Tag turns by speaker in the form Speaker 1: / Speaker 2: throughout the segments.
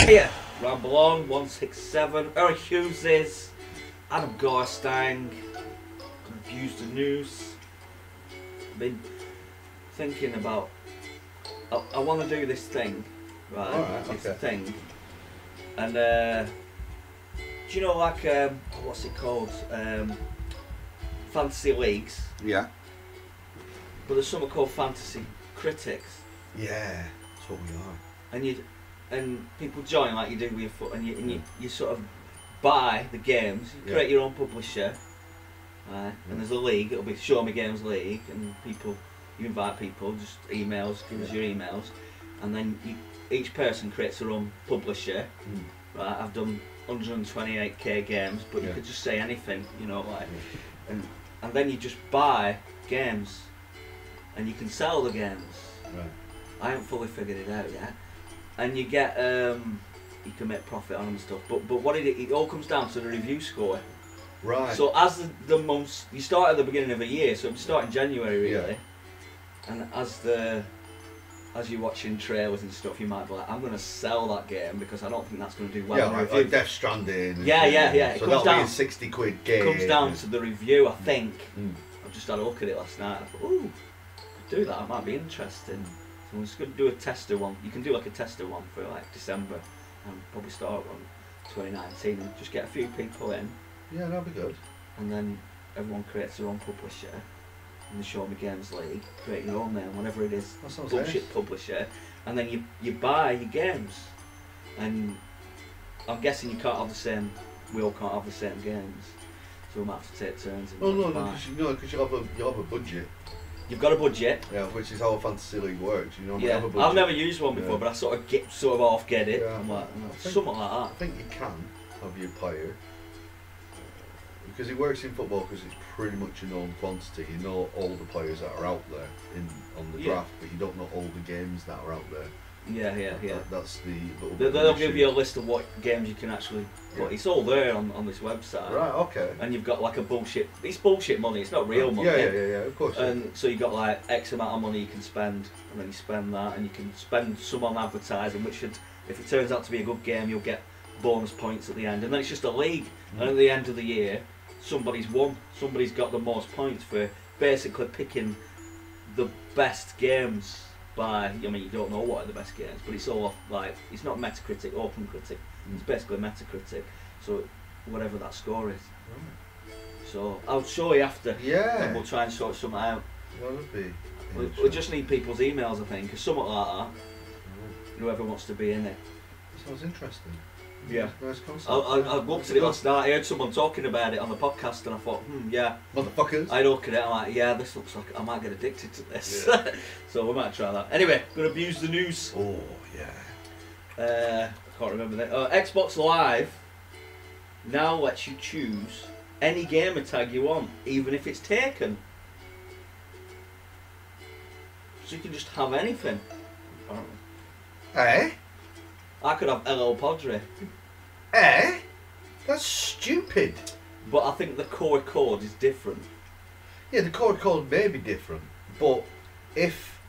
Speaker 1: Here, Ramblon 167, Eric Hugheses, Adam Garstang, Confused the News. Been thinking about. I, I want to do this thing, right?
Speaker 2: Alright,
Speaker 1: it's a
Speaker 2: okay.
Speaker 1: thing. And, uh, do you know, like, um, what's it called? Um, fantasy leagues.
Speaker 2: Yeah.
Speaker 1: But there's something called fantasy critics.
Speaker 2: Yeah. That's what we are.
Speaker 1: and you and people join like you do with your foot, and you and you, you sort of buy the games. You
Speaker 2: Yeah.
Speaker 1: create your own publisher, right?
Speaker 2: Mm.
Speaker 1: and there's a league. It'll be Show Me Games League, and people you invite people, just emails, give us
Speaker 2: Yeah.
Speaker 1: your emails, and then you, each person creates their own publisher.
Speaker 2: Mm.
Speaker 1: Right? I've done 128k games, but you
Speaker 2: Yeah.
Speaker 1: could just say anything, you know, like,
Speaker 2: Yeah.
Speaker 1: and and then you just buy games, and you can sell the games.
Speaker 2: Right.
Speaker 1: I haven't fully figured it out yet. And you get um, you can make profit on them and stuff. But but what it it all comes down to the review score.
Speaker 2: Right.
Speaker 1: So as the, the months you start at the beginning of a year, so you start in January
Speaker 2: Yeah.
Speaker 1: really. And as the as you're watching trailers and stuff, you might be like, I'm gonna sell that game because I don't think that's gonna do well.
Speaker 2: yeah,
Speaker 1: in
Speaker 2: like,
Speaker 1: review."
Speaker 2: like Death Stranding. and
Speaker 1: Yeah,
Speaker 2: shit,
Speaker 1: yeah, yeah, it
Speaker 2: So
Speaker 1: comes
Speaker 2: that'll be
Speaker 1: down-
Speaker 2: a 60 quid
Speaker 1: it
Speaker 2: game.
Speaker 1: comes down to the review, I think.
Speaker 2: Mm.
Speaker 1: I've just had a look at it last night. I thought, ooh, could do that. It might be interesting. So I'm just going to do a tester one. You can do like a tester one for like December and probably start one 2019 and just get a few people in
Speaker 2: Yeah, that'll be good.
Speaker 1: and then everyone creates their own publisher in the Show Me Games League, create your own name, whatever it is,
Speaker 2: That sounds
Speaker 1: bullshit publisher, and then you, you buy your games. And I'm guessing you can't have the same, we all can't have the same games. So we might have to take turns. and
Speaker 2: Well, Oh, no,
Speaker 1: buy.
Speaker 2: because you, no, 'cause you, have a you have a budget,
Speaker 1: You've got a budget.
Speaker 2: yeah, which is how fantasy league works. You know, you
Speaker 1: Yeah,
Speaker 2: have a budget.
Speaker 1: I've never used one before,
Speaker 2: Yeah.
Speaker 1: but I sort of get sort of half get it.
Speaker 2: Yeah.
Speaker 1: I'm like,
Speaker 2: I think-
Speaker 1: something like
Speaker 2: I
Speaker 1: that.
Speaker 2: think you can have your player because it works in football because it's pretty much a known quantity. You know all the players that are out there in on the
Speaker 1: Yeah.
Speaker 2: draft, but you don't know all the games that are out there.
Speaker 1: Yeah, yeah, yeah.
Speaker 2: That- that's the little
Speaker 1: They,
Speaker 2: bit of
Speaker 1: they'll
Speaker 2: issue.
Speaker 1: give you a list of what games you can actually. But
Speaker 2: Yeah.
Speaker 1: it's all there on, on this website.
Speaker 2: right. Okay.
Speaker 1: And you've got like a bullshit. It's bullshit money. It's not real money. Uh,
Speaker 2: Yeah, yeah, yeah, yeah. Of course. yeah.
Speaker 1: And so you've got like X amount of money you can spend, and then you spend that, and you can spend some on advertising, which should, if it turns out to be a good game, you'll get bonus points at the end. And then it's just a league. And at the end of the year, somebody's won. Somebody's got the most points for basically picking the best games by. I mean, you don't know what are the best games, but it's all off, like it's not Metacritic, Open Critic.
Speaker 2: Mm.
Speaker 1: It's basically Metacritic. So whatever that score is.
Speaker 2: Right.
Speaker 1: So I'll show you after, and
Speaker 2: Yeah.
Speaker 1: we'll try and sort something out.
Speaker 2: That would be.
Speaker 1: We, we
Speaker 2: interesting.
Speaker 1: just need people's emails, I think, or something like that. Whoever wants to be in it.
Speaker 2: That sounds interesting.
Speaker 1: Yeah.
Speaker 2: Nice concept.
Speaker 1: I, I, I looked at it last night. I heard someone talking about it on the podcast, and I thought, hmm, yeah.
Speaker 2: Motherfuckers.
Speaker 1: I look at it. I'm like, yeah, this looks like I might get addicted to this. so we might try that. Anyway, gonna abuse the news.
Speaker 2: oh yeah.
Speaker 1: Uh, I can't remember that. Uh, Xbox Live now lets you choose any gamer tag you want, even if it's taken. So you can just have anything. Apparently.
Speaker 2: Eh?
Speaker 1: I could have LL Padre.
Speaker 2: Eh? That's stupid.
Speaker 1: But I think the core chord is different.
Speaker 2: Yeah, the code code may be different, but if,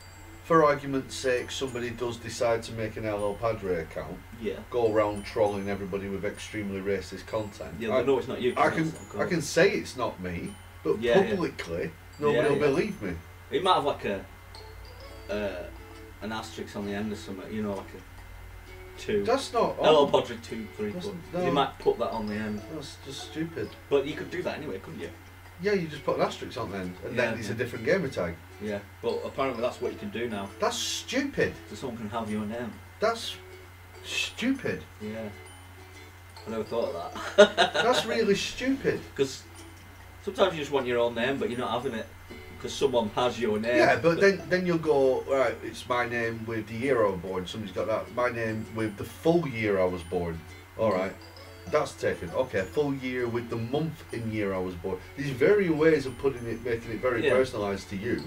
Speaker 2: for argument's sake, somebody does decide to make an LL Padre account,
Speaker 1: Yeah.
Speaker 2: go around trolling everybody with extremely racist content.
Speaker 1: Yeah,
Speaker 2: I,
Speaker 1: I know it's not you.
Speaker 2: I
Speaker 1: 'cause
Speaker 2: can
Speaker 1: it's not
Speaker 2: I
Speaker 1: called.
Speaker 2: can say it's not me, but
Speaker 1: Yeah, yeah.
Speaker 2: publicly nobody
Speaker 1: Yeah,
Speaker 2: will
Speaker 1: yeah.
Speaker 2: believe me.
Speaker 1: It might have like a uh, an asterisk on the end or something. You know, like a two.
Speaker 2: That's not.
Speaker 1: LL
Speaker 2: on.
Speaker 1: Padre two, three,
Speaker 2: That's-
Speaker 1: four.
Speaker 2: no.
Speaker 1: You might put that on the end,
Speaker 2: That's just stupid.
Speaker 1: but you could do that anyway, couldn't you?
Speaker 2: Yeah, you just put an asterisk on then, and
Speaker 1: Yeah,
Speaker 2: then it's
Speaker 1: yeah.
Speaker 2: a different gamer tag.
Speaker 1: Yeah. But apparently that's what you can do now.
Speaker 2: That's stupid.
Speaker 1: So someone can have your name.
Speaker 2: That's stupid.
Speaker 1: Yeah. I never thought of that.
Speaker 2: That's really stupid.
Speaker 1: Because sometimes you just want your own name, but you're not having it because someone has your name.
Speaker 2: Yeah, but then then you'll go right. It's my name with the year I was born. Somebody's got that. My name with the full year I was born. All right, that's taken. Okay, full year with the month and year I was born. There's various ways of putting it, making it very
Speaker 1: Yeah.
Speaker 2: personalised to you,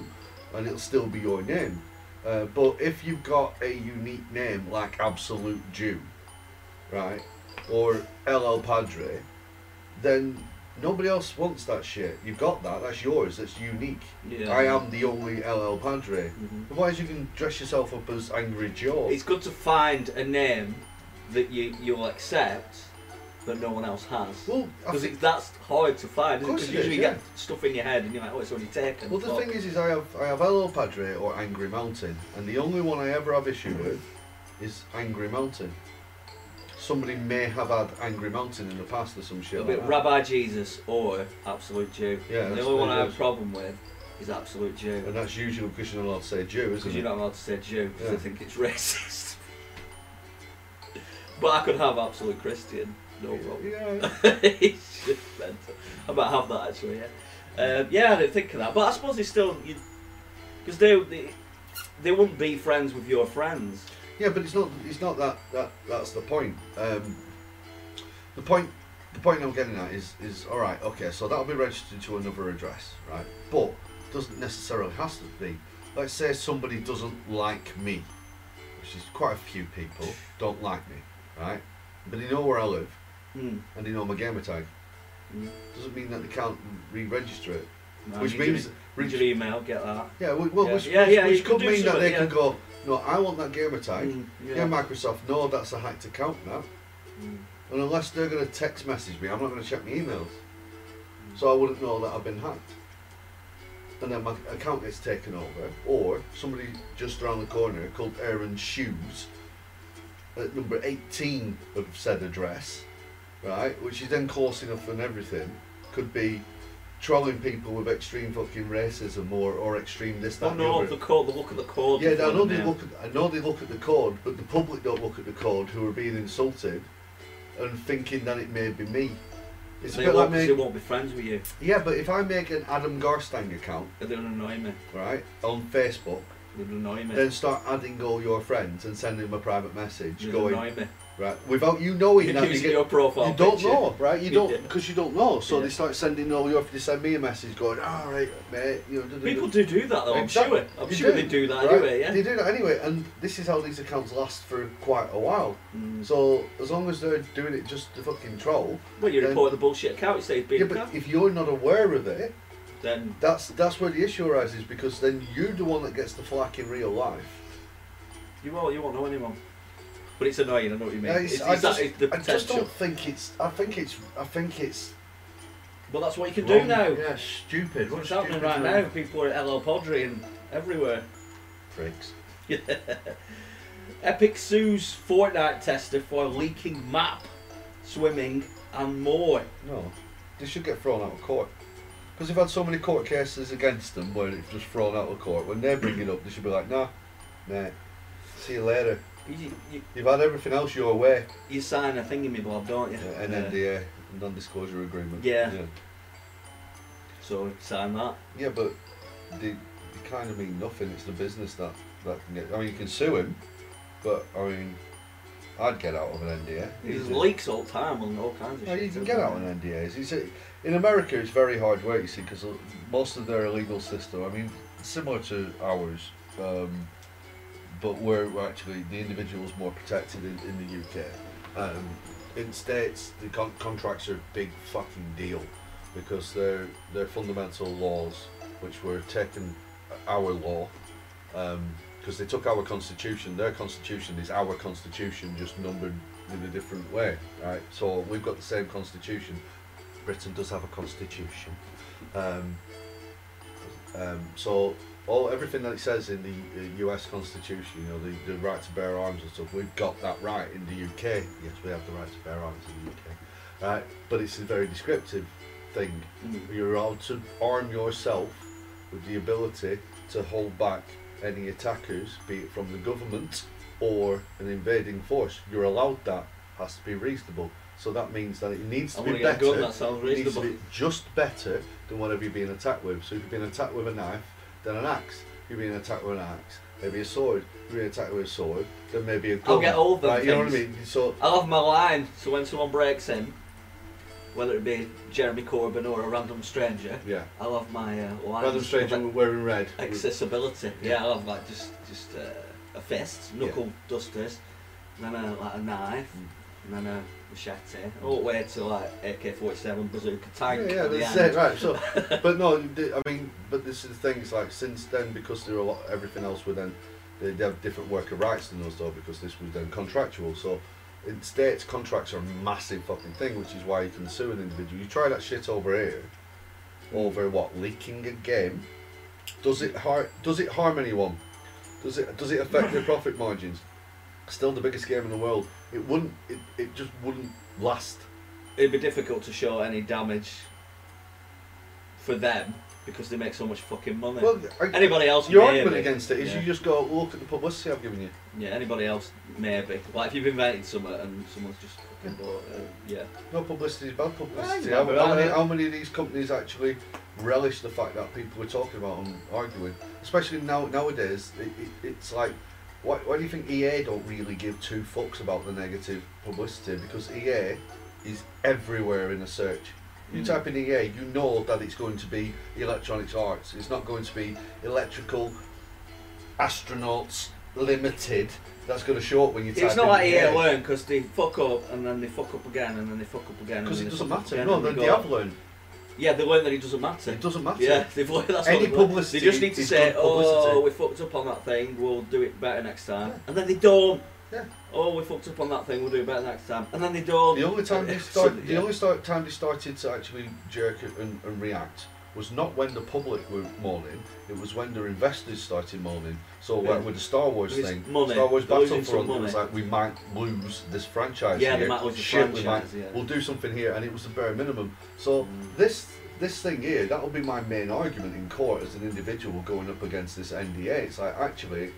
Speaker 2: and it'll still be your name. Uh, but if you've got a unique name like Absolute Jew, right, or LL Padre, then Nobody else wants that shit. You've got that. That's yours. That's unique.
Speaker 1: Yeah.
Speaker 2: I am the only LL Padre.
Speaker 1: Mhm.
Speaker 2: Otherwise, you can dress yourself up as Angry Joe.
Speaker 1: It's good to find a name that you you'll accept, but no one else has.
Speaker 2: well, I
Speaker 1: Because
Speaker 2: think,
Speaker 1: it that's hard to find.
Speaker 2: Of
Speaker 1: Because
Speaker 2: course it is,
Speaker 1: usually you
Speaker 2: yeah.
Speaker 1: get stuff in your head and you're like, oh, it's already taken.
Speaker 2: well, the
Speaker 1: Fuck.
Speaker 2: thing is, is I have I have LL Padre or Angry Mountain, and the only one I ever have issue with is Angry Mountain. Somebody may have had Angry Mountain in the past or some shit.
Speaker 1: a
Speaker 2: like
Speaker 1: bit
Speaker 2: that.
Speaker 1: Rabbi Jesus or Absolute Jew.
Speaker 2: Yeah,
Speaker 1: And the
Speaker 2: that's
Speaker 1: only one
Speaker 2: what
Speaker 1: I
Speaker 2: it
Speaker 1: have a
Speaker 2: is.
Speaker 1: problem with is Absolute
Speaker 2: And
Speaker 1: Jew.
Speaker 2: that's usually because you're not allowed to say Jew,
Speaker 1: Because
Speaker 2: isn't
Speaker 1: you're
Speaker 2: it?
Speaker 1: not allowed to say Jew because
Speaker 2: Yeah.
Speaker 1: they think it's racist. but I could have Absolute Christian, no problem.
Speaker 2: Yeah.
Speaker 1: it's just mental. I might have that actually. Yeah, um, yeah, I didn't think of that. But I suppose it's still because they, they they wouldn't be friends with your friends.
Speaker 2: Yeah, but it's not. It's not that. That that's the point. Um, the point. The point I'm getting at is is all right. Okay, so that'll be registered to another address, right? But doesn't necessarily has to be. Let's say somebody doesn't like me, which is quite a few people don't like me, right? But they know where I live
Speaker 1: Mm.
Speaker 2: and they know my gamer tag.
Speaker 1: Mm.
Speaker 2: Doesn't mean that they can't re-register it,
Speaker 1: No,
Speaker 2: which
Speaker 1: you
Speaker 2: means
Speaker 1: read your email, get that.
Speaker 2: yeah, we- well,
Speaker 1: Yeah.
Speaker 2: which,
Speaker 1: Yeah,
Speaker 2: which,
Speaker 1: yeah,
Speaker 2: which
Speaker 1: you
Speaker 2: could
Speaker 1: can do
Speaker 2: mean that they
Speaker 1: something,
Speaker 2: can
Speaker 1: yeah.
Speaker 2: go. No, I want that gamer tag.
Speaker 1: Mm,
Speaker 2: Yeah. Microsoft, no, that's a hacked account now.
Speaker 1: Mm.
Speaker 2: And unless they're going to text message me, I'm not going to check my emails. So I wouldn't know that I've been hacked. And then my account gets taken over, or somebody just around the corner called Aaron Shoes at number 18 of said address, right, which is then close enough and everything, could be trolling people with extreme fucking racism or, or extreme this, that,
Speaker 1: Oh
Speaker 2: and the
Speaker 1: no,
Speaker 2: other.
Speaker 1: the code, the look at the code.
Speaker 2: Yeah, I know
Speaker 1: before the
Speaker 2: they
Speaker 1: mail.
Speaker 2: look. At, I know they look at the code, but the public don't look at the code. Who are being insulted and thinking that it may be me. It's a
Speaker 1: They
Speaker 2: bit like
Speaker 1: won't, 'cause they
Speaker 2: me.
Speaker 1: won't be friends with you.
Speaker 2: Yeah, but if I make an Adam Garstang account,
Speaker 1: They'll annoy me.
Speaker 2: right, on Facebook,
Speaker 1: They'll annoy me.
Speaker 2: then start adding all your friends and sending them a private message,
Speaker 1: They'll
Speaker 2: going
Speaker 1: annoy me.
Speaker 2: right without you knowing
Speaker 1: You're
Speaker 2: that you,
Speaker 1: using
Speaker 2: get,
Speaker 1: your profile
Speaker 2: you don't
Speaker 1: picture.
Speaker 2: know, right? You
Speaker 1: You
Speaker 2: don't
Speaker 1: did.
Speaker 2: because you don't know. So
Speaker 1: Yeah.
Speaker 2: they start sending all your. They send me a message going, all right, mate, you know. da, da, da."
Speaker 1: People do do that though. I'm
Speaker 2: Exactly.
Speaker 1: sure. I'm
Speaker 2: You
Speaker 1: sure they do that
Speaker 2: right?
Speaker 1: anyway. Yeah.
Speaker 2: They do that anyway, and this is how these accounts last for quite a while.
Speaker 1: Mm.
Speaker 2: So as long as they're doing it just to fucking troll,
Speaker 1: Well, you
Speaker 2: then-
Speaker 1: report the bullshit account. You say it's being
Speaker 2: yeah.
Speaker 1: a
Speaker 2: But
Speaker 1: cunt,
Speaker 2: if you're not aware of it,
Speaker 1: then
Speaker 2: that's that's where the issue arises because then you're the one that gets the flack in real life.
Speaker 1: you won't. You won't know anyone. But it's annoying. I know what you mean.
Speaker 2: Yeah,
Speaker 1: it's,
Speaker 2: it's-
Speaker 1: it's that-
Speaker 2: I, just,
Speaker 1: it's the
Speaker 2: I just
Speaker 1: potential.
Speaker 2: don't think it's. I think it's. I think it's.
Speaker 1: Well, that's what you can do
Speaker 2: wrong.
Speaker 1: now.
Speaker 2: Yeah, stupid.
Speaker 1: What's
Speaker 2: stupid
Speaker 1: happening right
Speaker 2: man.
Speaker 1: now? People are at LL Podry and everywhere.
Speaker 2: Pricks.
Speaker 1: Epic sues Fortnite tester for leaking map, swimming, and more.
Speaker 2: No, they should get thrown out of court. Because they've had so many court cases against them where it's just thrown out of court. When they bring it up, they should be like, nah, nah, see you later.
Speaker 1: You, you,
Speaker 2: You've had everything else your way.
Speaker 1: you sign a thing in me, Bob, don't you?
Speaker 2: Yeah, An NDA, non disclosure uh, agreement.
Speaker 1: Yeah.
Speaker 2: Yeah,
Speaker 1: So sign that.
Speaker 2: Yeah, but they, they kind of mean nothing. It's the business that, that can get. I mean, you can sue him, but I mean, I'd get out of an NDA.
Speaker 1: It just
Speaker 2: easily.
Speaker 1: leaks all the time on all kinds of
Speaker 2: No,
Speaker 1: shit.
Speaker 2: you
Speaker 1: doesn't
Speaker 2: can get
Speaker 1: it?
Speaker 2: out on NDAs. You see, in America, it's very hard work, you see, because most of their legal system, I mean, similar to ours, um, but where we're actually the individual's more protected in, in the UK. Um, in states, the con- contracts are a big fucking deal because they're, they're fundamental laws which were taken uh, our law because they took our constitution. Their constitution is our constitution, just numbered in a different way. Right. So we've got the same constitution. Britain does have a constitution. Um, um, so all everything that it says in the uh, U.S. Constitution, you know, the, the right to bear arms and stuff, we've got that right in the UK. Yes, we have the right to bear arms in the UK. Right. But it's a very descriptive thing.
Speaker 1: Mm.
Speaker 2: You're allowed to arm yourself with the ability to hold back any attackers, be it from the government or an invading force. You're allowed that. Has to be reasonable. So that means that it needs
Speaker 1: I
Speaker 2: to
Speaker 1: want
Speaker 2: be
Speaker 1: to get a gun,
Speaker 2: better.
Speaker 1: that sounds
Speaker 2: It needs to
Speaker 1: reasonable.
Speaker 2: be just better than whatever you're being attacked with. So if you're being attacked with a knife, then an axe. You're being attacked with an axe. Maybe a sword. You're being attacked with a sword. Then maybe a gun.
Speaker 1: I'll get all them
Speaker 2: Right, you know what I
Speaker 1: things.
Speaker 2: mean? So
Speaker 1: I love my line. So when someone breaks in, whether it be Jeremy Corbyn or a random stranger,
Speaker 2: yeah.
Speaker 1: I love my uh, line.
Speaker 2: Random stranger wearing red.
Speaker 1: accessibility.
Speaker 2: Yeah.
Speaker 1: Yeah, I love like just just uh, a fist,
Speaker 2: Yeah.
Speaker 1: knuckle dusters, then a, like a knife,
Speaker 2: Mm.
Speaker 1: and then a machete. Oh, wait till like AK 47 bazooka tank.
Speaker 2: Yeah, yeah
Speaker 1: at the
Speaker 2: that's
Speaker 1: end.
Speaker 2: it, right. So, but no, you did- I mean, but this is the thing. It's like since then, because there are a lot, everything else with then, they, they have different worker rights than us though, because this was then contractual. So, in states, contracts are a massive fucking thing, which is why you can sue an individual. You try that shit over here, over what leaking a game. Does it har- Does it harm anyone? Does it Does it affect their profit margins? Still the biggest game in the world. It wouldn't. It, it just wouldn't last.
Speaker 1: It'd be difficult to show any damage for them because they make so much fucking money.
Speaker 2: Well, I-
Speaker 1: anybody else?
Speaker 2: Your
Speaker 1: maybe.
Speaker 2: argument against it is
Speaker 1: Yeah.
Speaker 2: you just go look at the publicity I've given you.
Speaker 1: Yeah, anybody else? Maybe. Like if you've invented something and someone's just fucking bought it. Yeah.
Speaker 2: No publicity is bad publicity.
Speaker 1: Yeah,
Speaker 2: how,
Speaker 1: but uh,
Speaker 2: how
Speaker 1: I-
Speaker 2: many, how many of these companies actually relish the fact that people are talking about them, arguing? Especially now nowadays, it, it, it's like, why, why do you think EA don't really give two fucks about the negative publicity? Because EA is everywhere in a search. You
Speaker 1: Mm.
Speaker 2: type in EA, you know that it's going to be Electronics Arts. It's not going to be Electrical Astronauts Limited. That's going to show up when you type
Speaker 1: It's not
Speaker 2: in E
Speaker 1: like E
Speaker 2: EA.
Speaker 1: EA learn because they fuck up and then they fuck up again and then they fuck up again. and
Speaker 2: Because
Speaker 1: then
Speaker 2: it
Speaker 1: they
Speaker 2: doesn't
Speaker 1: fuck up
Speaker 2: matter.
Speaker 1: again
Speaker 2: No,
Speaker 1: and
Speaker 2: then
Speaker 1: they
Speaker 2: they
Speaker 1: go-
Speaker 2: have learned.
Speaker 1: Yeah, they learn that it doesn't matter.
Speaker 2: It doesn't matter.
Speaker 1: Yeah, they've learned that's
Speaker 2: Any
Speaker 1: what they've learned.
Speaker 2: publicity
Speaker 1: They just need to
Speaker 2: is
Speaker 1: say,
Speaker 2: good
Speaker 1: "Oh,
Speaker 2: publicity."
Speaker 1: we fucked up on that thing. We'll do it better next time." And then they don't.
Speaker 2: Yeah.
Speaker 1: Oh, we fucked up on that thing. We'll do it better next time. And then they don't.
Speaker 2: The only time they
Speaker 1: So,
Speaker 2: started, the
Speaker 1: yeah.
Speaker 2: only start, time they started to actually jerk it and, and react was not when the public were moaning. It was when their investors started moaning. So like,
Speaker 1: Yeah.
Speaker 2: with the Star Wars
Speaker 1: It's
Speaker 2: thing,
Speaker 1: money.
Speaker 2: Star Wars
Speaker 1: They're losing
Speaker 2: Battlefront,
Speaker 1: some
Speaker 2: it was
Speaker 1: money.
Speaker 2: like we might lose this franchise.
Speaker 1: Yeah, they
Speaker 2: here.
Speaker 1: might lose the
Speaker 2: Shit,
Speaker 1: franchise,
Speaker 2: We might,
Speaker 1: yeah.
Speaker 2: We'll do something here, and it was the bare minimum. So
Speaker 1: Mm.
Speaker 2: this this thing here, that will be my main argument in court as an individual going up against this NDA. It's like actually,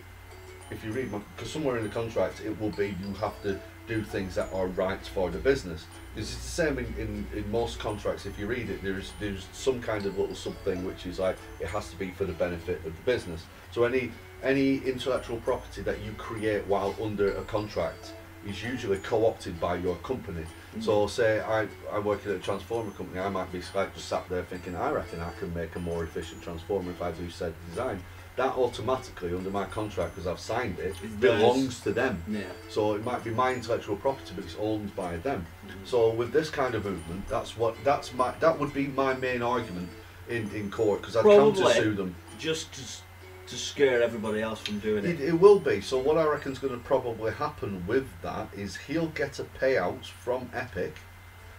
Speaker 2: if you read my, because somewhere in the contract it will be you have to do things that are right for the business. It's the same in, in, in most contracts. If you read it, there's there's some kind of little something which is like it has to be for the benefit of the business. So any any intellectual property that you create while under a contract is usually co-opted by your company. So say I, I work at a transformer company, I might be like just sat there thinking, I reckon I can make a more efficient transformer if I do said design. That automatically under my contract because I've signed it
Speaker 1: It's theirs.
Speaker 2: belongs to them.
Speaker 1: yeah.
Speaker 2: So it might be my intellectual property, but it's owned by them.
Speaker 1: Mm.
Speaker 2: So with this kind of movement, that's what that's my that would be my main argument in in court because I'd
Speaker 1: Probably.
Speaker 2: counter sue them.
Speaker 1: Just to, s- to scare everybody else from doing it.
Speaker 2: It, it will be. So what I reckon's going to probably happen with that is he'll get a payout from Epic.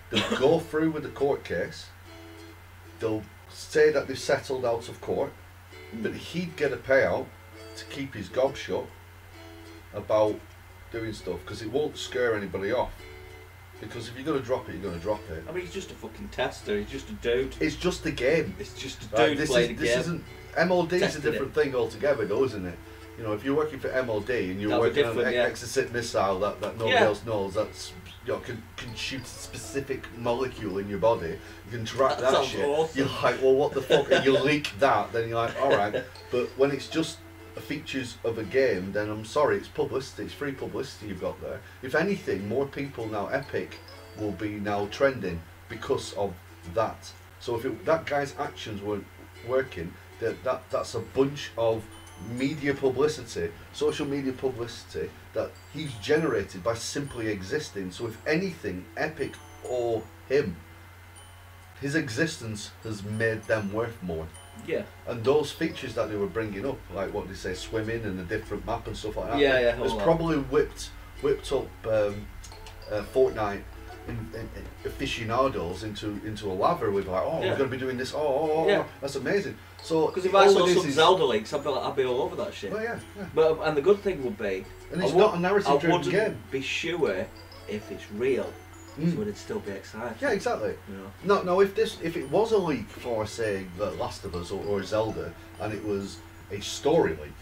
Speaker 2: They'll go through with the court case. They'll say that they've settled out of court, but he'd get a payout to keep his gob shut about doing stuff because it won't scare anybody off. Because if you're going to drop it, you're going to drop it.
Speaker 1: I mean, he's just a fucking tester. He's just a dude.
Speaker 2: It's just the game.
Speaker 1: It's just a dude
Speaker 2: Right, this,
Speaker 1: playing
Speaker 2: is,
Speaker 1: a game.
Speaker 2: this isn't MOD is a
Speaker 1: Tested it.
Speaker 2: different thing altogether, though, isn't it? You know, if you're working for MOD and you're
Speaker 1: That'll be
Speaker 2: working on an
Speaker 1: different, yeah.
Speaker 2: exocet missile that, that nobody
Speaker 1: Yeah.
Speaker 2: else knows, that's you know, can, can shoot a specific molecule in your body. You can track
Speaker 1: That
Speaker 2: that,
Speaker 1: sounds
Speaker 2: shit.
Speaker 1: awesome.
Speaker 2: You're like, well, what the fuck? and you leak that, then you're like, all right. But when it's just features of a game, then I'm sorry, it's publicity. It's free publicity you've got there. If anything, more people now Epic will be now trending because of that. So if it, that guy's actions weren't working, that, that that's a bunch of media publicity, social media publicity that he's generated by simply existing. So if anything, Epic or him, his existence has made them worth more.
Speaker 1: Yeah.
Speaker 2: And those features that they were bringing up, like what they say, swimming and the different map and stuff like that,
Speaker 1: Yeah, yeah,
Speaker 2: has
Speaker 1: all that.
Speaker 2: probably whipped whipped up um, uh, Fortnite in, in, aficionados into into a lather with like, oh,
Speaker 1: Yeah.
Speaker 2: we're going to be doing this. Oh, oh, oh, oh,
Speaker 1: Yeah.
Speaker 2: that's amazing. So
Speaker 1: Because if
Speaker 2: all
Speaker 1: I
Speaker 2: it
Speaker 1: saw
Speaker 2: is
Speaker 1: some
Speaker 2: is-
Speaker 1: Zelda links, I'd be, like, I'd be all over that shit. Oh,
Speaker 2: well, yeah, yeah.
Speaker 1: But um, and the good thing would be,
Speaker 2: and it's
Speaker 1: I
Speaker 2: not a
Speaker 1: wou- I
Speaker 2: narrative-driven
Speaker 1: wouldn't
Speaker 2: game.
Speaker 1: be sure if it's real, so
Speaker 2: Mm.
Speaker 1: it'd still be exciting.
Speaker 2: Yeah, exactly.
Speaker 1: You know?
Speaker 2: No, no. If this, if it was a leak for say The Last of Us or, or Zelda, and it was a story leak,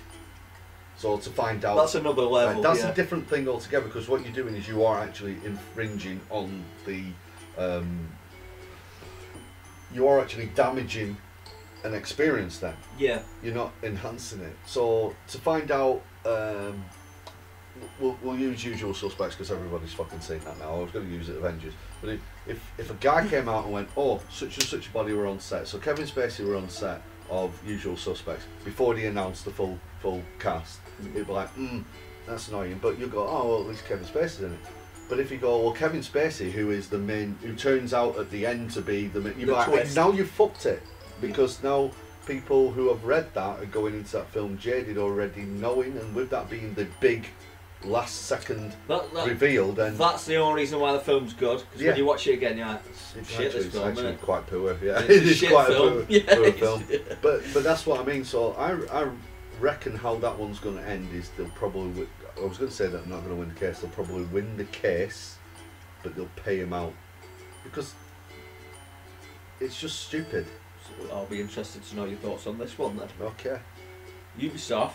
Speaker 2: so to find out
Speaker 1: That's another level.
Speaker 2: Right, that's
Speaker 1: yeah.
Speaker 2: a different thing altogether because what you're doing is you are actually infringing on the. Um, you are actually damaging an experience then.
Speaker 1: yeah.
Speaker 2: You're not enhancing it. So to find out. Um, We'll, we'll use usual suspects because everybody's fucking seen that now. I was going to use it Avengers, but if, if if a guy came out and went, oh, such and such body were on set, so Kevin Spacey were on set of Usual Suspects before they announced the full "Hmm, full cast, it'd be like, mm, that's annoying. But you go, oh, well, at least Kevin Spacey's in it. But if you go, well, Kevin Spacey, who is the main, who turns out at the end to be the main, you're
Speaker 1: The
Speaker 2: like,
Speaker 1: twist.
Speaker 2: now you fucked it because now people who have read that are going into that film jaded already, knowing, and with that being the big last second
Speaker 1: That, that,
Speaker 2: reveal, then
Speaker 1: that's the only reason why the film's good. Because
Speaker 2: Yeah.
Speaker 1: when you watch it again, you're like,
Speaker 2: it's,
Speaker 1: it's
Speaker 2: actually,
Speaker 1: shit this
Speaker 2: it's
Speaker 1: film,
Speaker 2: actually
Speaker 1: isn't it?
Speaker 2: quite poor. Yeah,
Speaker 1: It's a
Speaker 2: it is
Speaker 1: shit
Speaker 2: quite a
Speaker 1: film.
Speaker 2: poor,
Speaker 1: Yeah,
Speaker 2: poor
Speaker 1: it's-
Speaker 2: film. But but that's what I mean. So I I reckon how that one's going to end is they'll probably. wi- I was going to say that I'm not going to win the case. They'll probably win the case, but they'll pay him out because it's just stupid.
Speaker 1: So I'll be interested to know your thoughts on this one then.
Speaker 2: Okay.
Speaker 1: Ubisoft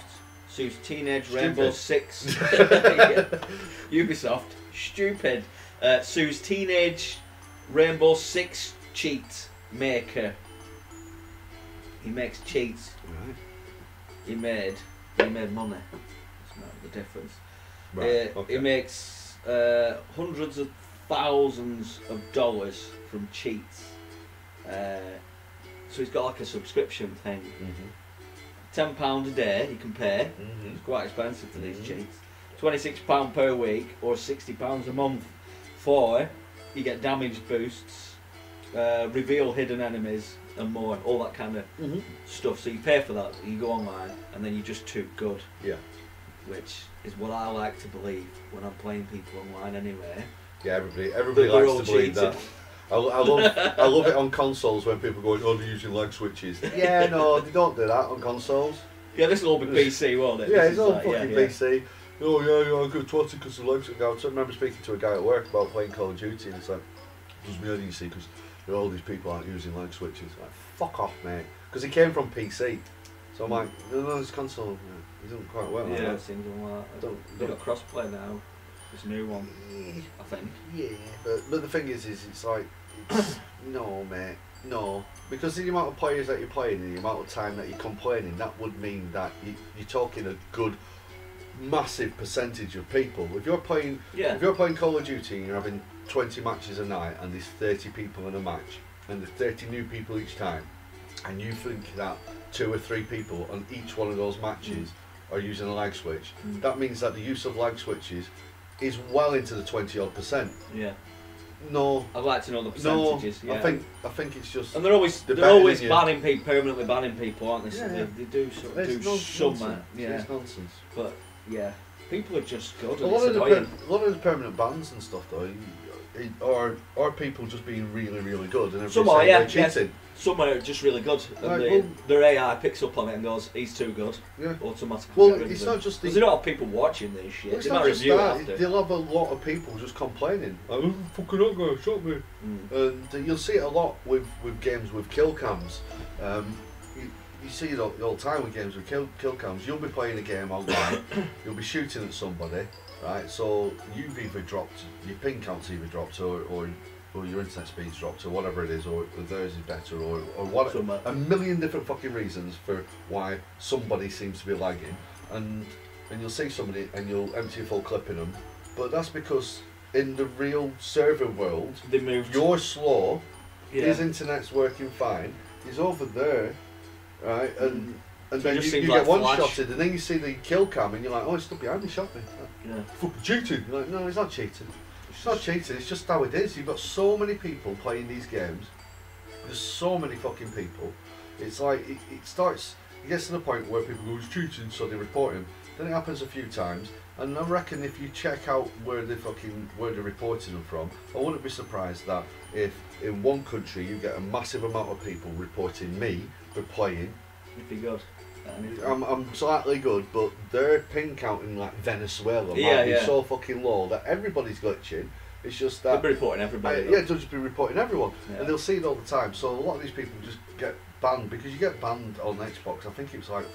Speaker 1: sues Teenage
Speaker 2: Stupid.
Speaker 1: Rainbow Six. Ubisoft, stupid, uh, sues Teenage Rainbow Six cheat maker. He makes cheats.
Speaker 2: Right.
Speaker 1: He made. He made money. That's not the difference.
Speaker 2: Right.
Speaker 1: Uh,
Speaker 2: okay.
Speaker 1: He makes uh, hundreds of thousands of dollars from cheats. Uh, so he's got like a subscription thing.
Speaker 2: mm-hmm.
Speaker 1: Ten pound a day you can pay.
Speaker 2: Mm-hmm.
Speaker 1: It's quite expensive for these
Speaker 2: Mhm.
Speaker 1: cheats. Twenty-six pound per week or sixty pounds a month. For you get damage boosts, uh, reveal hidden enemies, and more. All that kind of
Speaker 2: Mm-hmm.
Speaker 1: stuff. So you pay for that. You go online, and then you're just too good.
Speaker 2: Yeah.
Speaker 1: Which is what I like to believe when I'm playing people online anyway.
Speaker 2: Yeah. Everybody. Everybody
Speaker 1: That we're all
Speaker 2: likes to believe that.
Speaker 1: cheating.
Speaker 2: I, I love I love it on consoles when people go, oh, they're using lag switches. Yeah, no, they don't do that on consoles.
Speaker 1: Yeah, this will all be PC, won't it?
Speaker 2: Yeah,
Speaker 1: This
Speaker 2: it's
Speaker 1: is
Speaker 2: all
Speaker 1: like- yeah,
Speaker 2: fucking
Speaker 1: yeah.
Speaker 2: PC. Oh yeah, yeah, I got twatted because the legs are out. So I remember speaking to a guy at work about playing Call of Duty, and it's like, does me anything, see, because all these people aren't using leg switches. Like, fuck off, mate. Because he came from PC, so I'm like, no, no, this console, yeah, he doesn't quite work like
Speaker 1: Yeah,
Speaker 2: that.
Speaker 1: it seems like that.
Speaker 2: Don't,
Speaker 1: They've
Speaker 2: don't.
Speaker 1: got crossplay now. This new one, I think.
Speaker 2: Yeah, but but the thing is, is it's like, it's, no, mate, no. Because the amount of players that you're playing and the amount of time that you're complaining, that would mean that you, you're talking a good, massive percentage of people. If you're playing,
Speaker 1: Yeah.
Speaker 2: if you're playing Call of Duty and you're having 20 matches a night and there's 30 people in a match and there's 30 new people each time, and you think that two or three people on each one of those matches are using a lag switch,
Speaker 1: Mm.
Speaker 2: that means that the use of lag switches is well into the 20 odd percent.
Speaker 1: Yeah.
Speaker 2: No,
Speaker 1: I'd like to know the
Speaker 2: no.
Speaker 1: percentages. yeah. Um,
Speaker 2: I think I think it's just
Speaker 1: And they're always
Speaker 2: They're
Speaker 1: they're,
Speaker 2: banning
Speaker 1: always
Speaker 2: you.
Speaker 1: banning people permanently banning people, aren't they? So
Speaker 2: Yeah, yeah.
Speaker 1: They, they do sort of
Speaker 2: it's
Speaker 1: do
Speaker 2: non-
Speaker 1: some uh,
Speaker 2: nonsense.
Speaker 1: yeah.
Speaker 2: It's nonsense.
Speaker 1: But yeah, people are just good. and
Speaker 2: A lot
Speaker 1: it's
Speaker 2: of the
Speaker 1: annoying.
Speaker 2: per- a lot of the permanent bans and stuff though, it, are are people just being really really good and everybody's
Speaker 1: Some are,
Speaker 2: saying
Speaker 1: yeah,
Speaker 2: they're
Speaker 1: yeah.
Speaker 2: cheating.
Speaker 1: Some are just really good, and
Speaker 2: Like,
Speaker 1: they,
Speaker 2: well-
Speaker 1: their AI picks up on it and goes, "He's too good."
Speaker 2: Yeah.
Speaker 1: Automatically.
Speaker 2: Well,
Speaker 1: get rid
Speaker 2: it's
Speaker 1: of them.
Speaker 2: not just the.
Speaker 1: There's a lot of people watching this shit.
Speaker 2: It's
Speaker 1: they
Speaker 2: not
Speaker 1: might
Speaker 2: just
Speaker 1: review
Speaker 2: that.
Speaker 1: it after.
Speaker 2: They'll have a lot of people just complaining. Like, "Oh, fucking that guy shot me.
Speaker 1: Mm.
Speaker 2: And uh, you'll see it a lot with, with games with kill cams. Um, you, you see it all, all the time with games with kill, kill cams. You'll be playing a game online, you'll be shooting at somebody, right? So you've either dropped, your ping count's either dropped, or, or, or your internet speed's dropped, or whatever it is, or, or theirs is better, or, or what,
Speaker 1: Some uh, are-
Speaker 2: a million different fucking reasons for why somebody seems to be lagging, and and you'll see somebody and you'll empty your full clip in them, but that's because in the real server world,
Speaker 1: They moved.
Speaker 2: you're slow,
Speaker 1: yeah.
Speaker 2: his internet's working fine, he's over there, right, and.
Speaker 1: Mm.
Speaker 2: And
Speaker 1: So it
Speaker 2: then
Speaker 1: just
Speaker 2: you,
Speaker 1: seems
Speaker 2: you
Speaker 1: like
Speaker 2: get one
Speaker 1: flash.
Speaker 2: shotted, and then you see the kill cam, and you're like, "Oh, it's still behind me, shot me."
Speaker 1: yeah.
Speaker 2: Fucking cheating! You're like, no, it's not cheating. It's not cheating, it's just how it is. You've got so many people playing these games. There's so many fucking people. It's like, it, it starts, it gets to the point where people go, it's cheating, so they report him. Then it happens a few times, and I reckon if you check out where they fucking, where they're reporting them from, I wouldn't be surprised that if in one country you get a massive amount of people reporting me for playing,
Speaker 1: It'd be good. And if-
Speaker 2: I'm, I'm slightly good, but their pin count in like Venezuela
Speaker 1: Yeah,
Speaker 2: might be
Speaker 1: yeah.
Speaker 2: so fucking low that everybody's glitching. It's just
Speaker 1: they'd
Speaker 2: that
Speaker 1: be reporting
Speaker 2: uh,
Speaker 1: everybody.
Speaker 2: yeah, judges be reporting everyone,
Speaker 1: Yeah.
Speaker 2: and they'll see it all the time. So a lot of these people just get banned because you get banned on Xbox. I think it was like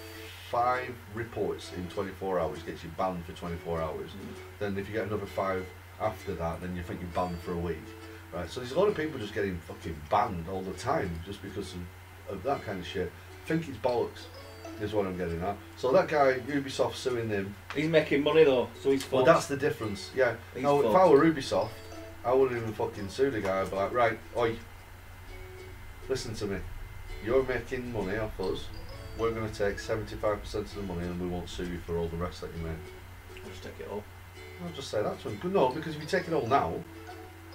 Speaker 2: five reports in 24 hours gets you banned for 24 hours.
Speaker 1: Mm.
Speaker 2: Then if you get another five after that, then you think you're banned for a week, right? So there's a lot of people just getting fucking banned all the time just because of, of that kind of shit. think it's bollocks, is what I'm getting at. So that guy Ubisoft suing him.
Speaker 1: He's making money though, so he's
Speaker 2: Well,
Speaker 1: fucked.
Speaker 2: that's the difference. Yeah.
Speaker 1: He's
Speaker 2: no, if
Speaker 1: fucked.
Speaker 2: I were Ubisoft, I wouldn't even fucking sue the guy. I'd be like, right, oi, listen to me. You're making money off us. We're going to take 75% of the money and we won't sue you for all the rest that you make.
Speaker 1: I'll just take it all.
Speaker 2: I'll just say that to him. No, because if you take it all now,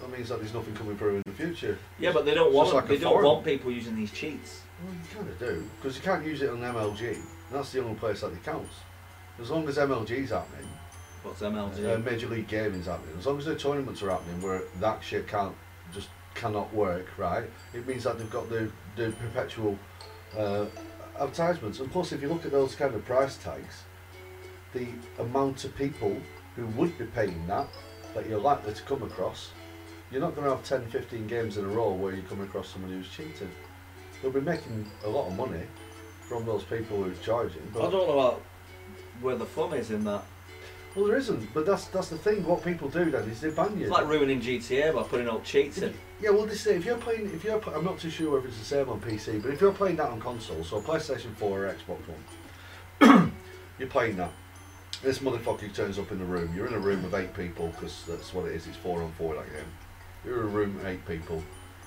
Speaker 2: that means that there's nothing coming through in the future.
Speaker 1: Yeah, but they don't
Speaker 2: It's
Speaker 1: want
Speaker 2: just like a
Speaker 1: they don't
Speaker 2: forum.
Speaker 1: want people using these cheats.
Speaker 2: Well, you kind of do, because you can't use it on MLG. and That's the only place that it counts. As long as MLG's happening,
Speaker 1: What's MLG?
Speaker 2: uh, Major League Gaming's happening, as long as the tournaments are happening where that shit can't just cannot work, right? It means that they've got the the perpetual uh, advertisements, and plus, if you look at those kind of price tags, the amount of people who would be paying that that you're likely to come across, you're not going to have 10, 15 games in a row where you come across somebody who's cheating. They'll be making a lot of money from those people who are charging.
Speaker 1: I
Speaker 2: But
Speaker 1: don't know what, where the fun is in that.
Speaker 2: well, there isn't. But that's that's the thing. What people do then is they ban you.
Speaker 1: It's like ruining GTA by putting out cheats in.
Speaker 2: Yeah, well, this if you're playing, if you're, pl- I'm not too sure whether it's the same on PC, but if you're playing that on console, so PlayStation 4 or Xbox One, you're playing that. This motherfucker turns up in the room. You're in a room with eight people because that's what it is. It's four on four that game. You're in a room with eight people.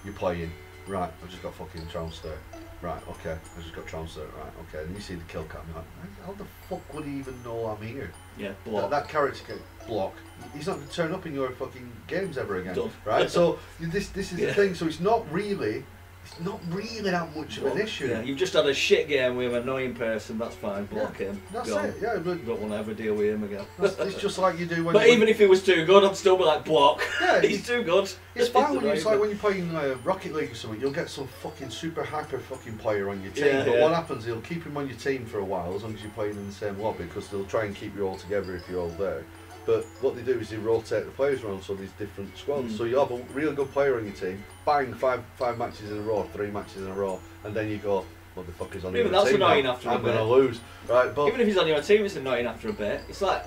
Speaker 2: You're playing. Right, I've just got fucking transfer. Right, okay, I've just got transfer. Right, okay. And you see the kill cam. You're like, how the fuck would he even know I'm here?
Speaker 1: Yeah,
Speaker 2: That,
Speaker 1: block.
Speaker 2: that character can block. He's not going to turn up in your fucking games ever again,
Speaker 1: Done.
Speaker 2: right? So you- this this is
Speaker 1: Yeah.
Speaker 2: the thing. So it's not really, it's not really that much of
Speaker 1: Block.
Speaker 2: an issue.
Speaker 1: Yeah, you've just had a shit game with an annoying person. That's fine. Block him.
Speaker 2: That's
Speaker 1: Gone.
Speaker 2: it. Yeah, but
Speaker 1: Don't want to ever deal with him again.
Speaker 2: that's, it's just like you do when.
Speaker 1: But
Speaker 2: you,
Speaker 1: even if he was too good, I'd still be like, block.
Speaker 2: yeah,
Speaker 1: He's
Speaker 2: it's,
Speaker 1: too good.
Speaker 2: it's fine when you, it's
Speaker 1: annoying.
Speaker 2: like when you're playing uh, Rocket League or something. You'll get some fucking super hyper fucking player on your team.
Speaker 1: Yeah,
Speaker 2: but
Speaker 1: yeah.
Speaker 2: what happens? He'll keep him on your team for a while as long as you're playing in the same lobby because they'll try and keep you all together if you're all there. But what they do is they rotate the players around so there's different squads.
Speaker 1: Mm.
Speaker 2: So you have a real good player on your team, bang, five five matches in a row, three matches in a row, and then you go, motherfuckers on
Speaker 1: Yeah,
Speaker 2: the
Speaker 1: but that's
Speaker 2: team
Speaker 1: annoying
Speaker 2: now.
Speaker 1: after a
Speaker 2: I'm going to
Speaker 1: bit.
Speaker 2: lose. Right, but
Speaker 1: Even if he's on your team, it's annoying after a bit. It's like,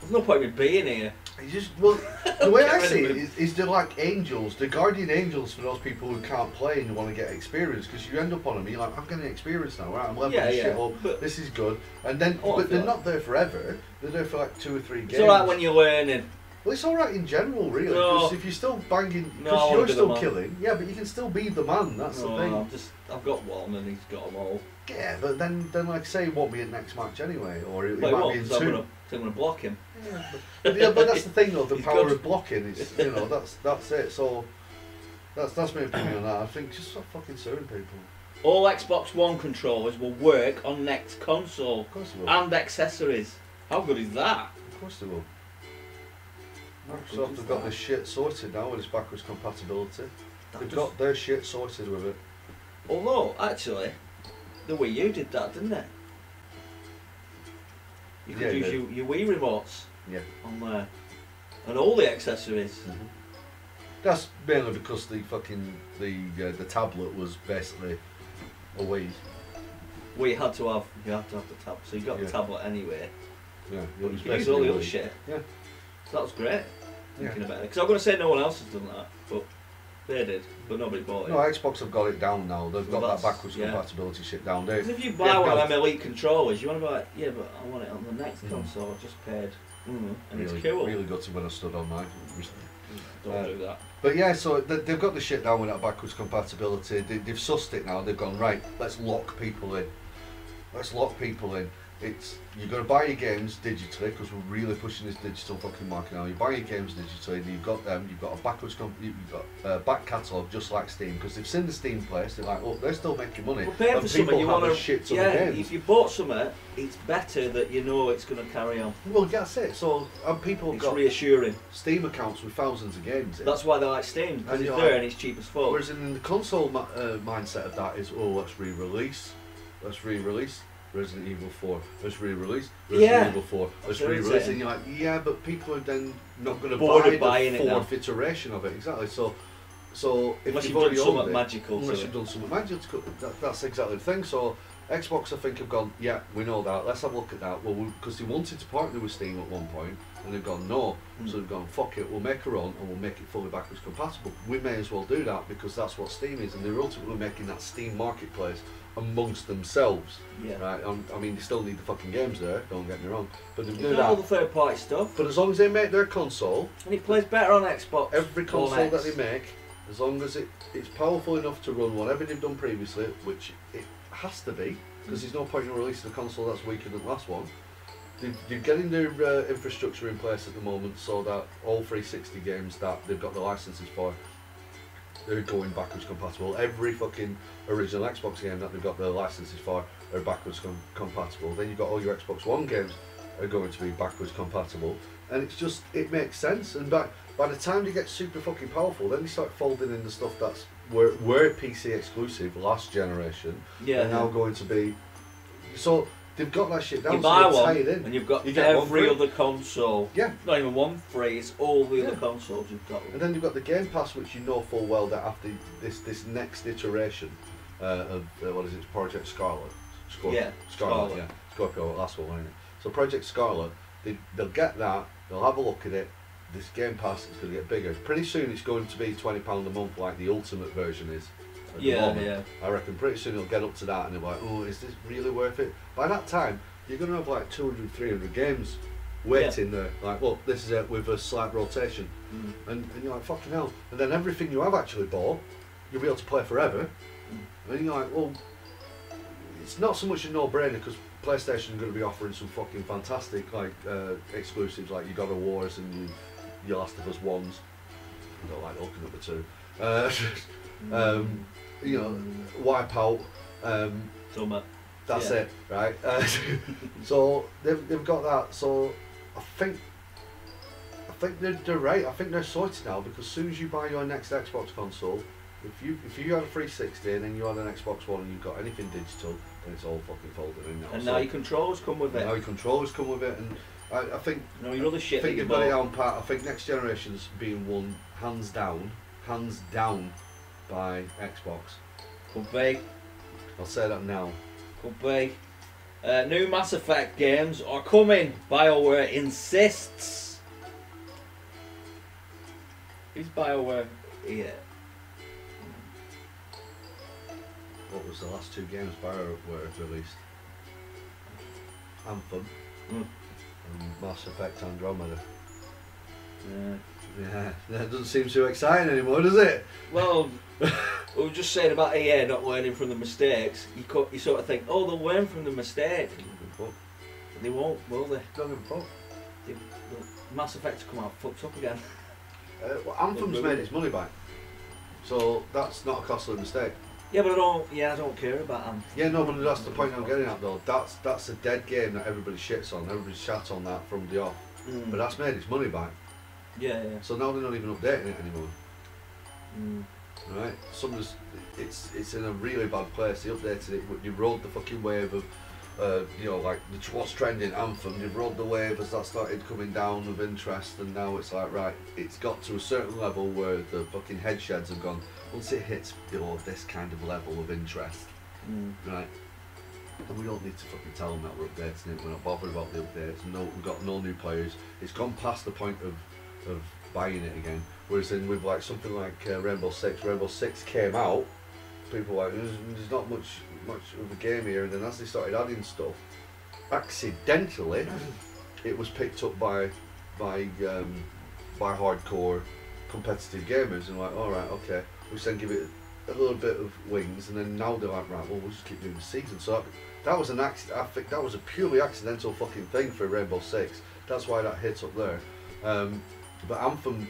Speaker 1: there's no point in being here.
Speaker 2: You just well, the way
Speaker 1: Get
Speaker 2: I
Speaker 1: rid of
Speaker 2: see
Speaker 1: him.
Speaker 2: it is, is they're like angels, the guardian angels for those people who can't play and want to get experience. Because you end up on them, you're like, I'm getting experience now, right? I'm leveling
Speaker 1: Yeah,
Speaker 2: this shit
Speaker 1: yeah,
Speaker 2: up.
Speaker 1: but-
Speaker 2: this is good, and then
Speaker 1: Oh, I
Speaker 2: but they're
Speaker 1: feel
Speaker 2: not there forever. They're there for like two or three games.
Speaker 1: It's alright when you're learning.
Speaker 2: well, it's all right in general, really.
Speaker 1: No.
Speaker 2: 'cause if you're still banging,
Speaker 1: No, I
Speaker 2: because
Speaker 1: wanna
Speaker 2: you're
Speaker 1: be the
Speaker 2: still
Speaker 1: man.
Speaker 2: killing, yeah, but you can still be the man. That's
Speaker 1: Oh,
Speaker 2: the thing.
Speaker 1: I've just, I've got one and he's got them all.
Speaker 2: Yeah, but then, then like say, it won't be in next match anyway, or it,
Speaker 1: But
Speaker 2: it
Speaker 1: he
Speaker 2: might be
Speaker 1: won't,
Speaker 2: in
Speaker 1: so I'm
Speaker 2: two.
Speaker 1: gonna, so I'm gonna block him.
Speaker 2: Yeah, but, yeah, but that's the thing though. The
Speaker 1: He's
Speaker 2: power
Speaker 1: good.
Speaker 2: of blocking is, you know, that's that's it. So that's that's my opinion on that. I think just stop fucking suing people.
Speaker 1: All Xbox One controllers will work on next console
Speaker 2: Of course they will.
Speaker 1: and accessories. How good is that?
Speaker 2: of course they will.
Speaker 1: How good
Speaker 2: Microsoft
Speaker 1: is
Speaker 2: have got
Speaker 1: that?
Speaker 2: this shit sorted now with its backwards compatibility.
Speaker 1: That
Speaker 2: They've
Speaker 1: just-
Speaker 2: got their shit sorted with it.
Speaker 1: Although, actually, the Wii U did that, didn't it? You could
Speaker 2: Yeah, it
Speaker 1: use
Speaker 2: did.
Speaker 1: your, your Wii remotes
Speaker 2: Yeah.
Speaker 1: on there, and all the accessories.
Speaker 2: That's mainly because the fucking the uh, the tablet was basically a Wii.
Speaker 1: We had to have, you had to have the tab, so you got
Speaker 2: Yeah.
Speaker 1: the tablet anyway.
Speaker 2: Yeah, it
Speaker 1: But
Speaker 2: was
Speaker 1: you could use all
Speaker 2: basically
Speaker 1: the
Speaker 2: a
Speaker 1: other
Speaker 2: Wii.
Speaker 1: shit.
Speaker 2: Yeah.
Speaker 1: So that was great.
Speaker 2: Yeah.
Speaker 1: Thinking about it, because I'm going to say no one else has done that, but they did, but nobody bought it.
Speaker 2: No, Xbox have got it down now. They've
Speaker 1: Well,
Speaker 2: got
Speaker 1: that's-
Speaker 2: that backwards
Speaker 1: yeah.
Speaker 2: compatibility shit down. They,
Speaker 1: Because if you
Speaker 2: Yeah,
Speaker 1: buy
Speaker 2: no.
Speaker 1: one of them elite controllers, you want to buy it, yeah, but I want it on the next
Speaker 2: Mhm.
Speaker 1: console. I just paid, mm, and
Speaker 2: really,
Speaker 1: it's cool. Mm,
Speaker 2: really got to when I stood on mine.
Speaker 1: Don't
Speaker 2: Uh,
Speaker 1: do that.
Speaker 2: But yeah, so th- they've got the shit down with that backwards compatibility. They, they've sussed it now. They've gone right. Let's lock people in. Let's lock people in. It's you're gonna buy your games digitally because we're really pushing this digital fucking market now. You buy your games digitally, and you've got them. You've got a backwards comp- You've got a back catalogue just like Steam because they've seen the Steam place. They're like, oh, they're still making money.
Speaker 1: Well, paying
Speaker 2: and
Speaker 1: for
Speaker 2: people
Speaker 1: something, you
Speaker 2: have
Speaker 1: want
Speaker 2: a shit
Speaker 1: to.
Speaker 2: ton
Speaker 1: Yeah,
Speaker 2: of games.
Speaker 1: if you bought something, it's better that you know it's going to carry on.
Speaker 2: Well, that's it. So and people have
Speaker 1: It's
Speaker 2: got
Speaker 1: reassuring.
Speaker 2: Steam accounts with thousands of games. in.
Speaker 1: That's why they like Steam because
Speaker 2: And
Speaker 1: it's
Speaker 2: you're
Speaker 1: there
Speaker 2: like-
Speaker 1: and it's cheap as fuck.
Speaker 2: Whereas in the console ma- uh, mindset of that is, oh, let's re-release, let's re-release Resident Evil 4, let's re-release Resident
Speaker 1: Yeah.
Speaker 2: Evil 4, let's
Speaker 1: That's
Speaker 2: re-release,
Speaker 1: irritating.
Speaker 2: and you're like, yeah, but people are then not going to
Speaker 1: Bored
Speaker 2: buy
Speaker 1: of buying
Speaker 2: the
Speaker 1: it now.
Speaker 2: fourth iteration of it. Exactly. So, so if
Speaker 1: Unless
Speaker 2: you've
Speaker 1: you've,
Speaker 2: already
Speaker 1: done something
Speaker 2: owned it,
Speaker 1: magical. To
Speaker 2: unless
Speaker 1: it.
Speaker 2: you've done something magical, that, that's exactly the thing. So. Xbox, I think, have gone. Yeah, we know that. Let's have a look at that. Well, because they wanted to partner with Steam at one point, and they've gone no.
Speaker 1: Mm.
Speaker 2: So we've gone, fuck it, we'll make our own and we'll make it fully backwards compatible. We may as well do that because that's what Steam is, and they're ultimately making that Steam marketplace amongst themselves.
Speaker 1: yeah.
Speaker 2: Right? Um, I mean, they still need the fucking games there, don't get me wrong. But they
Speaker 1: You've
Speaker 2: do
Speaker 1: done all
Speaker 2: that.
Speaker 1: the third party stuff,
Speaker 2: But as long as they make their console,
Speaker 1: and it plays better on Xbox.
Speaker 2: every
Speaker 1: One
Speaker 2: console
Speaker 1: X.
Speaker 2: that they make, as long as it, it's powerful enough to run whatever they've done previously, which it has to be, because there's no point in releasing a console that's weaker than the last one. They- They're getting their uh, infrastructure in place at the moment so that all 360 games that they've got the licenses for, they're going backwards compatible. Every fucking original Xbox game that they've got the licenses for are backwards com- compatible. Then you've got all your Xbox One games are going to be backwards compatible, and it's just it makes sense. And by by the time they get super fucking powerful, then they start folding in the stuff that's were were PC exclusive last generation,
Speaker 1: Yeah.
Speaker 2: and now going to be so. They've got that shit down.
Speaker 1: you buy
Speaker 2: so they're
Speaker 1: one
Speaker 2: tied in.
Speaker 1: and you've got
Speaker 2: You get one
Speaker 1: every
Speaker 2: free.
Speaker 1: other console.
Speaker 2: Yeah.
Speaker 1: Not even one free, it's all the other
Speaker 2: Yeah.
Speaker 1: consoles you've got.
Speaker 2: And then you've got the Game Pass, which you know full well that after this this next iteration uh, of uh, what is it, Project Scarlet, Scorp-
Speaker 1: Yeah,
Speaker 2: Scarlet,
Speaker 1: Scarlet.
Speaker 2: yeah, Scorpio, last one, wasn't it? So Project Scarlet, they, they'll get that, they'll have a look at it. This Game Pass is going to get bigger. Pretty soon, it's going to be twenty pound a month, like the ultimate version is. At the
Speaker 1: Yeah,
Speaker 2: moment.
Speaker 1: yeah.
Speaker 2: I reckon pretty soon it'll get up to that and they're like, oh, is this really worth it? By that time, you're going to have like 200, 300 games waiting there. Like, well, this is it with a slight rotation.
Speaker 1: Mm.
Speaker 2: And, and you're like, fucking hell. And then everything you have actually bought, you'll be able to play forever. And you're like, well, it's not so much a no-brainer because PlayStation are going to be offering some fucking fantastic like uh, exclusives like you God of Wars and you, your Last of Us ones. I don't like looking at the two. Uh,
Speaker 1: Mm.
Speaker 2: um, you know, Wipeout. Um,
Speaker 1: Dumber.
Speaker 2: that's
Speaker 1: Yeah.
Speaker 2: it, right? Uh, so they've, they've got that. So I think I think they're, they're right. I think they're sorted now because as soon as you buy your next Xbox console, if you if you had a 360 and then you had an Xbox One and you've got anything digital, then it's all fucking folded in now.
Speaker 1: And
Speaker 2: So
Speaker 1: now your controllers come with
Speaker 2: now
Speaker 1: it.
Speaker 2: your controllers come with it, and I, I think
Speaker 1: Now your other
Speaker 2: I
Speaker 1: shit that
Speaker 2: think
Speaker 1: you
Speaker 2: you've got it
Speaker 1: bought.
Speaker 2: on part. I think next generation's being won hands down, hands down by Xbox.
Speaker 1: Could be,
Speaker 2: I'll say that now.
Speaker 1: could be. Uh, new Mass Effect games are coming. Bioware insists. Is Bioware here?
Speaker 2: What was the last two games Bioware were released? Anthem
Speaker 1: Mm.
Speaker 2: and Mass Effect Andromeda.
Speaker 1: Yeah.
Speaker 2: Yeah, that doesn't seem too exciting anymore, does it?
Speaker 1: Well, we were just saying about EA not learning from the mistakes. You, co- you sort of think, oh, they'll learn from the mistake.
Speaker 2: Don't
Speaker 1: But they won't, will they?
Speaker 2: give a fuck.
Speaker 1: Mass Effect to come out fucked up again.
Speaker 2: Uh, well, Anthem's made its money back, so that's not a costly mistake.
Speaker 1: Yeah, but I don't. Yeah, I don't care about them.
Speaker 2: Yeah, no, but that's the point I'm getting at though. That's that's a dead game that everybody shits on. Everybody shat on that from the off.
Speaker 1: Mm.
Speaker 2: But that's made its money back.
Speaker 1: yeah, yeah.
Speaker 2: So now they're not even updating it anymore.
Speaker 1: Mm.
Speaker 2: Right? Somebody's it's it's in a really bad place. They updated it. but They rode the fucking wave of, uh, you know, like the what's trending anthem. They rode the wave as that started coming down of interest, and now it's like right, it's got to a certain level where the fucking head sheds have gone. Once it hits you know this kind of level of interest,
Speaker 1: Mm.
Speaker 2: right? And we don't need to fucking tell them that we're updating it. We're not bothered about the updates. No, we've got no new players. It's gone past the point of of buying it again. Whereas then with like something like uh, Rainbow Six, Rainbow Six came out, people were like there's, there's not much much of a game here. And then as they started adding stuff, accidentally, it was picked up by by um, by hardcore competitive gamers and like all right okay we then give it a little bit of wings and then now they're like right well we'll just keep doing the season so that was an accident I think that was a purely accidental fucking thing for Rainbow Six that's why that hit up there um, but Anthem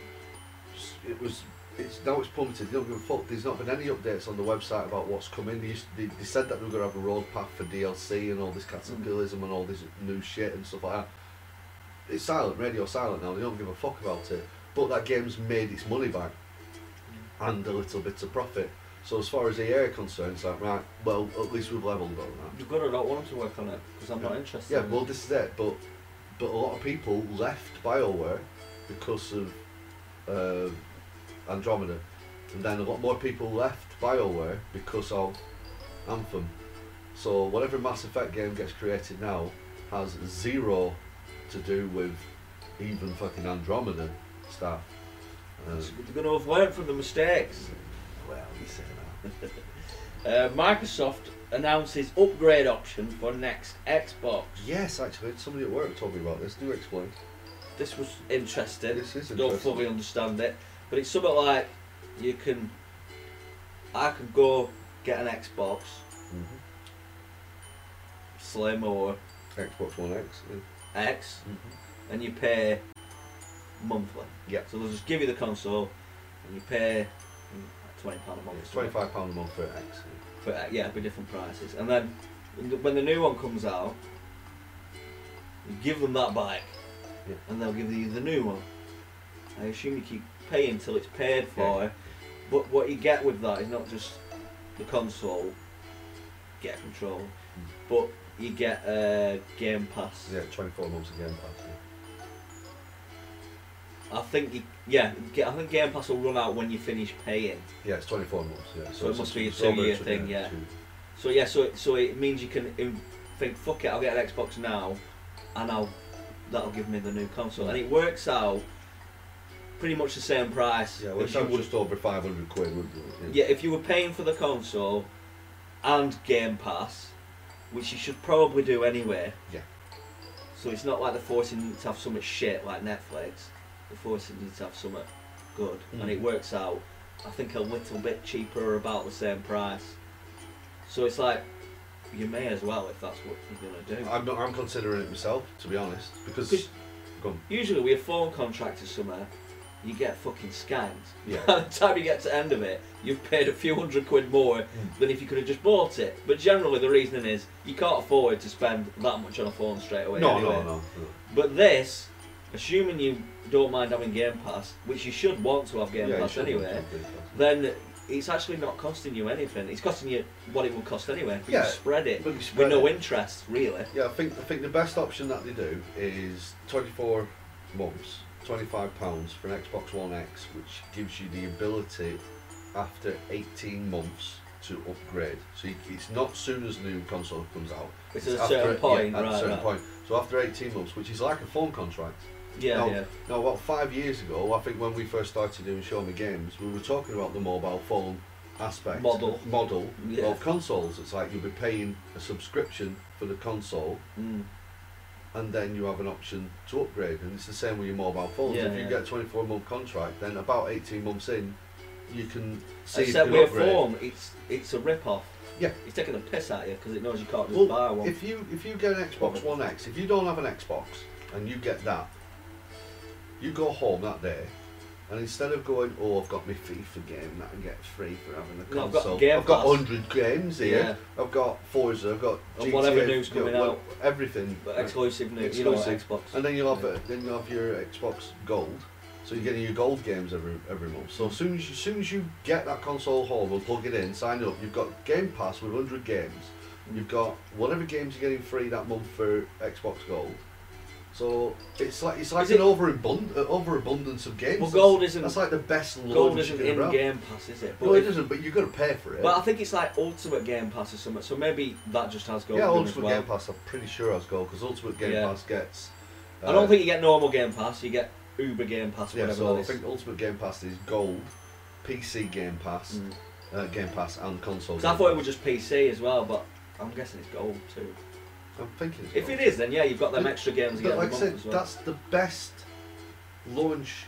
Speaker 2: it was it's now it's plummeted they don't give a fuck there's not been any updates on the website about what's coming they, used, they, they said that they were going to have a road path for DLC and all this caterpillism and all this new shit and stuff like that it's silent, radio silent now, they don't give a fuck about it. But that game's made its money back and a little bit of profit. So as far as EA are concerned, it's like, right, well, at least we've leveled on that.
Speaker 1: You've got to not want 'em to work on it because I'm not interested.
Speaker 2: Yeah,
Speaker 1: in it.
Speaker 2: well, this is it. But but a lot of people left Bioware because of uh, Andromeda. And then a lot more people left Bioware because of Anthem. So whatever Mass Effect game gets created now has zero to do with even fucking Andromeda stuff. Uh,
Speaker 1: They're going to have learned from the mistakes.
Speaker 2: well, you say that.
Speaker 1: Uh, Microsoft announces upgrade option for next Xbox.
Speaker 2: Yes, actually, somebody at work told me about this. Do explain.
Speaker 1: This was interesting.
Speaker 2: This is
Speaker 1: Don't
Speaker 2: interesting.
Speaker 1: fully understand it, but it's something like you can. I can go get an Xbox,
Speaker 2: Mhm.
Speaker 1: Slim or
Speaker 2: Xbox One X. yeah.
Speaker 1: X, and you pay monthly.
Speaker 2: Yeah.
Speaker 1: So they'll just give you the console, and you pay mm, twenty pound a month.
Speaker 2: It's twenty-five pound a month for X.
Speaker 1: For, uh, yeah, but different prices. And then when the- when the new one comes out, you give them that back,
Speaker 2: Yeah.
Speaker 1: and they'll give you the new one. I assume you keep paying till it's paid for. But what you get with that is not just the console, get control, but you get a Game Pass.
Speaker 2: Hmm. Yeah, twenty-four months again. Pass. yeah.
Speaker 1: I think you, yeah, get, I think Game Pass will run out when you finish paying.
Speaker 2: Yeah, it's twenty-four months. Yeah.
Speaker 1: So it
Speaker 2: it's
Speaker 1: must be a
Speaker 2: it's over
Speaker 1: two-year
Speaker 2: two-
Speaker 1: thing, yeah.
Speaker 2: two-
Speaker 1: So yeah, so so it means you can in- think, fuck it, I'll get an Xbox now, and I'll that'll give me the new console, and it works out pretty much the same price.
Speaker 2: Yeah, well,
Speaker 1: as
Speaker 2: it's
Speaker 1: you
Speaker 2: not
Speaker 1: would,
Speaker 2: just over five hundred quid, wouldn't it?
Speaker 1: yeah, if you were paying for the console and Game Pass, which you should probably do anyway.
Speaker 2: Yeah.
Speaker 1: So it's not like they're forcing you to have something shit like Netflix. They're forcing you to have something good, and
Speaker 2: Mm.
Speaker 1: it works out. I think a little bit cheaper, or about the same price. So it's like you may as well if that's what you're gonna do.
Speaker 2: I'm not. I'm considering it myself, to be honest, because.
Speaker 1: Because-
Speaker 2: Go on.
Speaker 1: Usually, with a phone contract or somewhere, you get fucking scammed.
Speaker 2: Yeah.
Speaker 1: By the time you get to the end of it, you've paid a few hundred quid more
Speaker 2: Mm.
Speaker 1: than if you could have just bought it. But generally, the reasoning is you can't afford to spend that much on a phone straight away.
Speaker 2: No,
Speaker 1: anyway.
Speaker 2: no, no, no.
Speaker 1: But this, assuming you don't mind having Game Pass, which you should want to have Game
Speaker 2: you
Speaker 1: Pass
Speaker 2: should have
Speaker 1: anyway,
Speaker 2: done Game Pass.
Speaker 1: then it's actually not costing you anything. It's costing you what it would cost anyway. But
Speaker 2: Yeah.
Speaker 1: you spread it
Speaker 2: But you
Speaker 1: with
Speaker 2: spread
Speaker 1: no
Speaker 2: it.
Speaker 1: interest, really.
Speaker 2: Yeah, I think I think the best option that they do is 24 months, 25 pounds for an Xbox One X, which gives you the ability after 18 months to upgrade. So you, it's not soon as the new console comes out.
Speaker 1: It's at a
Speaker 2: after-
Speaker 1: certain point,
Speaker 2: yeah, at
Speaker 1: right?
Speaker 2: a certain
Speaker 1: right.
Speaker 2: point. So after 18 months, which is like a phone contract.
Speaker 1: Yeah,
Speaker 2: No.
Speaker 1: yeah.
Speaker 2: Now, about five years ago, I think when we first started doing Show Me Games, we were talking about the mobile phone aspect
Speaker 1: Model.
Speaker 2: model
Speaker 1: Yeah.
Speaker 2: of consoles. It's like you'll be paying a subscription for the console,
Speaker 1: Mm.
Speaker 2: and then you have an option to upgrade. And it's the same with your mobile phones.
Speaker 1: Yeah,
Speaker 2: if you
Speaker 1: yeah.
Speaker 2: get a 24 month contract, then about 18 months in, you can see if you
Speaker 1: Except
Speaker 2: can
Speaker 1: with
Speaker 2: upgrade.
Speaker 1: form, it's it's a rip off.
Speaker 2: Yeah.
Speaker 1: It's taking a piss at you because it knows you can't just
Speaker 2: Well,
Speaker 1: buy one.
Speaker 2: If you if you get an Xbox One X, if you don't have an Xbox and you get that, you go home that day, and instead of going, oh, I've got my FIFA game that I get free for having the
Speaker 1: No, I've got
Speaker 2: console,
Speaker 1: Game
Speaker 2: I've got
Speaker 1: Pass.
Speaker 2: hundred games here. I've got Forza. I've got
Speaker 1: And
Speaker 2: GTA,
Speaker 1: whatever new's
Speaker 2: you know,
Speaker 1: coming out.
Speaker 2: what- Everything.
Speaker 1: But exclusive new, you know, like Xbox.
Speaker 2: And then you'll have it. Then you'll have your Xbox Gold. So you're getting your gold games every every month. So as soon as you, as soon as you get that console home and plug it in, sign up, you've got Game Pass with 100 games. You've got whatever games you're getting free that month for Xbox Gold. So it's like it's like
Speaker 1: Is
Speaker 2: an
Speaker 1: it-
Speaker 2: overabund- uh, overabundance of games.
Speaker 1: Well,
Speaker 2: That's-
Speaker 1: gold isn't-
Speaker 2: That's like the best launch
Speaker 1: Gold isn't
Speaker 2: you can
Speaker 1: in
Speaker 2: have.
Speaker 1: Game Pass, is it?
Speaker 2: No, it
Speaker 1: if-
Speaker 2: isn't. But you've got to pay for it.
Speaker 1: But I think it's like Ultimate Game Pass or something. So maybe that just has gold.
Speaker 2: yeah,
Speaker 1: in it
Speaker 2: Ultimate
Speaker 1: as well.
Speaker 2: Game Pass. I'm pretty sure has Gold because Ultimate Game
Speaker 1: Yeah.
Speaker 2: Pass gets.
Speaker 1: I
Speaker 2: uh,
Speaker 1: don't think you get normal Game Pass. You get Uber Game Pass,
Speaker 2: Yeah,
Speaker 1: whatever
Speaker 2: so I
Speaker 1: that is.
Speaker 2: think Ultimate Game Pass is Gold, PC Game Pass,
Speaker 1: Mm.
Speaker 2: uh, Game Pass, and console.
Speaker 1: 'Cause I
Speaker 2: Game
Speaker 1: thought it
Speaker 2: Pass.
Speaker 1: was just PC as well, but I'm guessing it's gold too.
Speaker 2: I'm thinking. It's
Speaker 1: If
Speaker 2: gold.
Speaker 1: it is, then yeah, you've got them extra games. you
Speaker 2: but
Speaker 1: get
Speaker 2: like I
Speaker 1: every
Speaker 2: said,
Speaker 1: month as well.
Speaker 2: that's the best launch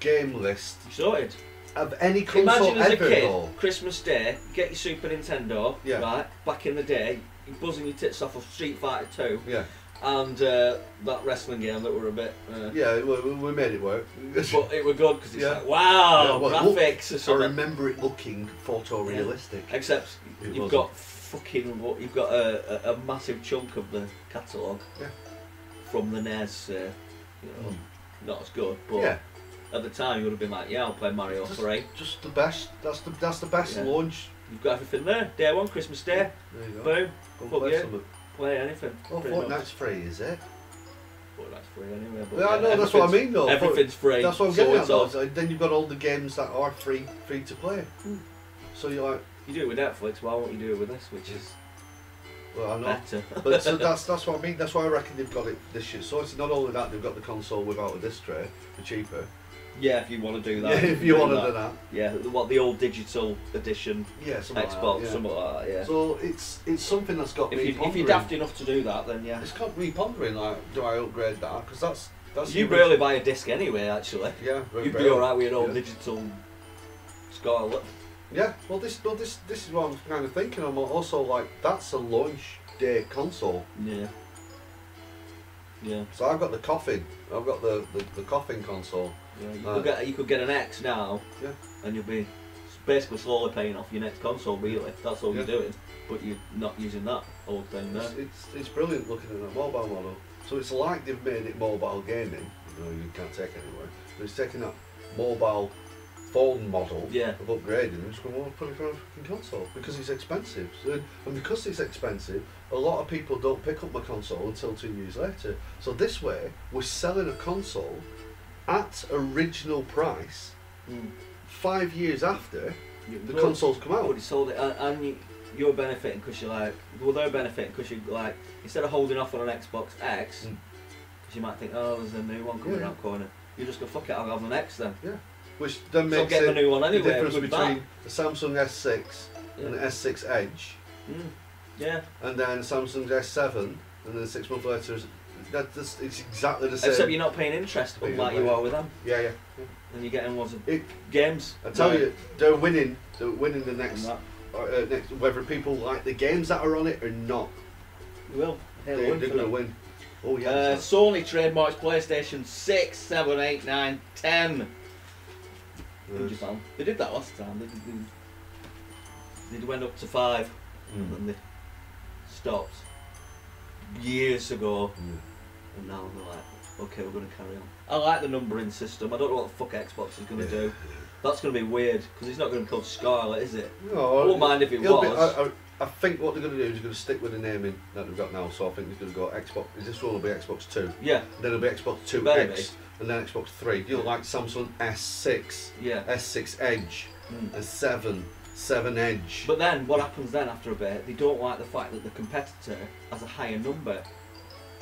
Speaker 2: game list
Speaker 1: You sorted.
Speaker 2: of any console
Speaker 1: Imagine as a
Speaker 2: ever.
Speaker 1: kid,
Speaker 2: though.
Speaker 1: Christmas Day, you get your Super Nintendo,
Speaker 2: Yeah.
Speaker 1: right? Back in the day, you're buzzing your tits off of Street Fighter 2
Speaker 2: Yeah,
Speaker 1: and uh, that wrestling game that were a bit. Uh,
Speaker 2: yeah, we, we- we made it work.
Speaker 1: But it were good because it's
Speaker 2: Yeah.
Speaker 1: like, wow,
Speaker 2: Yeah, well, look,
Speaker 1: graphics or
Speaker 2: I
Speaker 1: something.
Speaker 2: remember it looking photorealistic.
Speaker 1: Except
Speaker 2: It
Speaker 1: you've
Speaker 2: wasn't.
Speaker 1: got fucking what you've got a, a, a massive chunk of the catalogue
Speaker 2: Yeah.
Speaker 1: from the NES. Uh, you know,
Speaker 2: Mm.
Speaker 1: not as good, but
Speaker 2: Yeah.
Speaker 1: at the time you would have been like, yeah, I'll play Mario
Speaker 2: Just-
Speaker 1: Three.
Speaker 2: Just the best. That's the that's the best
Speaker 1: Yeah.
Speaker 2: launch.
Speaker 1: You've got everything there. Day one, Christmas Day,
Speaker 2: There you go.
Speaker 1: boom,
Speaker 2: Go and
Speaker 1: fuck
Speaker 2: play
Speaker 1: yeah.
Speaker 2: some of it.
Speaker 1: play anything.
Speaker 2: Oh,
Speaker 1: pretty much.
Speaker 2: Fortnite's free, is it?
Speaker 1: Well, that's free anyway. But
Speaker 2: Yeah, I know. That's what I
Speaker 1: everything's-
Speaker 2: mean, though.
Speaker 1: Everything's free.
Speaker 2: That's what I'm
Speaker 1: so
Speaker 2: getting at.
Speaker 1: it's all-
Speaker 2: though. So Then you've got all the games that are free, free to play.
Speaker 1: Mm.
Speaker 2: So you're like,
Speaker 1: You do it with Netflix. Why won't you do it with this, which is
Speaker 2: well, I know.
Speaker 1: better?
Speaker 2: but so that's that's what I mean. That's why I reckon they've got it this shit. So it's not only that they've got the console without a disc tray, the cheaper.
Speaker 1: Yeah, if you want to do
Speaker 2: Yeah,
Speaker 1: that.
Speaker 2: if you
Speaker 1: do
Speaker 2: want to
Speaker 1: that.
Speaker 2: do that.
Speaker 1: Yeah, the- what the old digital edition
Speaker 2: Yeah, something like
Speaker 1: Xbox,
Speaker 2: that, yeah.
Speaker 1: something like that. Yeah.
Speaker 2: So it's it's something that's got
Speaker 1: if
Speaker 2: me
Speaker 1: you if
Speaker 2: pondering.
Speaker 1: you're daft enough to do that, then yeah.
Speaker 2: it's got me pondering. Like, do I upgrade that? Because that's that's
Speaker 1: You
Speaker 2: the
Speaker 1: barely buy a disc anyway. Actually,
Speaker 2: orig- Yeah, very
Speaker 1: you'd be
Speaker 2: barely.
Speaker 1: all right with an old
Speaker 2: Yeah.
Speaker 1: digital Scarlet.
Speaker 2: Yeah, well, this well this this is what I'm kind of thinking. I'm also like, that's a launch day console.
Speaker 1: Yeah. Yeah,
Speaker 2: So I've got the coffin. I've got the, the, the coffin console.
Speaker 1: yeah. You,
Speaker 2: Right.
Speaker 1: could get, you could get an X now,
Speaker 2: Uh, Yeah.
Speaker 1: and you'll be s- basically slowly paying off your next console, really. That's all
Speaker 2: Yeah.
Speaker 1: you're doing, but you're not using that old thing there.
Speaker 2: It's, it's, it's brilliant looking at a mobile model. So it's like they've made it mobile gaming. You know, you can't take it anywhere. But it's taking that mobile phone model
Speaker 1: Yeah.
Speaker 2: of upgrading and just going, well, put it on a fucking console because it's expensive. So, and because it's expensive, a lot of people don't pick up my console until two years later. So this way, we're selling a console at original price
Speaker 1: Mm.
Speaker 2: five years after
Speaker 1: You-
Speaker 2: the
Speaker 1: well,
Speaker 2: console's come
Speaker 1: I
Speaker 2: out.
Speaker 1: would have sold it, and, and you, you're benefiting because you're like, well, they're benefiting because you're like, instead of holding off on an Xbox X,
Speaker 2: Mm.
Speaker 1: 'cause you might think, oh, there's a new one coming
Speaker 2: Yeah.
Speaker 1: around the corner. You just go, fuck it, I'll have an X then.
Speaker 2: Which then
Speaker 1: So I'll
Speaker 2: makes
Speaker 1: get the
Speaker 2: it
Speaker 1: new one
Speaker 2: the
Speaker 1: anyway.
Speaker 2: difference
Speaker 1: good
Speaker 2: between
Speaker 1: buy.
Speaker 2: the Samsung S6 and the
Speaker 1: Yeah.
Speaker 2: S6 Edge,
Speaker 1: Mm. yeah.
Speaker 2: and then Samsung's S7, and then six months later, is- that that's, it's exactly the same.
Speaker 1: Except you're not paying interest
Speaker 2: But you're
Speaker 1: like
Speaker 2: not
Speaker 1: you
Speaker 2: paying-
Speaker 1: are with them,
Speaker 2: yeah, yeah.
Speaker 1: and you're getting ones of
Speaker 2: It,
Speaker 1: games.
Speaker 2: I tell
Speaker 1: Right.
Speaker 2: you, they're winning. They're winning the
Speaker 1: And
Speaker 2: next, uh,
Speaker 1: that.
Speaker 2: uh, next whether people like the games that are on it or not.
Speaker 1: You will. Halo
Speaker 2: They, are going
Speaker 1: Infinite.
Speaker 2: to win. Oh yeah.
Speaker 1: Uh,
Speaker 2: so-
Speaker 1: Sony trademarks PlayStation 6, 7, 8, 9, 10 in
Speaker 2: yes.
Speaker 1: Japan. They did that last time. They, they, they went up to 5 and
Speaker 2: Mm.
Speaker 1: then they stopped years ago
Speaker 2: Yeah.
Speaker 1: and now they're like, okay, we're going to carry on. I like the numbering system. I don't know what the fuck Xbox is going to
Speaker 2: Yeah.
Speaker 1: do. That's going to be weird because it's not going to call Scarlet, is it? I
Speaker 2: No,
Speaker 1: wouldn't mind if Oh, it
Speaker 2: it'll
Speaker 1: was.
Speaker 2: be- I, I, I think what they're going to do is they're going to stick with the naming that they've got now. So I think they're going to go Xbox. Is this one will be Xbox Two?
Speaker 1: yeah,
Speaker 2: Then it'll be Xbox Two
Speaker 1: Better
Speaker 2: X, and then Xbox Three. You know, like Samsung S6,
Speaker 1: yeah.
Speaker 2: S6 Edge,
Speaker 1: Mm.
Speaker 2: S7, Seven Edge.
Speaker 1: But then, what happens then after a bit? They don't like the fact that the competitor has a higher number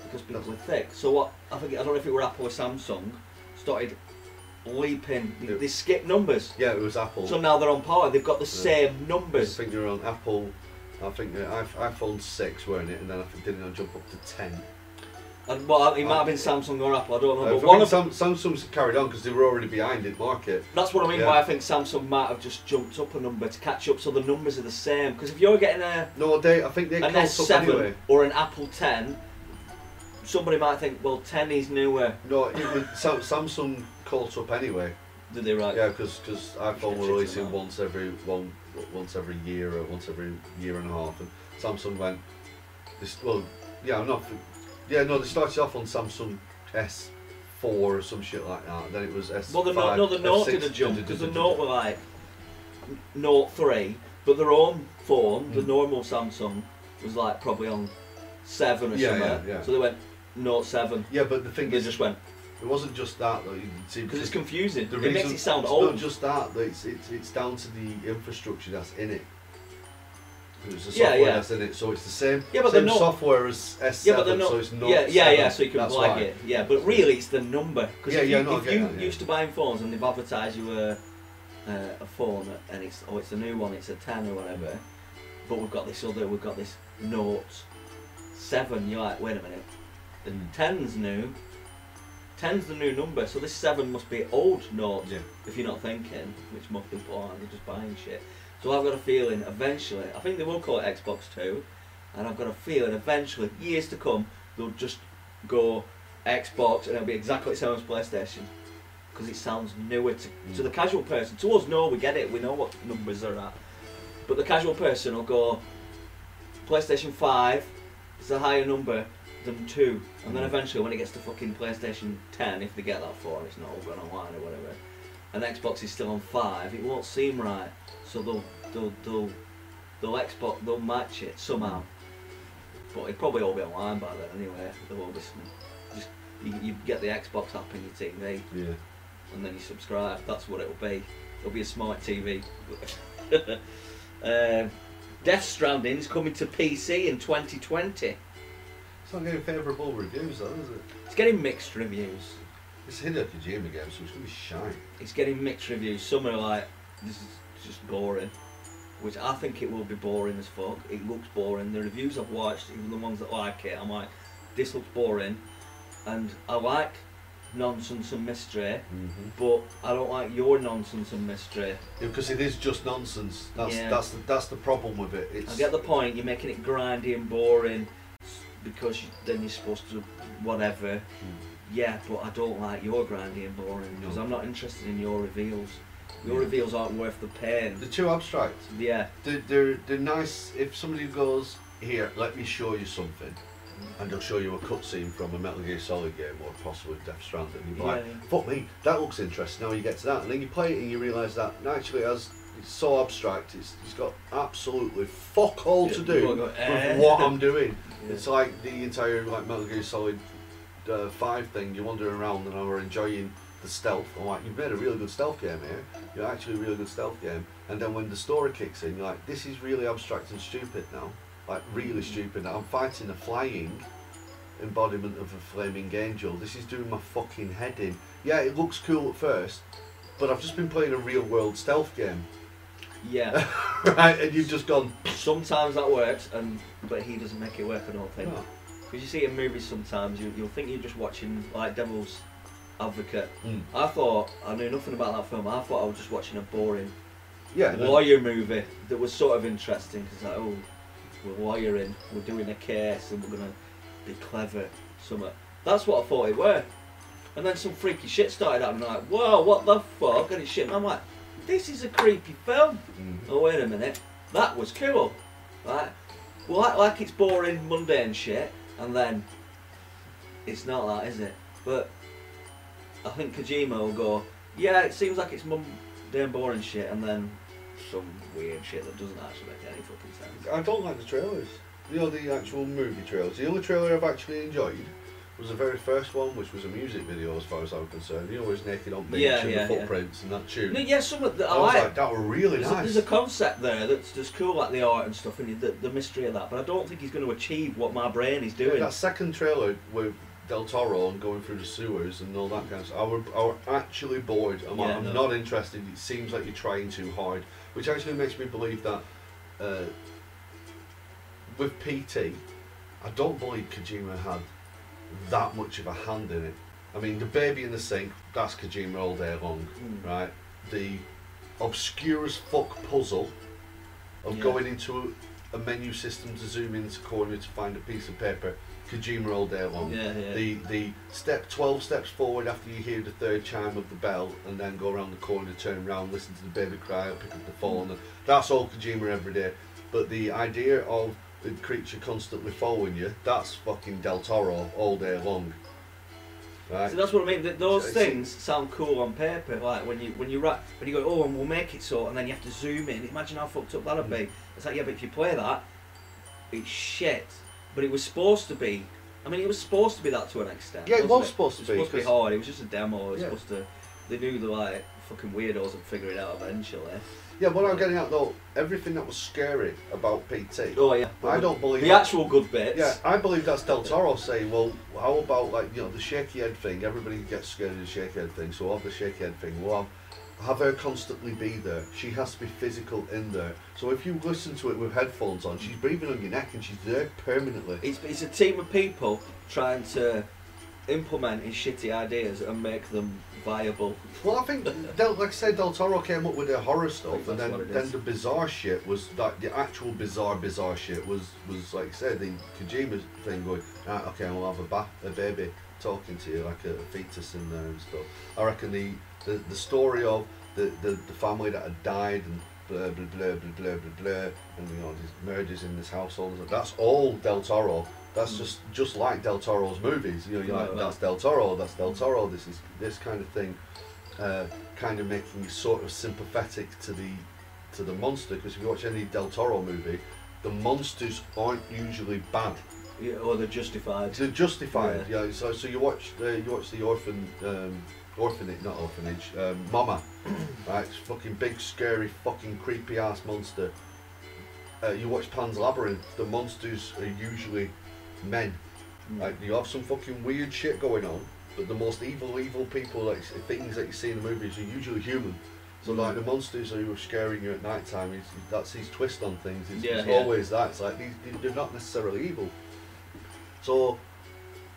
Speaker 1: because people are thick. So what? I think I don't know if it were Apple or Samsung started leaping. They,
Speaker 2: Yeah.
Speaker 1: they skip numbers,
Speaker 2: yeah, it was Apple.
Speaker 1: so now they're on par. They've got the
Speaker 2: Yeah.
Speaker 1: same
Speaker 2: I
Speaker 1: numbers.
Speaker 2: think they're on Apple. I think they're iP- iPhone six, weren't it? And then I think didn't it jump up to ten?
Speaker 1: And well, it might have been Samsung or Apple. I don't know.
Speaker 2: Uh,
Speaker 1: But
Speaker 2: I
Speaker 1: one
Speaker 2: think
Speaker 1: of
Speaker 2: Sam, Samsung's carried on because they were already behind in market.
Speaker 1: that's what I mean
Speaker 2: Yeah.
Speaker 1: by I think Samsung might have just jumped up a number to catch up, so the numbers are the same. Because if you're getting a
Speaker 2: No, they. I think they
Speaker 1: an
Speaker 2: caught
Speaker 1: S7
Speaker 2: up anyway.
Speaker 1: or an Apple 10, somebody might think, well, 10 is newer.
Speaker 2: No, it was, Sam, Samsung caught up anyway.
Speaker 1: Did they right?
Speaker 2: Yeah, because iPhone
Speaker 1: Shit,
Speaker 2: were releasing
Speaker 1: shit,
Speaker 2: once every one, once every year or once every year and a half, and Samsung went. This well, yeah, I'm not. Yeah, no, they started off on Samsung S. Four or some shit like that. Then it was S.
Speaker 1: Well, the note,
Speaker 2: five,
Speaker 1: no, the note
Speaker 2: S6,
Speaker 1: did a jump because the
Speaker 2: da-da-da-da-da.
Speaker 1: note were like n- note three, but their own phone, the
Speaker 2: Mm.
Speaker 1: normal Samsung, was like probably on seven or
Speaker 2: Yeah,
Speaker 1: something.
Speaker 2: yeah, yeah.
Speaker 1: So they went note seven.
Speaker 2: Yeah, but the thing
Speaker 1: They
Speaker 2: is,
Speaker 1: just went
Speaker 2: it wasn't just that though. You can see
Speaker 1: because it's
Speaker 2: because
Speaker 1: confusing.
Speaker 2: the
Speaker 1: it makes
Speaker 2: reason-
Speaker 1: it sound
Speaker 2: it's
Speaker 1: old.
Speaker 2: not just that. though, It's, it's it's down to the infrastructure that's in it. It's the
Speaker 1: Yeah,
Speaker 2: software
Speaker 1: yeah.
Speaker 2: that's in it, so it's the same.
Speaker 1: Yeah, but
Speaker 2: same
Speaker 1: they're not-
Speaker 2: software as S7,
Speaker 1: yeah, but they're not.
Speaker 2: so it's not.
Speaker 1: yeah, yeah, yeah.
Speaker 2: 7,
Speaker 1: So you can
Speaker 2: that's
Speaker 1: like
Speaker 2: why.
Speaker 1: it. Yeah, but really, it's the number. Because
Speaker 2: Yeah,
Speaker 1: if
Speaker 2: yeah,
Speaker 1: you,
Speaker 2: no, I
Speaker 1: if
Speaker 2: get
Speaker 1: you
Speaker 2: that, yeah.
Speaker 1: used to buying phones and they've advertised you a, uh, a phone and it's oh it's a new one, it's a ten or whatever, but we've got this other, we've got this Note Seven. You're like, wait a minute, the
Speaker 2: Mm.
Speaker 1: ten's new. Ten's the new number, so this seven must be old Note.
Speaker 2: Yeah.
Speaker 1: If you're not thinking, which must be important, they're just buying shit. So I've got a feeling eventually, I think they will call it Xbox Two, and I've got a feeling eventually, years to come, they'll just go Xbox and it'll be exactly the same as PlayStation because it sounds newer to, to the casual person. To us, no, we get it, we know what numbers are at, but the casual person will go PlayStation Five is a higher number than two, and then
Speaker 2: Mm.
Speaker 1: eventually when it gets to fucking PlayStation Ten, if they get that far, and it's not all gone online or whatever, and Xbox is still on five, it won't seem right. So they'll they'll they'll they'll Xbox they'll match it somehow. But it'll probably all be online by then anyway. There won't be some, just you, you get the Xbox app in your TV
Speaker 2: Yeah.
Speaker 1: and then you subscribe. That's what it'll be. It'll be a smart TV. um, Death Stranding's coming to PC in 2020.
Speaker 2: It's not getting favourable reviews though, is it?
Speaker 1: It's getting mixed reviews.
Speaker 2: It's Hideo Kojima game, so it's gonna be shite.
Speaker 1: It's getting mixed reviews. Some are like, this is just boring, which I think it will be boring as fuck. It looks boring. The reviews I've watched, even the ones that like it, I'm like, this looks boring. And I like nonsense and mystery,
Speaker 2: Mm-hmm.
Speaker 1: but I don't like your nonsense and mystery.
Speaker 2: Yeah, because it is just nonsense. That's
Speaker 1: Yeah.
Speaker 2: that's the that's the problem with it. It's
Speaker 1: I get the point. You're making it grindy and boring. because you, then you're supposed to whatever. Yeah, but I don't like your grindy and boring because I'm not interested in your reveals. Your
Speaker 2: Yeah.
Speaker 1: reveals aren't worth the pain.
Speaker 2: They're too abstract.
Speaker 1: Yeah,
Speaker 2: They're, they're, they're nice if somebody goes, Here, let me show you something. And they'll show you a cutscene from a Metal Gear Solid game or possibly Death Stranding. And you're like,
Speaker 1: Yeah.
Speaker 2: fuck me, that looks interesting. Now you get to that. And then you play it and you realise that actually has, it's so abstract, it's, it's got absolutely fuck all to
Speaker 1: Yeah,
Speaker 2: do
Speaker 1: you go, "Eh."
Speaker 2: with what I'm doing.
Speaker 1: Yeah.
Speaker 2: It's like the entire like Metal Gear Solid uh, Five thing. You wander around and are enjoying the stealth. I'm like, you've made a really good stealth game here. You're actually a really good stealth game. And then when the story kicks in, you're like, this is really abstract and stupid now. Like really stupid. Now. I'm fighting a flying embodiment of a flaming angel. This is doing my fucking head in. Yeah, it looks cool at first, but I've just been playing a real world stealth game,
Speaker 1: yeah.
Speaker 2: right? And you've just gone.
Speaker 1: Sometimes that works, and but he doesn't make it work. I don't think.
Speaker 2: "Oh,
Speaker 1: Because you see in movies sometimes, you, you'll think you're just watching like Devil's Advocate.
Speaker 2: mm."
Speaker 1: I thought I knew nothing about that film. I thought I was just watching a boring
Speaker 2: Yeah. and then-
Speaker 1: lawyer movie that was sort of interesting because like, oh, we're lawyering, we're doing a case, and we're gonna be clever. Summer. That's what I thought it were. And then some freaky shit started happening. Like, whoa, what the fuck? And it's shit. And I'm like, this is a creepy film.
Speaker 2: Mm.
Speaker 1: Oh wait a minute, that was cool. Right? Well, like, like it's boring, mundane shit, and then it's not that, is it? But I think Kojima will go, yeah, it seems like it's mundane, boring shit, and then some weird shit that doesn't actually make any fucking sense.
Speaker 2: I don't like the trailers. You know, the actual movie trailers. The only trailer I've actually enjoyed was the very first one, which was a music video, as far as I'm concerned. You know, where he's naked on beach
Speaker 1: Yeah,
Speaker 2: and
Speaker 1: yeah,
Speaker 2: the
Speaker 1: yeah.
Speaker 2: footprints and that tune.
Speaker 1: No, yeah, some of the,
Speaker 2: I,
Speaker 1: I
Speaker 2: was
Speaker 1: like.
Speaker 2: like, that were really
Speaker 1: There's a,
Speaker 2: nice.
Speaker 1: there's a concept there that's just cool, like the art and stuff, and the, the mystery of that. But I don't think he's going to achieve what my brain is
Speaker 2: Yeah,
Speaker 1: doing.
Speaker 2: that second trailer with Del Toro and going through the sewers and all that kind of stuff. I were, I were actually bored. I'm, like,
Speaker 1: Yeah,
Speaker 2: I'm
Speaker 1: no.
Speaker 2: not interested. It seems like you're trying too hard, which actually makes me believe that uh, with PT, I don't believe Kojima had that much of a hand in it. I mean, the baby in the sink, that's Kojima all day long,
Speaker 1: Mm.
Speaker 2: right? The obscure as fuck puzzle of
Speaker 1: Yeah.
Speaker 2: going into a, a menu system to zoom into corner to find a piece of paper, Kojima all day long.
Speaker 1: yeah, yeah.
Speaker 2: The the step twelve steps forward after you hear the third chime of the bell, and then go around the corner, turn round, listen to the baby cry, pick up the phone. And that's all Kojima every day. But the idea of the creature constantly following you—that's fucking Del Toro all day long. Right?
Speaker 1: So that's what I mean. That those
Speaker 2: So it's-
Speaker 1: things sound cool on paper, like when you when you write when you go, oh, and we'll make it so, and then you have to zoom in. Imagine how fucked up that'd
Speaker 2: Mm.
Speaker 1: be. It's like yeah, but if you play that, it's shit. But it was supposed to be. I mean, it was supposed to be that to an extent.
Speaker 2: Yeah, it
Speaker 1: wasn't
Speaker 2: was supposed to
Speaker 1: It
Speaker 2: be,
Speaker 1: was supposed to be
Speaker 2: 'cause-
Speaker 1: hard. It was just a demo. It was
Speaker 2: Yeah.
Speaker 1: supposed to. They knew the like fucking weirdos would figure it out eventually.
Speaker 2: yeah, what I'm getting at though, everything that was scary about PT,
Speaker 1: Oh yeah.
Speaker 2: I don't believe
Speaker 1: the
Speaker 2: that.
Speaker 1: actual good bits.
Speaker 2: Yeah, I believe that's Del Toro saying, well, how about like you know the shaky head thing? Everybody gets scared of the shaky head thing, so we'll have the shaky head thing. We'll have have her constantly be there. She has to be physical in there. So if you listen to it with headphones on, she's breathing on your neck and she's there permanently.
Speaker 1: It's, it's a team of people trying to implement his shitty ideas and make them viable.
Speaker 2: Well, I think Del, like I said, Del Toro came up with the horror
Speaker 1: I think
Speaker 2: stuff,
Speaker 1: that's
Speaker 2: and
Speaker 1: what it
Speaker 2: then, then
Speaker 1: is.
Speaker 2: the bizarre shit was like the actual bizarre bizarre shit was was like I said the Kojima thing going. Ah, okay, we'll have a, ba- a baby talking to you like a, fetus in there and stuff. I reckon the the, the story of the, the the family that had died and blah blah blah blah blah blah blah, and you know these murders in this household. That's all Del Toro. That's
Speaker 1: Mm.
Speaker 2: just just like Del Toro's movies. You know, you're
Speaker 1: Yeah,
Speaker 2: like
Speaker 1: well.
Speaker 2: that's Del Toro. That's Del Toro. This is this kind of thing. Uh, kind of making you sort of sympathetic to the to the monster because if you watch any Del Toro movie, the monsters aren't usually bad.
Speaker 1: Yeah, or they're justified.
Speaker 2: They're justified. Yeah. so, so you watch the you watch the orphan um, orphanage, not orphanage, um, Mama. right. It's fucking big, scary, fucking creepy ass monster. Uh, you watch Pan's Labyrinth. The monsters are usually men.
Speaker 1: Mm.
Speaker 2: Like you have some fucking weird shit going on, but the most evil, evil people, like s- things that you see in the movies, are usually human. So
Speaker 1: Mm.
Speaker 2: like the monsters who are scaring you at night time, it's, that's his twist on things. It's,
Speaker 1: Yeah,
Speaker 2: it's
Speaker 1: yeah.
Speaker 2: always that. It's like these, they're not necessarily evil. So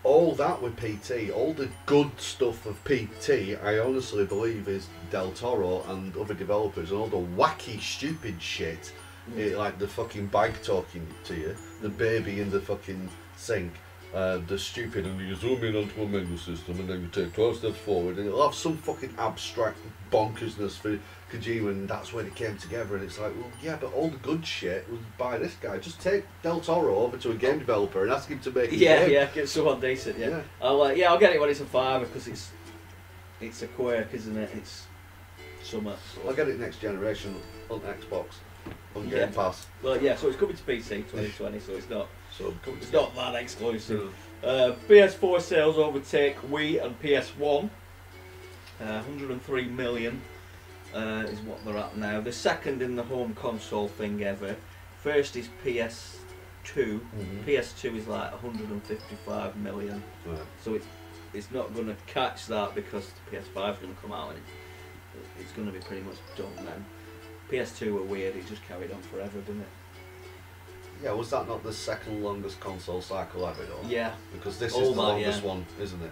Speaker 2: all that with PT, all the good stuff of PT, I honestly believe is Del Toro and other developers, and all the wacky,
Speaker 1: Mm.
Speaker 2: stupid shit, eh, like the fucking bike talking to you, the baby in the fucking think uh, they're stupid and you zoom in onto a menu system and then you take 12 steps forward and it'll have some fucking abstract bonkersness for Kojima and that's when it came together and it's like, well, yeah, but all the good shit was by this guy. Just take Del Toro over to a game developer and ask him to make a
Speaker 1: Yeah,
Speaker 2: game.
Speaker 1: yeah, get someone decent. Yeah,
Speaker 2: Yeah.
Speaker 1: I'll uh, yeah, I'll get it when it's a five because it's it's a quirk, isn't it? It's summer.
Speaker 2: I'll get it next generation on Xbox, on Game
Speaker 1: Yeah.
Speaker 2: Pass.
Speaker 1: Well, yeah, so it's coming to PC 2020, so it's not
Speaker 2: So come
Speaker 1: it's not that exclusive. Uh, PS4 sales overtake Wii and PS1. Uh, 103 million uh, is what they're at now. The second in the home console thing ever. First is PS2.
Speaker 2: Mhm.
Speaker 1: PS2 is like 155 million.
Speaker 2: Right.
Speaker 1: So it's it's not going to catch that because the PS5 is going to come out and it, it's going to be pretty much done then. PS2 were weird. It just carried on forever, didn't it?
Speaker 2: Yeah, was that not the second longest console cycle ever? Though?
Speaker 1: Yeah,
Speaker 2: Because this
Speaker 1: All
Speaker 2: is the
Speaker 1: that,
Speaker 2: longest
Speaker 1: yeah.
Speaker 2: one, isn't it?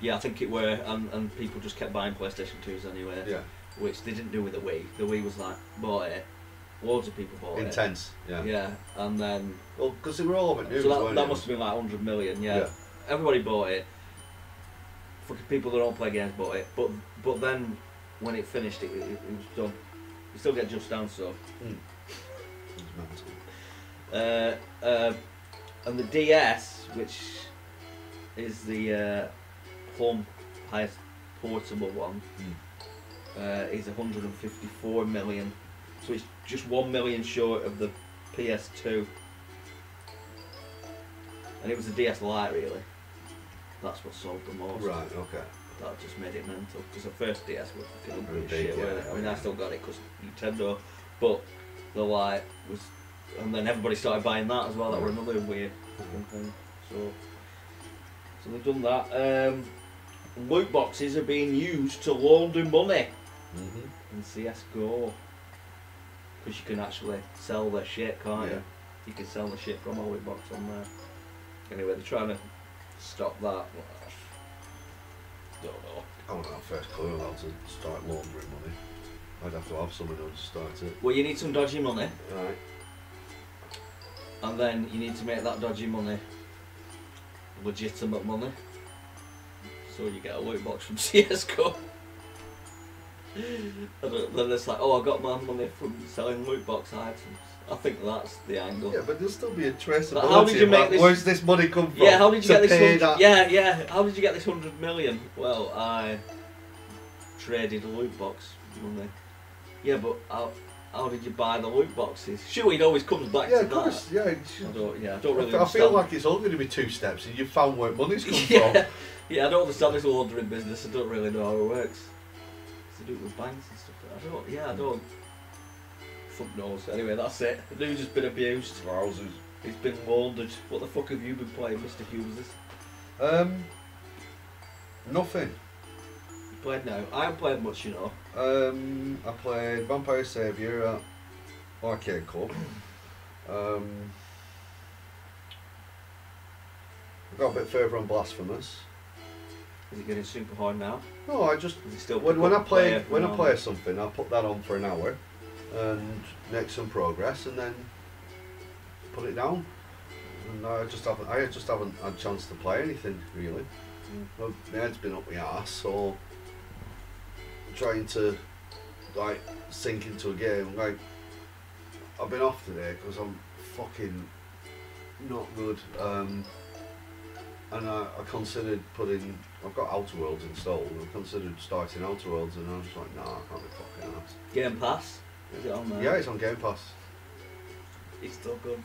Speaker 1: yeah. I think it were, and, and people just kept buying PlayStation 2s anyway,
Speaker 2: Yeah.
Speaker 1: which they didn't do with the Wii. The Wii was like bought it. Loads of people bought it.
Speaker 2: Intense. Yeah.
Speaker 1: Yeah, and then
Speaker 2: Well, because they were all over news,
Speaker 1: so that,
Speaker 2: weren't
Speaker 1: that
Speaker 2: they?
Speaker 1: must have been like 100 million. Yeah.
Speaker 2: Yeah.
Speaker 1: everybody bought it. Fucking people that don't play games bought it. But but then when it finished, it, it, it was done. You still get Just Dance though.
Speaker 2: Hmm. It was mental.
Speaker 1: uh, uh, and the DS, which is the uh, home highest portable one, uh, is 154 million. So it's just one million short of the PS2. And it was the DS Lite, really. That's what sold the most.
Speaker 2: Right. Okay.
Speaker 1: That just made it mental. Because the first DS was fucking
Speaker 2: Very
Speaker 1: ugly as
Speaker 2: big,
Speaker 1: shit,
Speaker 2: yeah.
Speaker 1: weren't it? I mean, I still got it because Nintendo, but the light was, and then everybody started buying that as well. That were another weird fucking thing. So, so they've done that. Um, loot boxes are being used to launder money
Speaker 2: Mm-hmm.
Speaker 1: in CS:GO because you can actually sell their shit, can't
Speaker 2: Yeah.
Speaker 1: you? You can sell the shit from a loot box on there. Anyway, they're trying to stop that. Don't know.
Speaker 2: I want our first clue how to start laundering money. I'd have to have someone else start it.
Speaker 1: Well, you need some dodgy money,
Speaker 2: Right.
Speaker 1: and then you need to make that dodgy money legitimate money. So you get a loot box from CSGO. And then it's like, oh, I got my money from selling loot box items. I think that's the angle.
Speaker 2: Yeah, but there'll still be a traceability.
Speaker 1: But how did you
Speaker 2: of,
Speaker 1: make
Speaker 2: like,
Speaker 1: this-
Speaker 2: Where's this money come from?
Speaker 1: Yeah, how did you
Speaker 2: to
Speaker 1: get this?
Speaker 2: pay
Speaker 1: hun-
Speaker 2: that?
Speaker 1: Yeah, yeah. How did you get this hundred million? Well, I traded a loot box money. Yeah, but how, how did you buy the loot boxes? Sure, it always comes back
Speaker 2: Yeah,
Speaker 1: to
Speaker 2: of course. Yeah. it
Speaker 1: that. I
Speaker 2: should-
Speaker 1: don't, yeah, I don't really.
Speaker 2: I feel
Speaker 1: understand.
Speaker 2: like it's all going to be two steps, and you found where money's come
Speaker 1: yeah.
Speaker 2: from.
Speaker 1: yeah, I don't understand this laundering business. I don't really know how it works. It's to do it with banks and stuff. I don't. Yeah, I don't. Fuck knows. Anyway, that's it. The news has been abused.
Speaker 2: Wowzers.
Speaker 1: It's been laundered. What the fuck have you been playing, Mr. Hughes?
Speaker 2: Um, nothing.
Speaker 1: You played now. I haven't played much, you know.
Speaker 2: Um, I played Vampire Saviour at Arcade Club. Um, I got a bit further on Blasphemous.
Speaker 1: Is it getting super hard now?
Speaker 2: No, I just
Speaker 1: Is it still
Speaker 2: when, when I play
Speaker 1: player
Speaker 2: when I
Speaker 1: phenomenon?
Speaker 2: play something, I put that on for an hour and make some progress, and then put it down. And I just haven't I just haven't had a chance to play anything really.
Speaker 1: Mm.
Speaker 2: My my head's been up my ass, so trying to like sink into a game. Like I've been off today because I'm fucking not good. Um, and I, I considered putting. I've got Outer Worlds installed. and I considered starting Outer Worlds, and I was just like, nah, I can't be fucking ass.
Speaker 1: Game Pass. Is it on there?
Speaker 2: Yeah, it's on Game Pass.
Speaker 1: It's still good.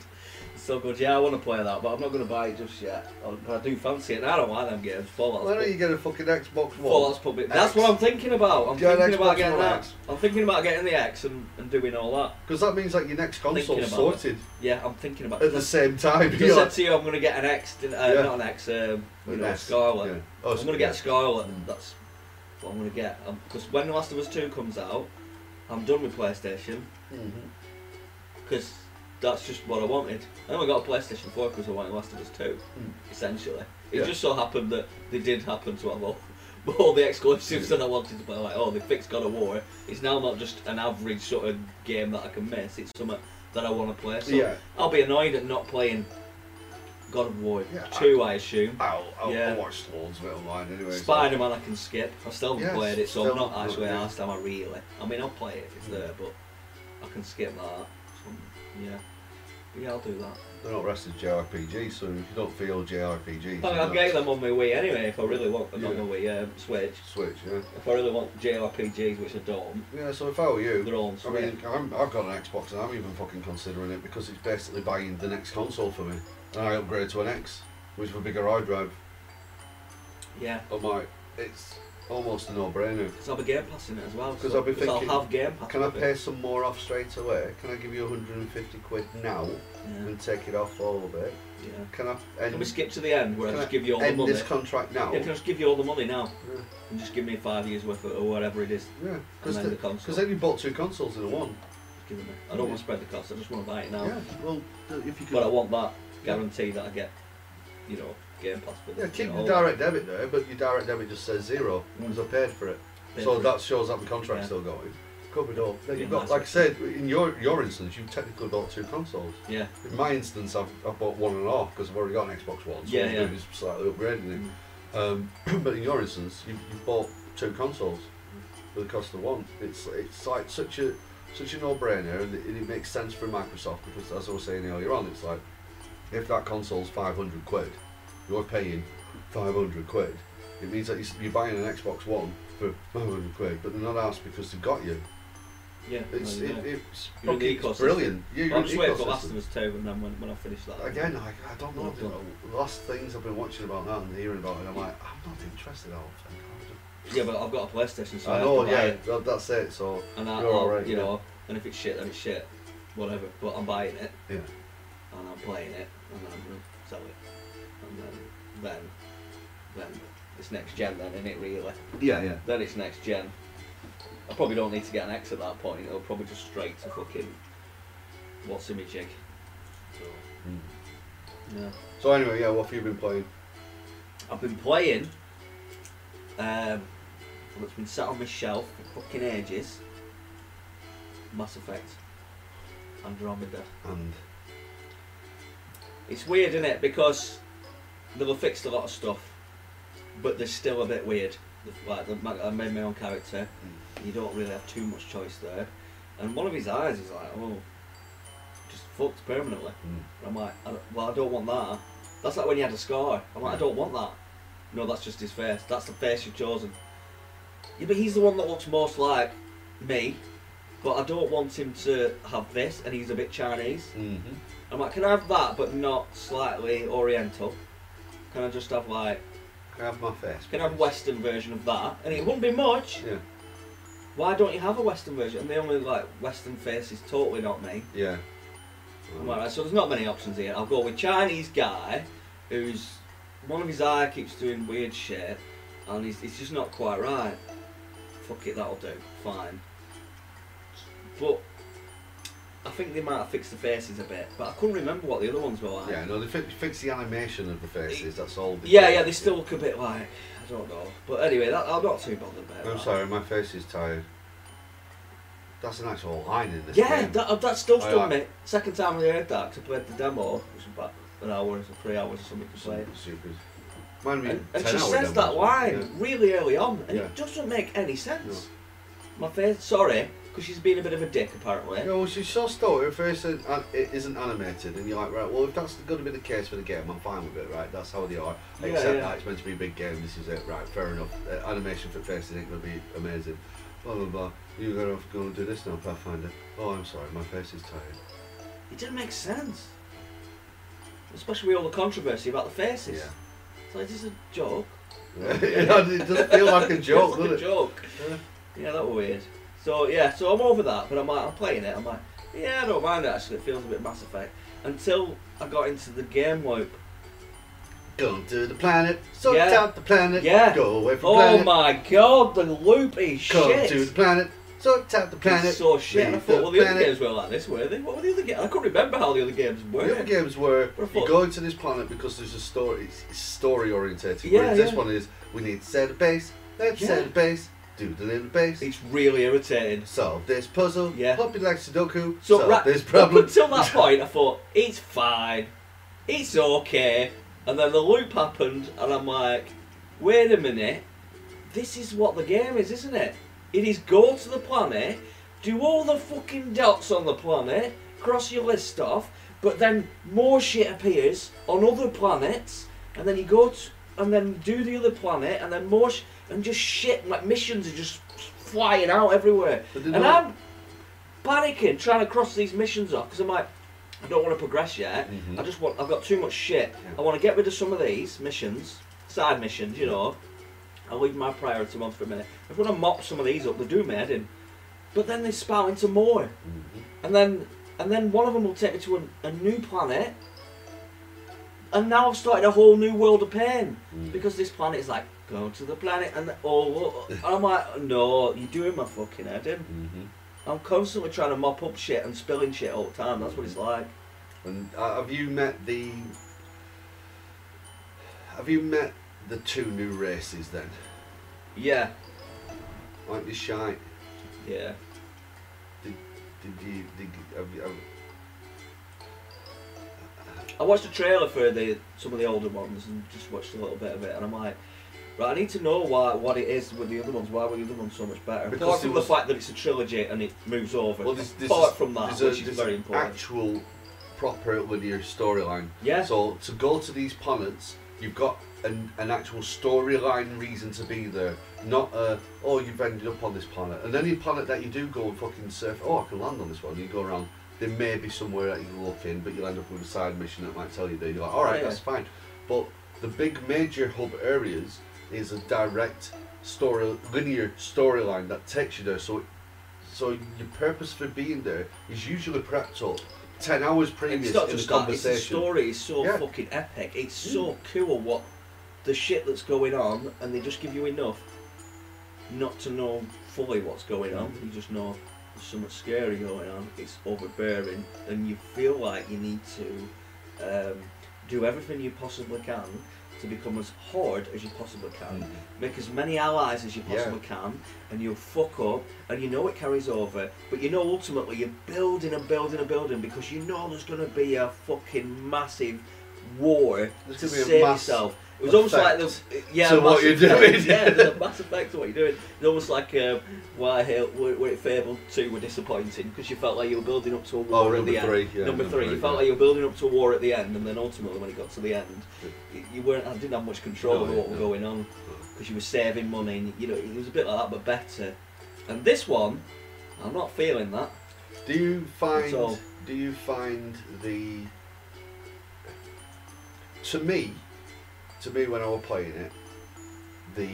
Speaker 1: It's still good. Yeah, I want to play that, but I'm not going to buy it just yet. I, but I do fancy it. And I don't like them games. Fallout's
Speaker 2: Why don't
Speaker 1: put,
Speaker 2: you get a fucking Xbox One?
Speaker 1: Fallout's public.
Speaker 2: X.
Speaker 1: That's what I'm thinking about. I'm
Speaker 2: Get an
Speaker 1: thinking
Speaker 2: Xbox
Speaker 1: about getting
Speaker 2: One
Speaker 1: that.
Speaker 2: X.
Speaker 1: I'm thinking about getting the X and, and doing all that.
Speaker 2: Because that means like your next console
Speaker 1: Thinking about
Speaker 2: sorted
Speaker 1: Yeah, I'm thinking about
Speaker 2: at the
Speaker 1: it.
Speaker 2: same time.
Speaker 1: Because
Speaker 2: yeah.
Speaker 1: I said to you, I'm going to get an X, didn't- uh,
Speaker 2: Yeah.
Speaker 1: not an X, um, you
Speaker 2: An
Speaker 1: know,
Speaker 2: S,
Speaker 1: Scarlet.
Speaker 2: yeah. Oh,
Speaker 1: I'm gonna get Scarlet.
Speaker 2: Mm.
Speaker 1: That's what I'm gonna get. Because when The Last of Us Two comes out, I'm done with PlayStation
Speaker 2: Mhm.
Speaker 1: Mm-hmm. because that's just what I wanted. I only got a PlayStation Four because I wanted The Last of Us Two. Essentially, it
Speaker 2: Hmm. Yeah.
Speaker 1: just so happened that they did happen to have all, all the exclusives that I wanted to play. Like, oh, they fixed God of War. It's now not just an average sort of game that I can miss. It's something that I want to play. So
Speaker 2: Yeah.
Speaker 1: I'll be annoyed at not playing God of War
Speaker 2: Yeah, I-
Speaker 1: 2, I, assume.
Speaker 2: I'll, I'll,
Speaker 1: Yeah.
Speaker 2: I'll watch loads of it online anyway. so-
Speaker 1: Spider Man, I can skip. I still haven't
Speaker 2: Yes,
Speaker 1: played it, so I'm
Speaker 2: still
Speaker 1: not
Speaker 2: haven't
Speaker 1: actually
Speaker 2: played it.
Speaker 1: asked am I really. I mean, I'll play it if it's there, but I can skip that. So, yeah. But yeah, I'll do that.
Speaker 2: They're not rested JRPG, so if you don't feel JRPG,
Speaker 1: I'll, I'll get them on my Wii anyway if I really want them on my Wii um, Switch.
Speaker 2: Switch, yeah.
Speaker 1: If I really want JRPGs, which I don't,
Speaker 2: Yeah, so if I were you,
Speaker 1: they're all on
Speaker 2: I
Speaker 1: Switch.
Speaker 2: mean, I'm, I've got an Xbox and I'm even fucking considering it because it's basically buying the next console for me. And I upgrade to an X, which would be bigger iDrive.
Speaker 1: yeah.
Speaker 2: I'm like, it's almost a no brainer.
Speaker 1: Because I'll be Game Pass in it as well.
Speaker 2: 'Cause
Speaker 1: so-
Speaker 2: I've been thinking,
Speaker 1: I'll have Game Pass.
Speaker 2: Can I
Speaker 1: with it.
Speaker 2: pay some more off straight away? Can I give you 150 quid now
Speaker 1: Yeah,
Speaker 2: and take it off all of it?
Speaker 1: yeah.
Speaker 2: Can I end,
Speaker 1: Can we skip to the end where I
Speaker 2: can
Speaker 1: just
Speaker 2: I
Speaker 1: give you all the
Speaker 2: end
Speaker 1: money?
Speaker 2: this contract now?
Speaker 1: Yeah, can I just give you all the money now?
Speaker 2: Yeah.
Speaker 1: And just give me five years worth of, or whatever it is.
Speaker 2: Yeah,
Speaker 1: And
Speaker 2: because
Speaker 1: then the console.
Speaker 2: then you bought two consoles in one.
Speaker 1: Just give me. I don't want to spread the cost, I just want to buy it now.
Speaker 2: Yeah, well, if you could.
Speaker 1: But Oh. I want that guarantee that I get, you know, Game Pass with
Speaker 2: Yeah,
Speaker 1: it. you
Speaker 2: keep
Speaker 1: know,
Speaker 2: the direct debit there, but your direct debit just says zero
Speaker 1: Mm.
Speaker 2: because I paid for it.
Speaker 1: Paid
Speaker 2: so
Speaker 1: for it.
Speaker 2: that shows that the contract's
Speaker 1: Yeah.
Speaker 2: still going. Covered up. Then
Speaker 1: Yeah,
Speaker 2: you've got,
Speaker 1: nice.
Speaker 2: like I said, in your your instance, you've technically bought two consoles.
Speaker 1: Yeah.
Speaker 2: In my instance, I've, I've bought one and a half because I've already got an Xbox One, so
Speaker 1: Yeah,
Speaker 2: all I'm
Speaker 1: yeah.
Speaker 2: doing is slightly upgrading it. Um, but in your instance, you've, you've bought two consoles for the cost of one. It's it's like such a such a no-brainer, and it, and it makes sense for Microsoft because, as I was saying earlier on, it's like if that console's 500 quid, you're paying 500 quid. It means that you s- you're buying an Xbox One for 500 quid, but they're not asked because they've got you.
Speaker 1: Yeah.
Speaker 2: It's
Speaker 1: no,
Speaker 2: it,
Speaker 1: yeah.
Speaker 2: it's,
Speaker 1: You're in the
Speaker 2: fucking- it's
Speaker 1: ecosystem.
Speaker 2: brilliant. Yeah, you're
Speaker 1: I'm
Speaker 2: in
Speaker 1: just
Speaker 2: the
Speaker 1: waiting for
Speaker 2: ecosystem.
Speaker 1: Last of Us 2 and then when, when I finish that.
Speaker 2: Again, I, I don't know. The last things I've been watching about that and hearing about it, I'm like, I'm not interested. I don't think.
Speaker 1: Yeah, but I've got a PlayStation, so
Speaker 2: I
Speaker 1: have
Speaker 2: know,
Speaker 1: to buy
Speaker 2: yeah,
Speaker 1: it.
Speaker 2: that, that's it. So
Speaker 1: And I,
Speaker 2: You're
Speaker 1: I'll,
Speaker 2: alright,
Speaker 1: you
Speaker 2: yeah.
Speaker 1: know, and if it's shit, then it's shit. Whatever. But I'm buying it.
Speaker 2: yeah,
Speaker 1: and I'm playing it, and then I'm going to sell it. And then, then, then it's next gen, then, isn't it, really?
Speaker 2: yeah, yeah.
Speaker 1: Then it's next gen. I probably don't need to get an X at that point, it'll probably just straight to fucking. What's in my jig? So, yeah.
Speaker 2: Mm. So anyway, yeah, what have you been playing?
Speaker 1: I've been playing, um, well, it's been sat on my shelf for fucking ages Mass Effect Andromeda.
Speaker 2: And
Speaker 1: It's weird, isn't it? Because they've fixed a lot of stuff, but they're still a bit weird. Like the- I made my own character. You don't really have too much choice there. And one of his eyes is like, oh, just fucked permanently.
Speaker 2: mm.
Speaker 1: And I'm like, I don't- well, I don't want that. That's like when he had a scar. I'm like, I don't want that. No, that's just his face. That's the face you've chosen. Yeah, but he's the one that looks most like me. But I don't want him to have this, and he's a bit Chinese.
Speaker 2: mm-hmm.
Speaker 1: I'm like, can I have that, but not slightly oriental? Can I just have like,
Speaker 2: can I have my face?
Speaker 1: can I have a
Speaker 2: please?
Speaker 1: Western version of that? And it wouldn't be much.
Speaker 2: Yeah,
Speaker 1: Why don't you have a Western version? And the only like Western face is totally not me.
Speaker 2: yeah.
Speaker 1: I'm like, right, so there's not many options here. I'll go with Chinese guy, who's one of his eye keeps doing weird shit, and he's, he's just not quite right. Fuck it, that'll do. Fine. But I think they might have fixed the faces a bit, but I couldn't remember what the other ones were like.
Speaker 2: Yeah, no, they fi- fix the animation of the faces. That's all. They
Speaker 1: Yeah,
Speaker 2: do.
Speaker 1: yeah, they still look a bit like I don't know, but anyway, that, I'm not too bothered about
Speaker 2: I'm
Speaker 1: that.
Speaker 2: sorry, my face is tired. That's an actual line in this.
Speaker 1: Yeah,
Speaker 2: game.
Speaker 1: that, that stuff's
Speaker 2: I
Speaker 1: done
Speaker 2: like-
Speaker 1: me. Second time I heard that, 'cause I played the demo, which was about an hour or three hours or something to play.
Speaker 2: Super. Mine
Speaker 1: And,
Speaker 2: be
Speaker 1: and
Speaker 2: 10
Speaker 1: she
Speaker 2: hour
Speaker 1: says
Speaker 2: demos,
Speaker 1: that line
Speaker 2: yeah.
Speaker 1: really early on, and
Speaker 2: Yeah.
Speaker 1: it doesn't make any sense. My face, sorry, because she's been a bit of a dick apparently.
Speaker 2: Yeah, well, she's so stoic. Her face isn't, an- it isn't animated, and you're like, right, well, if that's going to be the case for the game, I'm fine with it, right? That's how they are.
Speaker 1: Yeah,
Speaker 2: Except
Speaker 1: yeah.
Speaker 2: that it's meant to be a big game, this is it, right? Fair enough. Uh, animation for faces ain't going to be amazing. Blah, blah, blah. You're going to have to go and do this now, Pathfinder. Oh, I'm sorry, my face is tired.
Speaker 1: It didn't make sense, especially with all the controversy about the faces.
Speaker 2: Yeah.
Speaker 1: It's like, this is a joke.
Speaker 2: it doesn't feel like a joke,
Speaker 1: It's like a
Speaker 2: does it?
Speaker 1: joke.
Speaker 2: Yeah.
Speaker 1: Yeah, that was weird. So yeah, so I'm over that, but I'm like, I'm playing it. I'm like, yeah, I don't mind it actually. It feels a bit Mass Effect until I got into the game loop.
Speaker 2: Go to the planet, sort
Speaker 1: Yeah.
Speaker 2: out the planet,
Speaker 1: Yeah.
Speaker 2: go away from
Speaker 1: Oh
Speaker 2: planet,
Speaker 1: my god, the loop is
Speaker 2: come
Speaker 1: shit.
Speaker 2: to the planet, sort out the planet.
Speaker 1: It's so shit. I
Speaker 2: leave
Speaker 1: thought,
Speaker 2: the
Speaker 1: well, the other
Speaker 2: planet.
Speaker 1: games were like this, were they? What were the other games? I couldn't remember how the other games were.
Speaker 2: The other games were
Speaker 1: What a fuck.
Speaker 2: you go to this planet because there's a story. It's, it's story orientated.
Speaker 1: Yeah,
Speaker 2: whereas this
Speaker 1: yeah.
Speaker 2: one is we need to set a base. Let's set
Speaker 1: Yeah.
Speaker 2: a base. Do the little base.
Speaker 1: It's really irritating.
Speaker 2: Solve this puzzle.
Speaker 1: Yeah.
Speaker 2: Hope you like Sudoku.
Speaker 1: So
Speaker 2: solve
Speaker 1: right,
Speaker 2: this problem.
Speaker 1: up until that point, I thought it's fine. it's okay. And then the loop happened, and I'm like, wait a minute, this is what the game is, isn't it? It is go to the planet, do all the fucking dots on the planet, cross your list off, but then more shit appears on other planets, and then you go to, and then do the other planet, and then more, sh- and just shit, like missions are just flying out everywhere.
Speaker 2: But they
Speaker 1: And
Speaker 2: don't-
Speaker 1: I'm panicking, trying to cross these missions off, because I'm like, I don't want to progress yet.
Speaker 2: Mhm.
Speaker 1: I just want. I've got too much shit. I want to get rid of some of these missions, side missions. You know, I'll leave my priority ones for a minute. If I want to mop some of these up, they do me head in. But then they spout into more, and then and then one of them will take me to a, a new planet. And now I've started a whole new world of pain
Speaker 2: Mhm.
Speaker 1: because this planet is like go to the planet and oh, and I'm like no, you're doing my fucking head in.
Speaker 2: Mhm.
Speaker 1: I'm constantly trying to mop up shit and spilling shit all the time. That's what
Speaker 2: Mm.
Speaker 1: it's like.
Speaker 2: And uh, have you met the? Have you met the two new races then?
Speaker 1: Yeah,
Speaker 2: Aren't they shy?
Speaker 1: yeah.
Speaker 2: Did you? Did you have you, have,
Speaker 1: I watched the trailer for the some of the older ones and just watched a little bit of it, and I'm like, right, I need to know why what it is with the other ones. Why were the other ones so much better?
Speaker 2: Because
Speaker 1: Apart
Speaker 2: it
Speaker 1: from
Speaker 2: was-
Speaker 1: the fact that it's a trilogy and it moves over.
Speaker 2: Well, this- this
Speaker 1: Apart
Speaker 2: is-
Speaker 1: from that,
Speaker 2: there's a-
Speaker 1: which is
Speaker 2: there's
Speaker 1: very
Speaker 2: an
Speaker 1: important.
Speaker 2: Actual, proper linear storyline.
Speaker 1: yeah,
Speaker 2: So to go to these planets, you've got an, an actual storyline reason to be there, not a oh you've ended up on this planet. And any planet that you do go and fucking surf, oh I can land on this one. You go around. There may be somewhere that you can look in, but you'll end up with a side mission that might tell you there. You're like, all right,
Speaker 1: Yeah.
Speaker 2: that's fine. But the big major hub areas is a direct story, linear storyline that takes you there. So, so your purpose for being there is usually prepped up ten hours previous
Speaker 1: it's not
Speaker 2: in
Speaker 1: just
Speaker 2: the
Speaker 1: that. It's the
Speaker 2: conversation. Hmm.
Speaker 1: story is so
Speaker 2: Yeah.
Speaker 1: fucking epic. It's so cool what the shit that's going on, and they just give you enough not to know fully what's going on. You just know there's something scary going on. It's overbearing, and you feel like you need to um, do everything you possibly can to become as hard as you possibly can.
Speaker 2: Mhm.
Speaker 1: Make as many allies as you
Speaker 2: Yeah.
Speaker 1: possibly can, and you'll fuck up, and you know it carries over, but you know ultimately you're building and building and building because you know there's going to be a fucking massive war
Speaker 2: There's
Speaker 1: to
Speaker 2: gonna be a
Speaker 1: save
Speaker 2: mass
Speaker 1: yourself. It was almost like
Speaker 2: effect
Speaker 1: the yeah,
Speaker 2: to
Speaker 1: a
Speaker 2: what
Speaker 1: mass
Speaker 2: you're
Speaker 1: effect-
Speaker 2: doing.
Speaker 1: yeah, there's a mass effect to what you're doing. It's almost like uh, why Hill, where, where it fabled two were disappointing because you felt like you were building up to a war
Speaker 2: Oh,
Speaker 1: at the
Speaker 2: number
Speaker 1: end.
Speaker 2: three. Yeah,
Speaker 1: number three, you felt like you were building up to a war at the end, and then ultimately when it got to the end, y- you weren't. I didn't have much control
Speaker 2: No,
Speaker 1: over what
Speaker 2: yeah,
Speaker 1: was
Speaker 2: no.
Speaker 1: going on because you were saving money. And, you know, it was a bit like that, but better. And this one, I'm not feeling that.
Speaker 2: Do you find?
Speaker 1: all.
Speaker 2: Do you find the? To me, to me, when I was playing it, the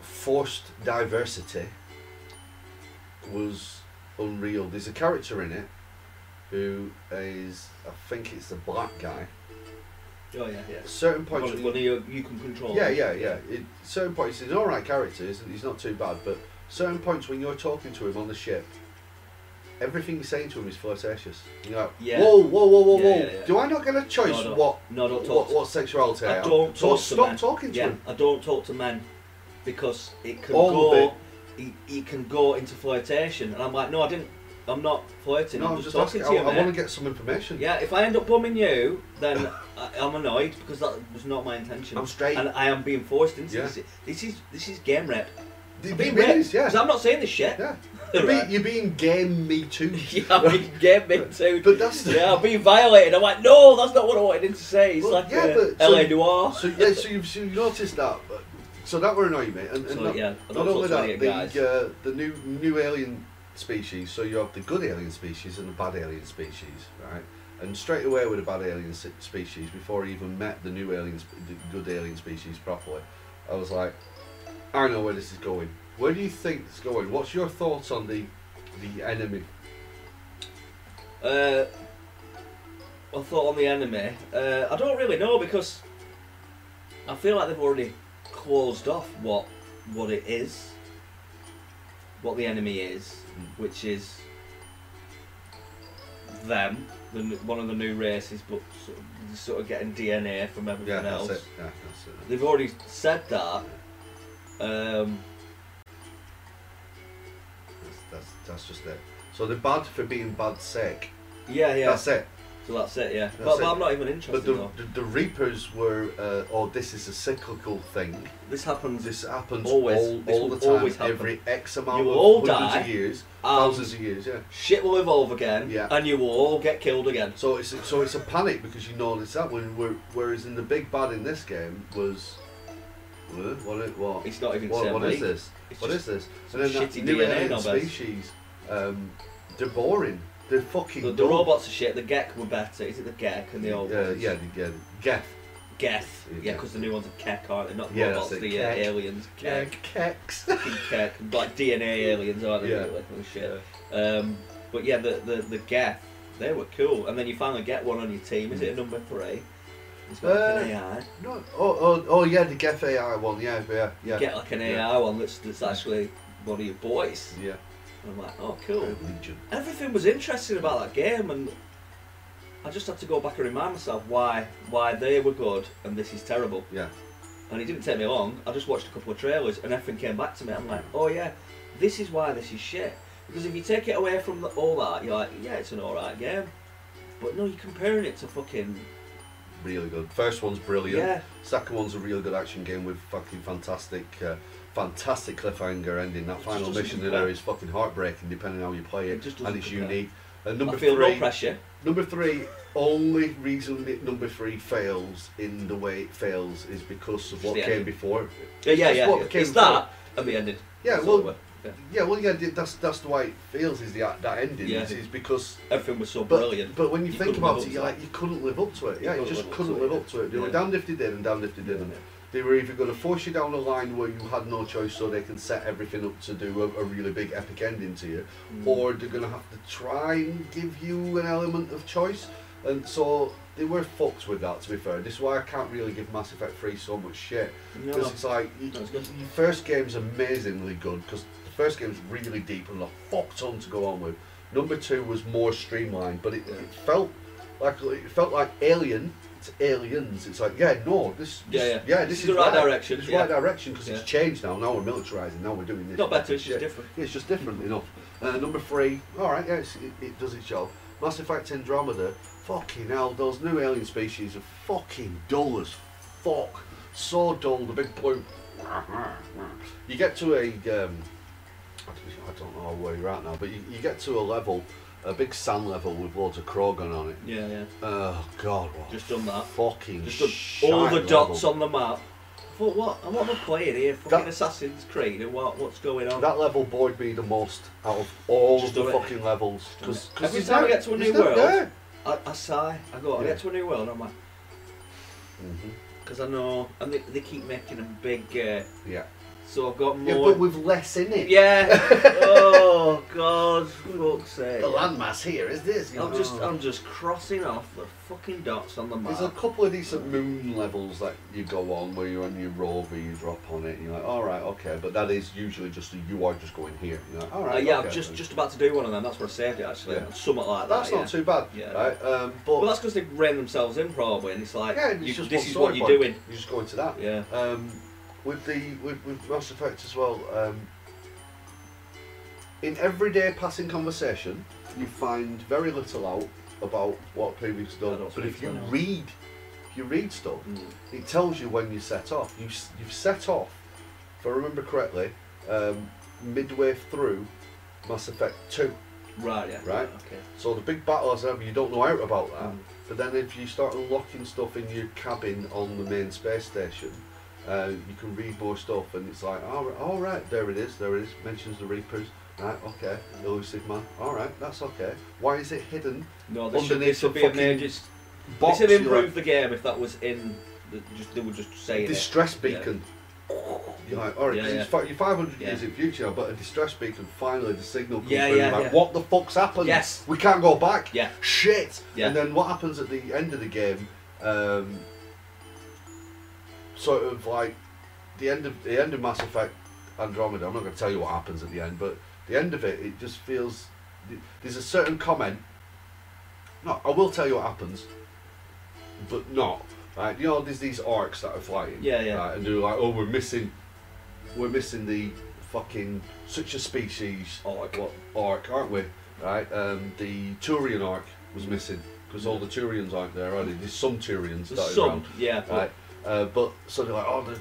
Speaker 2: forced diversity was unreal. There's a character in it who is, I think it's the black guy.
Speaker 1: Oh yeah, yeah.
Speaker 2: At certain points,
Speaker 1: One, one you, you can control.
Speaker 2: Yeah, yeah, yeah. It, certain points, he's an alright character, isn't he? he's not too bad, but certain points when you're talking to him on the ship, everything you're saying to him is flirtatious. You're like,
Speaker 1: Yeah.
Speaker 2: whoa, whoa, whoa, whoa,
Speaker 1: Yeah,
Speaker 2: whoa.
Speaker 1: yeah, yeah.
Speaker 2: Do I not get a choice
Speaker 1: No, I don't-
Speaker 2: what,
Speaker 1: No, don't talk.
Speaker 2: what what sexuality
Speaker 1: I
Speaker 2: I, am?
Speaker 1: don't
Speaker 2: so
Speaker 1: talk to
Speaker 2: stop
Speaker 1: men.
Speaker 2: talking to
Speaker 1: yeah,
Speaker 2: him.
Speaker 1: I don't talk to men because it can
Speaker 2: All
Speaker 1: go.
Speaker 2: of
Speaker 1: It, it can go into flirtation, and I'm like, no, I didn't. I'm not flirting.
Speaker 2: No,
Speaker 1: I'm
Speaker 2: I'm
Speaker 1: just,
Speaker 2: just
Speaker 1: talking
Speaker 2: asking.
Speaker 1: to you,
Speaker 2: I, I
Speaker 1: mate.
Speaker 2: want to get some information.
Speaker 1: Yeah, if I end up bumming you, then I, I'm annoyed because that was not my intention.
Speaker 2: I'm straight.
Speaker 1: and I am being forced into
Speaker 2: Yeah.
Speaker 1: this. This is this is game rep.
Speaker 2: The-
Speaker 1: I'm
Speaker 2: the-
Speaker 1: being
Speaker 2: it
Speaker 1: raped,
Speaker 2: is, yeah.
Speaker 1: 'cause I'm not saying this shit.
Speaker 2: yeah. You're,
Speaker 1: Right.
Speaker 2: being, you're being game me too.
Speaker 1: yeah, I'm being game rep too.
Speaker 2: But that's the-
Speaker 1: yeah, I'm being violated. I'm like, no, that's not what I wanted him to say. It's
Speaker 2: Well,
Speaker 1: like
Speaker 2: yeah,
Speaker 1: uh,
Speaker 2: but- so-
Speaker 1: LA Noir.
Speaker 2: So yeah, so you've, so you've noticed that. but- So that were annoying, mate. And, and
Speaker 1: So,
Speaker 2: that-
Speaker 1: yeah, I
Speaker 2: Not
Speaker 1: don't
Speaker 2: only
Speaker 1: talk to any
Speaker 2: that,
Speaker 1: of you guys.
Speaker 2: the, uh, the new new alien species. So you have the good alien species and the bad alien species, right? And straight away with the bad alien se- species, before I even met the new alien, sp- the good alien species properly, I was like, I know where this is going. Where do you think it's going? What's your thoughts on the the enemy?
Speaker 1: Uh, I thought on the enemy. Uh, I don't really know because I feel like they've already closed off what what it is, what the enemy is,
Speaker 2: Mm.
Speaker 1: which is them, the, n- one of the new races, but sort of, sort of getting DNA from everything
Speaker 2: Yeah,
Speaker 1: else.
Speaker 2: that's it. Yeah, that's it.
Speaker 1: They've already said that. Um,
Speaker 2: That's, that's, that's just it. So the bad for being bad sake.
Speaker 1: yeah, yeah.
Speaker 2: That's it.
Speaker 1: So that's it, yeah.
Speaker 2: That's
Speaker 1: But,
Speaker 2: it.
Speaker 1: but I'm not even interested
Speaker 2: But the,
Speaker 1: though.
Speaker 2: the, the Reapers were, uh, oh, this is a cyclical thing.
Speaker 1: This happens.
Speaker 2: This happens
Speaker 1: Always.
Speaker 2: all,
Speaker 1: This
Speaker 2: all
Speaker 1: will
Speaker 2: the time,
Speaker 1: always happen.
Speaker 2: every X amount
Speaker 1: You will
Speaker 2: of
Speaker 1: all
Speaker 2: hundreds of
Speaker 1: die,
Speaker 2: years,
Speaker 1: um,
Speaker 2: thousands of years, yeah.
Speaker 1: Shit will evolve again,
Speaker 2: Yeah.
Speaker 1: and you will all get killed again.
Speaker 2: So it's so it's a panic because you know it's that one. where- Whereas in the big bad in this game was, huh? what it what?
Speaker 1: It's not even the
Speaker 2: What,
Speaker 1: same
Speaker 2: what is
Speaker 1: league.
Speaker 2: this?
Speaker 1: It's
Speaker 2: What is
Speaker 1: just
Speaker 2: this?
Speaker 1: some
Speaker 2: And then that
Speaker 1: shitty
Speaker 2: new
Speaker 1: DNA
Speaker 2: alien
Speaker 1: numbers.
Speaker 2: species, um, they're boring. They're fucking.
Speaker 1: the, the
Speaker 2: dumb.
Speaker 1: robots are shit. The Gek were better. Is it the Gek and the old
Speaker 2: Yeah,
Speaker 1: ones?
Speaker 2: yeah, yeah. Geth.
Speaker 1: Geth. Yeah,
Speaker 2: Yeah.
Speaker 1: because the new ones are Kek, aren't they? Not
Speaker 2: Yeah,
Speaker 1: robots,
Speaker 2: that's it,
Speaker 1: the uh,
Speaker 2: Kek.
Speaker 1: aliens. Kek.
Speaker 2: Kex.
Speaker 1: Fucking Kek. Like DNA aliens, aren't they?
Speaker 2: Yeah.
Speaker 1: Like, oh, shit. Um, but yeah, the, the, the Geth, they were cool. And then you finally get one on your team. Is it
Speaker 2: Mm.
Speaker 1: a number three? It's got like an AI.
Speaker 2: No. Oh, oh, oh, yeah. The Geth AI one. Yeah, yeah, yeah.
Speaker 1: You get like an AI
Speaker 2: Yeah.
Speaker 1: one that's, that's actually one of your boys.
Speaker 2: Yeah.
Speaker 1: And I'm like, oh, cool.
Speaker 2: Legion.
Speaker 1: everything was interesting about that game, and I just had to go back and remind myself why why they were good and this is terrible.
Speaker 2: Yeah.
Speaker 1: And it didn't take me long. I just watched a couple of trailers, and everything came back to me. I'm like, oh yeah, this is why this is shit. Because if you take it away from the, all that, you're like, yeah, it's an alright game. But no, you're comparing it to fucking
Speaker 2: Really good. First one's brilliant.
Speaker 1: yeah,
Speaker 2: Second one's a real good action game with fucking fantastic, uh, fantastic cliffhanger ending. That
Speaker 1: It
Speaker 2: final
Speaker 1: just doesn't
Speaker 2: mission in
Speaker 1: compare.
Speaker 2: there is fucking heartbreaking, depending on how you play
Speaker 1: It
Speaker 2: it,
Speaker 1: just doesn't
Speaker 2: and it's
Speaker 1: compare.
Speaker 2: unique. And number
Speaker 1: I feel
Speaker 2: three,
Speaker 1: no pressure.
Speaker 2: number three, only reason that number three fails in the way it fails is because of
Speaker 1: Just
Speaker 2: what
Speaker 1: the
Speaker 2: came
Speaker 1: ending.
Speaker 2: before.
Speaker 1: Yeah, yeah,
Speaker 2: It's
Speaker 1: yeah.
Speaker 2: what came
Speaker 1: It's that and the ending.
Speaker 2: Yeah,
Speaker 1: It's
Speaker 2: well,
Speaker 1: over.
Speaker 2: yeah, well, yeah, that's that's the way it feels is the that ending.
Speaker 1: Yeah.
Speaker 2: Is, is because
Speaker 1: everything was so
Speaker 2: But,
Speaker 1: brilliant.
Speaker 2: but when you,
Speaker 1: You
Speaker 2: think
Speaker 1: couldn't
Speaker 2: about
Speaker 1: live
Speaker 2: it,
Speaker 1: up
Speaker 2: you're
Speaker 1: to
Speaker 2: like, you couldn't live up to it. Yeah, you,
Speaker 1: couldn't
Speaker 2: just
Speaker 1: live up
Speaker 2: couldn't
Speaker 1: to it,
Speaker 2: live
Speaker 1: yeah.
Speaker 2: up to it. They were
Speaker 1: Yeah.
Speaker 2: damned if they did and damned if they didn't. They were either going to force you down a line where you had no choice so they can set everything up to do a, a really big epic ending to you,
Speaker 1: Mm.
Speaker 2: or they're going to have to try and give you an element of choice. And so they were fucked with that, to be fair. This is why I can't really give Mass Effect 3 so much shit.
Speaker 1: No.
Speaker 2: Because it's like, y-
Speaker 1: That was good.
Speaker 2: your first game's amazingly good because the first game's really deep and a fuck ton to go on with. Number two was more streamlined, but it, it felt like it felt like Alien to aliens. It's like, yeah, no, this,
Speaker 1: Yeah,
Speaker 2: this-
Speaker 1: yeah.
Speaker 2: this
Speaker 1: This is the
Speaker 2: is
Speaker 1: right
Speaker 2: This
Speaker 1: direction,
Speaker 2: is
Speaker 1: yeah.
Speaker 2: right direction because
Speaker 1: Yeah.
Speaker 2: it's changed now. Now we're militarizing. Now we're doing this.
Speaker 1: Not better, it's
Speaker 2: Yeah.
Speaker 1: just different.
Speaker 2: Yeah, it's just different enough. Uh, number three, all right, yeah, it's, it, it does its job. Mass Effect Andromeda, fucking hell, those new alien species are fucking dull as fuck. So dull, the big blue. You get to a, um, I don't- I don't know where you're at now, but you, you get to a level, a big sand level with loads of Krogan on it.
Speaker 1: Yeah, yeah.
Speaker 2: Oh god, what
Speaker 1: Just done that.
Speaker 2: fucking
Speaker 1: Just done all the
Speaker 2: shite
Speaker 1: dots
Speaker 2: level.
Speaker 1: on the map. I thought, what? And what am I playing here? Fucking
Speaker 2: That-
Speaker 1: Assassin's Creed and what? What's going on?
Speaker 2: That level bored me the most out of all
Speaker 1: Just
Speaker 2: the
Speaker 1: do it.
Speaker 2: fucking levels. Because
Speaker 1: Every time I get to a new world, I, I sigh. I go, I
Speaker 2: Yeah.
Speaker 1: get to a new world and I'm like, because I know, and they, they keep making them big, uh,
Speaker 2: Yeah.
Speaker 1: so I've got
Speaker 2: Yeah,
Speaker 1: more.
Speaker 2: but with less in it.
Speaker 1: Yeah. oh God, fuck's sake.
Speaker 2: The landmass here is this. You
Speaker 1: I'm
Speaker 2: know.
Speaker 1: just, I'm just crossing off the fucking dots on the map.
Speaker 2: There's a couple of decent moon levels that you go on where you're on your rover, you drop on it, and you're like, all right, okay, but that is usually just a, you are just going here. You're like, all
Speaker 1: Uh,
Speaker 2: right,
Speaker 1: yeah,
Speaker 2: okay,
Speaker 1: I'm just,
Speaker 2: then."
Speaker 1: just about to do one of them. That's where I saved it actually.
Speaker 2: Yeah.
Speaker 1: Something like
Speaker 2: That's
Speaker 1: that. yeah.
Speaker 2: not too bad,
Speaker 1: Yeah.
Speaker 2: right? Um, but
Speaker 1: Well, that's because they ran themselves in probably, and it's like,
Speaker 2: yeah, it's
Speaker 1: you,
Speaker 2: just
Speaker 1: this
Speaker 2: one
Speaker 1: is
Speaker 2: story
Speaker 1: what you're
Speaker 2: point.
Speaker 1: doing.
Speaker 2: You're just going to that.
Speaker 1: Yeah.
Speaker 2: Um, with the with, with Mass Effect as well, um, in everyday passing conversation, you find very little out about what previous
Speaker 1: I
Speaker 2: done.
Speaker 1: don't
Speaker 2: But if
Speaker 1: speak
Speaker 2: you
Speaker 1: to anyone.
Speaker 2: read, if you read stuff,
Speaker 1: Mm.
Speaker 2: it tells you when you set off. You s- you've set off, if I remember correctly, um, midway through Mass Effect Two.
Speaker 1: Right, yeah.
Speaker 2: Right. Um,
Speaker 1: Okay.
Speaker 2: So the big battles, um, you don't know out about that.
Speaker 1: Mm.
Speaker 2: But then if you start unlocking stuff in your cabin on the main space station, uh, you can read more stuff, and it's like, all right, all right, there it is, there it is. Mentions the Reapers. Right, okay, elusive man. All right, that's okay. Why is it hidden?
Speaker 1: No, this should,
Speaker 2: Underneath
Speaker 1: this should
Speaker 2: the
Speaker 1: be a
Speaker 2: fucking
Speaker 1: major. This
Speaker 2: Box,
Speaker 1: would
Speaker 2: you're
Speaker 1: improve the game if that was in. The, just, they were just
Speaker 2: like,
Speaker 1: saying it.
Speaker 2: distress beacon. You're like, all right,
Speaker 1: Yeah,
Speaker 2: 'cause
Speaker 1: yeah.
Speaker 2: it's fi- you're 500
Speaker 1: Yeah.
Speaker 2: years in future, but a distress beacon. Finally, the signal comes
Speaker 1: Yeah,
Speaker 2: through.
Speaker 1: yeah,
Speaker 2: like,
Speaker 1: yeah.
Speaker 2: what the fuck's happened?
Speaker 1: Yes.
Speaker 2: we can't go back.
Speaker 1: Yeah.
Speaker 2: shit.
Speaker 1: Yeah.
Speaker 2: And then what happens at the end of the game? Um, sort of like the end of the end of Mass Effect Andromeda. I'm not going to tell you what happens at the end, but the end of it, it just feels there's a certain comment. No, I will tell you what happens, but not right. You know, there's these arcs that are flying.
Speaker 1: Yeah, yeah.
Speaker 2: Right, and they're like, oh, we're missing, we're missing the fucking such a species
Speaker 1: Oh, like,
Speaker 2: what arc, aren't we? Right, um, the Turian arc was missing. because all the Turians aren't there, are they? There's some Turians
Speaker 1: There's
Speaker 2: dotted
Speaker 1: some,
Speaker 2: around,
Speaker 1: yeah. but-
Speaker 2: right? Uh, but so they're like, oh, there's-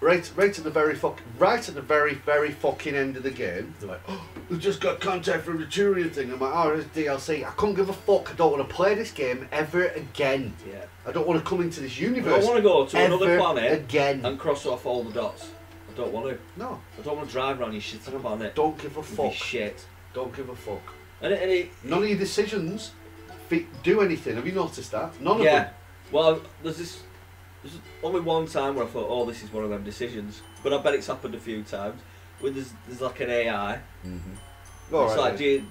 Speaker 2: right, right at the very fuck, right at the very, very fucking end of the game, they're like, oh, we just got contact from the Turian thing. I'm like, oh, it's DLC. I couldn't give a fuck. I don't want to play this game ever again.
Speaker 1: Yeah.
Speaker 2: I don't want to come into this
Speaker 1: I don't
Speaker 2: universe
Speaker 1: want to go to another
Speaker 2: ever
Speaker 1: planet
Speaker 2: again.
Speaker 1: and cross off all the dots. I don't want to.
Speaker 2: no,
Speaker 1: I don't want to drive around your shitty planet.
Speaker 2: don't give a
Speaker 1: It'd be
Speaker 2: fuck.
Speaker 1: shit.
Speaker 2: Don't give a fuck.
Speaker 1: And it, and it,
Speaker 2: None of your decisions fi- do anything. Have you noticed that? None
Speaker 1: yeah.
Speaker 2: of them.
Speaker 1: Well, there's this. There's only one time where I thought, oh, this is one of them decisions, but I bet it's happened a few times. Where there's, there's like an AI.
Speaker 2: Mm-hmm.
Speaker 1: it's like do you,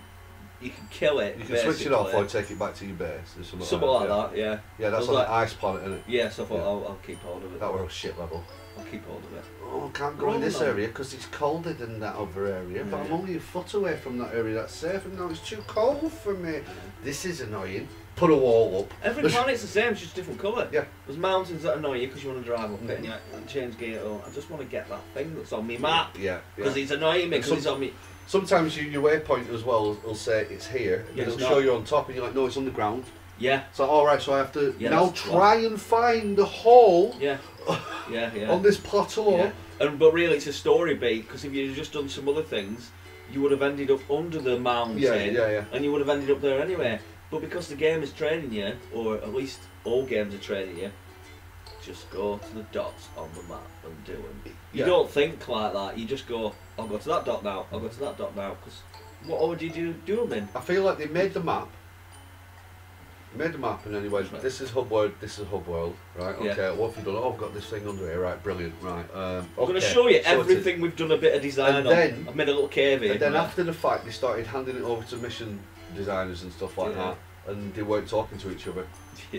Speaker 1: you can kill it.
Speaker 2: You can switch it off or
Speaker 1: basically.
Speaker 2: take it back to your base. Or something
Speaker 1: Something
Speaker 2: like
Speaker 1: like
Speaker 2: that.
Speaker 1: that, yeah.
Speaker 2: Yeah, that's
Speaker 1: It was
Speaker 2: on
Speaker 1: like-
Speaker 2: the ice planet, isn't it?
Speaker 1: Yeah, so I thought
Speaker 2: Yeah.
Speaker 1: I'll, I'll keep hold of it.
Speaker 2: That were a shit level.
Speaker 1: I'll keep hold of it.
Speaker 2: Oh, I can't go
Speaker 1: Roll
Speaker 2: in this
Speaker 1: on.
Speaker 2: area because it's colder than that other area. But I'm
Speaker 1: Yeah.
Speaker 2: only a foot away from that area that's safe, and now it's too cold for me. This is annoying. Put a wall up.
Speaker 1: Every
Speaker 2: There's-
Speaker 1: planet's the same, it's just different colour.
Speaker 2: Yeah.
Speaker 1: There's mountains that annoy you because you want to drive up it and
Speaker 2: Mhm.
Speaker 1: you change gear. Oh, I just want to get that thing that's on me map
Speaker 2: Yeah. yeah.
Speaker 1: because it's annoying me
Speaker 2: And
Speaker 1: because
Speaker 2: some-
Speaker 1: it's on me.
Speaker 2: Sometimes you, your waypoint as well will say it's here, and
Speaker 1: Yeah,
Speaker 2: it'll
Speaker 1: it's
Speaker 2: show
Speaker 1: not.
Speaker 2: you on top, and you're like, no, it's on the ground.
Speaker 1: Yeah,
Speaker 2: So all right, so I have to
Speaker 1: Yeah,
Speaker 2: now
Speaker 1: that's-
Speaker 2: try and find the hole
Speaker 1: yeah, yeah, yeah.
Speaker 2: on this plateau.
Speaker 1: yeah. And but really, it's a story beat because if you'd just done some other things, you would have ended up under the mountain
Speaker 2: Yeah, yeah, yeah.
Speaker 1: and you would have ended up there anyway. But because the game is training you, or at least all games are training you, just go to the dots on the map and do them. You
Speaker 2: Yeah.
Speaker 1: don't think like that. You just go, I'll go to that dot now. I'll go to that dot now. Because what would you do do them in?
Speaker 2: I feel like they made the map. Made the map and anyway,
Speaker 1: Right.
Speaker 2: this is hub world, this is hub world, right? Okay,
Speaker 1: Yeah.
Speaker 2: what have you done? Oh, I've got this thing under here, right? Brilliant, right? Um,
Speaker 1: I'm going to
Speaker 2: okay,
Speaker 1: show you
Speaker 2: sorted.
Speaker 1: everything we've done a bit of design
Speaker 2: And
Speaker 1: on.
Speaker 2: then-
Speaker 1: I've made a little cave in.
Speaker 2: And then
Speaker 1: there.
Speaker 2: after the fact, they started handing it over to mission designers and stuff like
Speaker 1: Yeah.
Speaker 2: that, and they weren't talking to each other.